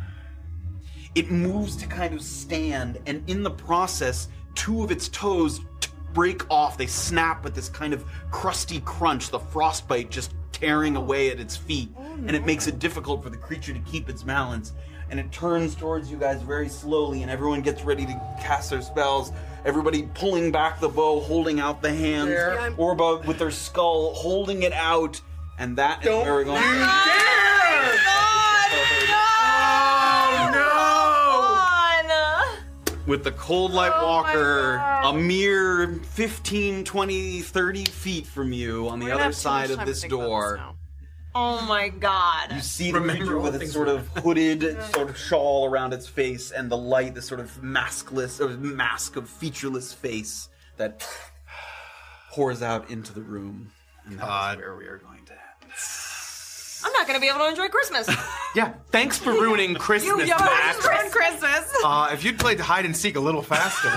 S2: it moves to kind of stand, and in the process, two of its toes t- break off. They snap with this kind of crusty crunch, the frostbite just tearing away at its feet, and it makes it difficult for the creature to keep its balance. And it turns towards you guys very slowly, and everyone gets ready to cast their spells. Everybody pulling back the bow, holding out the hands.
S12: There. Yeah, I'm-
S2: Orba with their skull holding it out, and that is where we're going.
S6: Oh Oh.
S2: with the cold light walker a mere 15 20 30 feet from you on the
S6: gonna
S2: other
S6: have too
S2: side
S6: much
S2: of
S6: time
S2: this
S6: to think about
S2: door
S6: Oh my god.
S2: you see the creature with its sort of hooded sort of shawl around its face and the light this sort of maskless or mask of featureless face that pours out into the room and that's where we are going to
S6: I'm not gonna be able to enjoy Christmas.
S41: Yeah, thanks for ruining Christmas,
S6: you
S41: Matt.
S6: ruined Christmas.
S41: Uh, if you'd played hide and seek a little faster,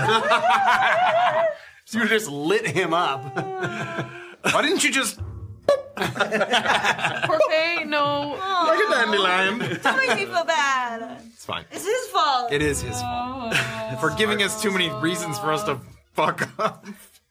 S41: you just lit him up. Why didn't you just?
S6: Parfait, no.
S41: Like a dandelion.
S6: Don't make me feel bad.
S41: It's fine.
S6: It's his fault.
S41: It is his
S6: fault.
S41: For giving us too many reasons for us to fuck up.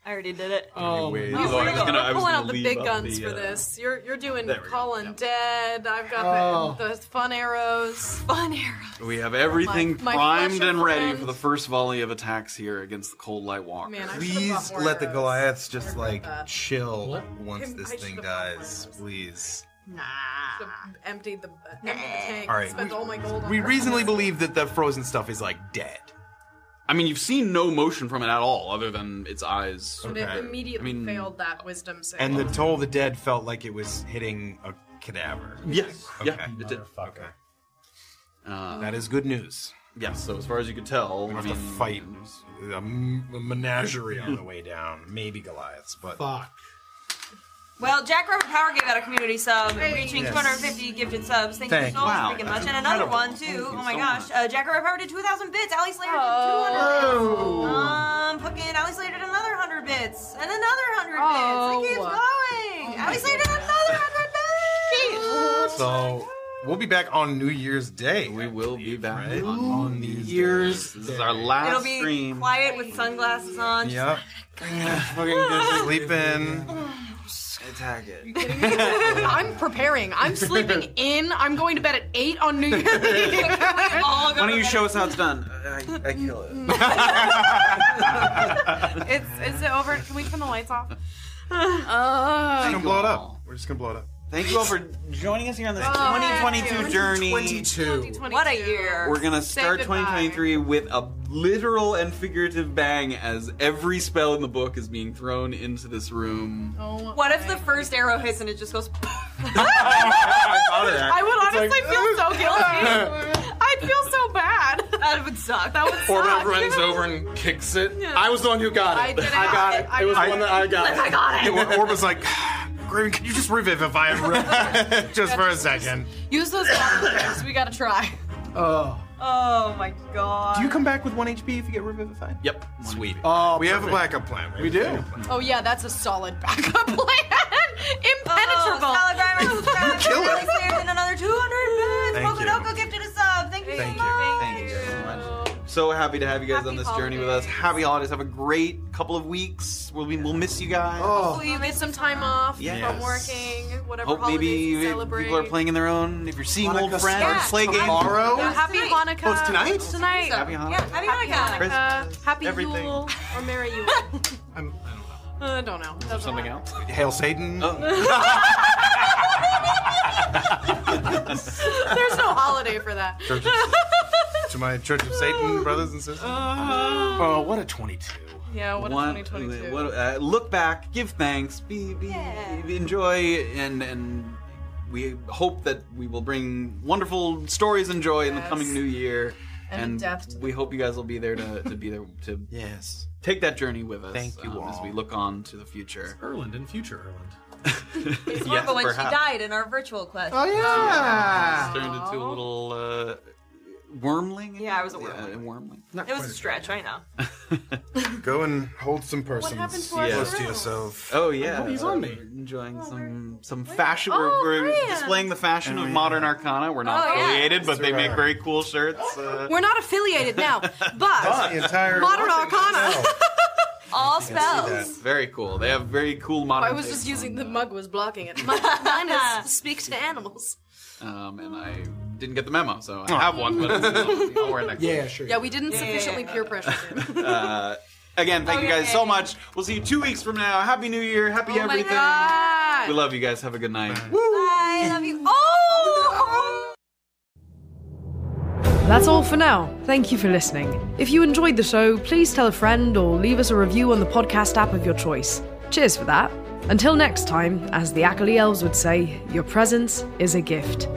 S6: I already did it.
S41: Oh,
S6: Anyways.
S41: my Lord, I was gonna- I
S1: We're
S41: was
S1: pulling
S41: gonna
S1: out the
S41: leave
S1: big
S41: up
S1: guns
S41: the,
S1: for
S41: uh,
S1: this. You're you're doing
S2: there we go.
S1: Colin dead. I've got
S5: Oh.
S1: the, the fun arrows. Fun arrows.
S2: we have everything
S1: My- my
S2: primed
S1: flesh
S2: and
S1: are
S2: ready
S1: friends.
S2: for the first volley of attacks here against the cold light walker
S1: Man, I should've
S5: Please
S1: bought more
S5: let the Goliaths just like
S1: that.
S5: chill
S1: What?
S5: once
S1: Him-
S5: this
S1: I
S5: thing
S1: should've
S5: dies, please.
S1: Nah. emptied the, emptied the tank.
S5: All right,
S1: Spent all my gold on
S5: we
S1: arrows.
S5: reasonably believe that the frozen stuff is like dead.
S2: I mean, you've seen no motion from it at all, other than its eyes.
S1: And it immediately
S5: I mean-
S1: failed that wisdom save.
S5: And the toll of the dead felt like it was hitting a cadaver.
S2: Yes.
S5: Okay.
S2: Yeah. It did.
S5: Okay.
S2: Uh,
S5: that is good news.
S2: Yes. So as far as you could tell,
S5: we have to fight a, m- a menagerie on the way down. Maybe Goliaths, but
S42: fuck.
S6: Well, Jack Robert Power gave out a community sub, reaching
S5: Yes.
S6: 250 gifted subs. Thank,
S5: Thank
S6: you so
S5: you. Wow,
S6: freaking
S5: that's
S6: much. And another one,
S5: incredible.
S6: too. Oh my gosh. Uh, Jack Robert Power did 2,000 bits. Ali Slater did 200
S12: Oh.
S6: bits. Um, fucking Ali Slater did another 100 bits. And another 100 bits. It keeps going. Ali Slater did another 100 bits.
S5: so we'll be back on New Year's Day. We
S2: will be back
S5: on, New Year's.
S2: This is our last
S6: It'll be quiet with sunglasses on. Just-
S5: Yep. Fucking sleeping.
S2: Attack it.
S1: I'm preparing. I'm sleeping in. I'm going to bed at eight on New Year's Eve.
S6: Why
S2: don't you show us how it's done? I, I kill it.
S1: It's is it over? Can we turn the lights off?
S5: Just gonna
S1: Oh.
S5: blow it up. We're just gonna blow it up.
S2: Thank you all for joining us here on this
S1: Oh,
S2: 2022 journey.
S5: 22.
S6: What a year.
S2: We're gonna
S6: Say
S2: start
S6: goodbye.
S2: 2023 with a literal and figurative bang as every spell in the book is being thrown into this room.
S1: Oh.
S6: What if the first arrow hits and it just goes?
S2: I thought of that.
S1: I would honestly feel so guilty. I'd feel so bad.
S6: That would suck.
S1: That would
S12: Orba
S1: suck.
S12: runs over and kicks it.
S1: Yeah.
S12: I was the one who got it.
S1: I did it.
S12: I got it.
S1: I-
S12: it was
S1: I-
S12: the one that I got.
S1: I got it.
S5: Yeah, Orb was like, Graven, can you just revivify him just for a second?
S1: Use those bombs. We gotta try.
S5: Oh.
S6: Oh my god.
S5: Do you come back with one HP if you get revivified?
S2: Yep. Sweet.
S5: Oh, we have a backup plan. We, do.
S1: Oh yeah, that's a solid backup plan.
S6: Oh,
S1: Impenetrable.
S6: Solid Grimer subscribe.
S1: Kill
S6: Kill
S1: it.
S6: it. in another 200 bits.
S2: Thank you.
S6: Mokodoko gifted a sub. Thank you
S2: Thank
S6: so much.
S2: Thank you so much. So happy to have you guys on this journey with us. Happy holidays. Have a great couple of weeks. We'll, be, we'll miss you guys.
S1: Oh, you get some time off from
S2: Yes.
S1: working, whatever
S2: Hope
S1: holidays
S2: maybe
S1: you
S2: you-
S1: celebrate.
S2: people are playing in their own. If you're seeing
S12: Hanukkah
S2: old friends,
S12: starts
S2: play games.
S12: tomorrow?
S1: Yeah, happy Hanukkah.
S2: Oh, it's tonight?
S1: It's tonight.
S2: Happy Hanukkah.
S1: Yeah, happy Hanukkah. Happy
S2: Everything.
S1: Yule or Merry Yule.
S5: I'm,
S1: I don't know. I don't know.
S2: Something else?
S5: Hail Satan.
S1: There's no holiday for that.
S5: Churches. to my Church of Satan brothers and sisters. oh, what a 22.
S1: Yeah, what
S2: Oh, One-
S1: a 2022.
S2: what- uh, look back, give thanks, be, be, enjoy, and and we hope that we will bring wonderful stories and joy in the
S43: Yes.
S2: coming new year.
S43: And death to
S2: we hope you guys will be there to, to be there to
S5: yes
S2: take that journey with us. um,
S5: Thank you
S2: as
S5: all.
S2: we look on to the future.
S12: Erland and future Erland.
S2: yes,
S6: Remember when
S2: perhaps.
S6: she died in our virtual quest?
S2: Oh, It's turned into a little uh, wormling.
S6: Yeah, I was a
S2: Yeah,
S6: wormling.
S2: wormling.
S6: it was a stretch, I know.
S5: Go and hold some persons
S6: happened to our
S5: close to
S6: friends?
S5: yourself.
S2: Oh yeah,
S5: he's on me.
S6: Oh,
S2: Enjoying some some fashion.
S5: Oh,
S2: we're we're
S5: Fran.
S2: displaying the fashion of modern arcana. We're not
S1: Oh, yeah.
S2: affiliated, but they make very cool shirts. Uh,
S1: We're not affiliated now, but
S2: That's the entire-
S1: modern arcana.
S6: All
S2: Very cool. They have very
S6: Oh,
S2: cool modern.
S1: I was just
S2: takes
S1: using the mug was blocking it. Mug minus speaks to animals.
S2: on- Um, and I didn't get the memo, so I have one. But it's- I'll wear it next. Yeah, sure.
S1: Yeah, we didn't sufficiently peer pressure.
S2: Uh, again, thank you guys so much. We'll see you two weeks from now. Happy New Year. Happy
S6: Oh my
S2: everything.
S6: God.
S2: We love you guys. Have a good night.
S6: I love you. Oh!
S4: That's all for now. Thank you for listening. If you enjoyed the show, please tell a friend or leave us a review on the podcast app of your choice. Cheers for that. Until next time, as the Ackley Elves would say, your presence is a gift.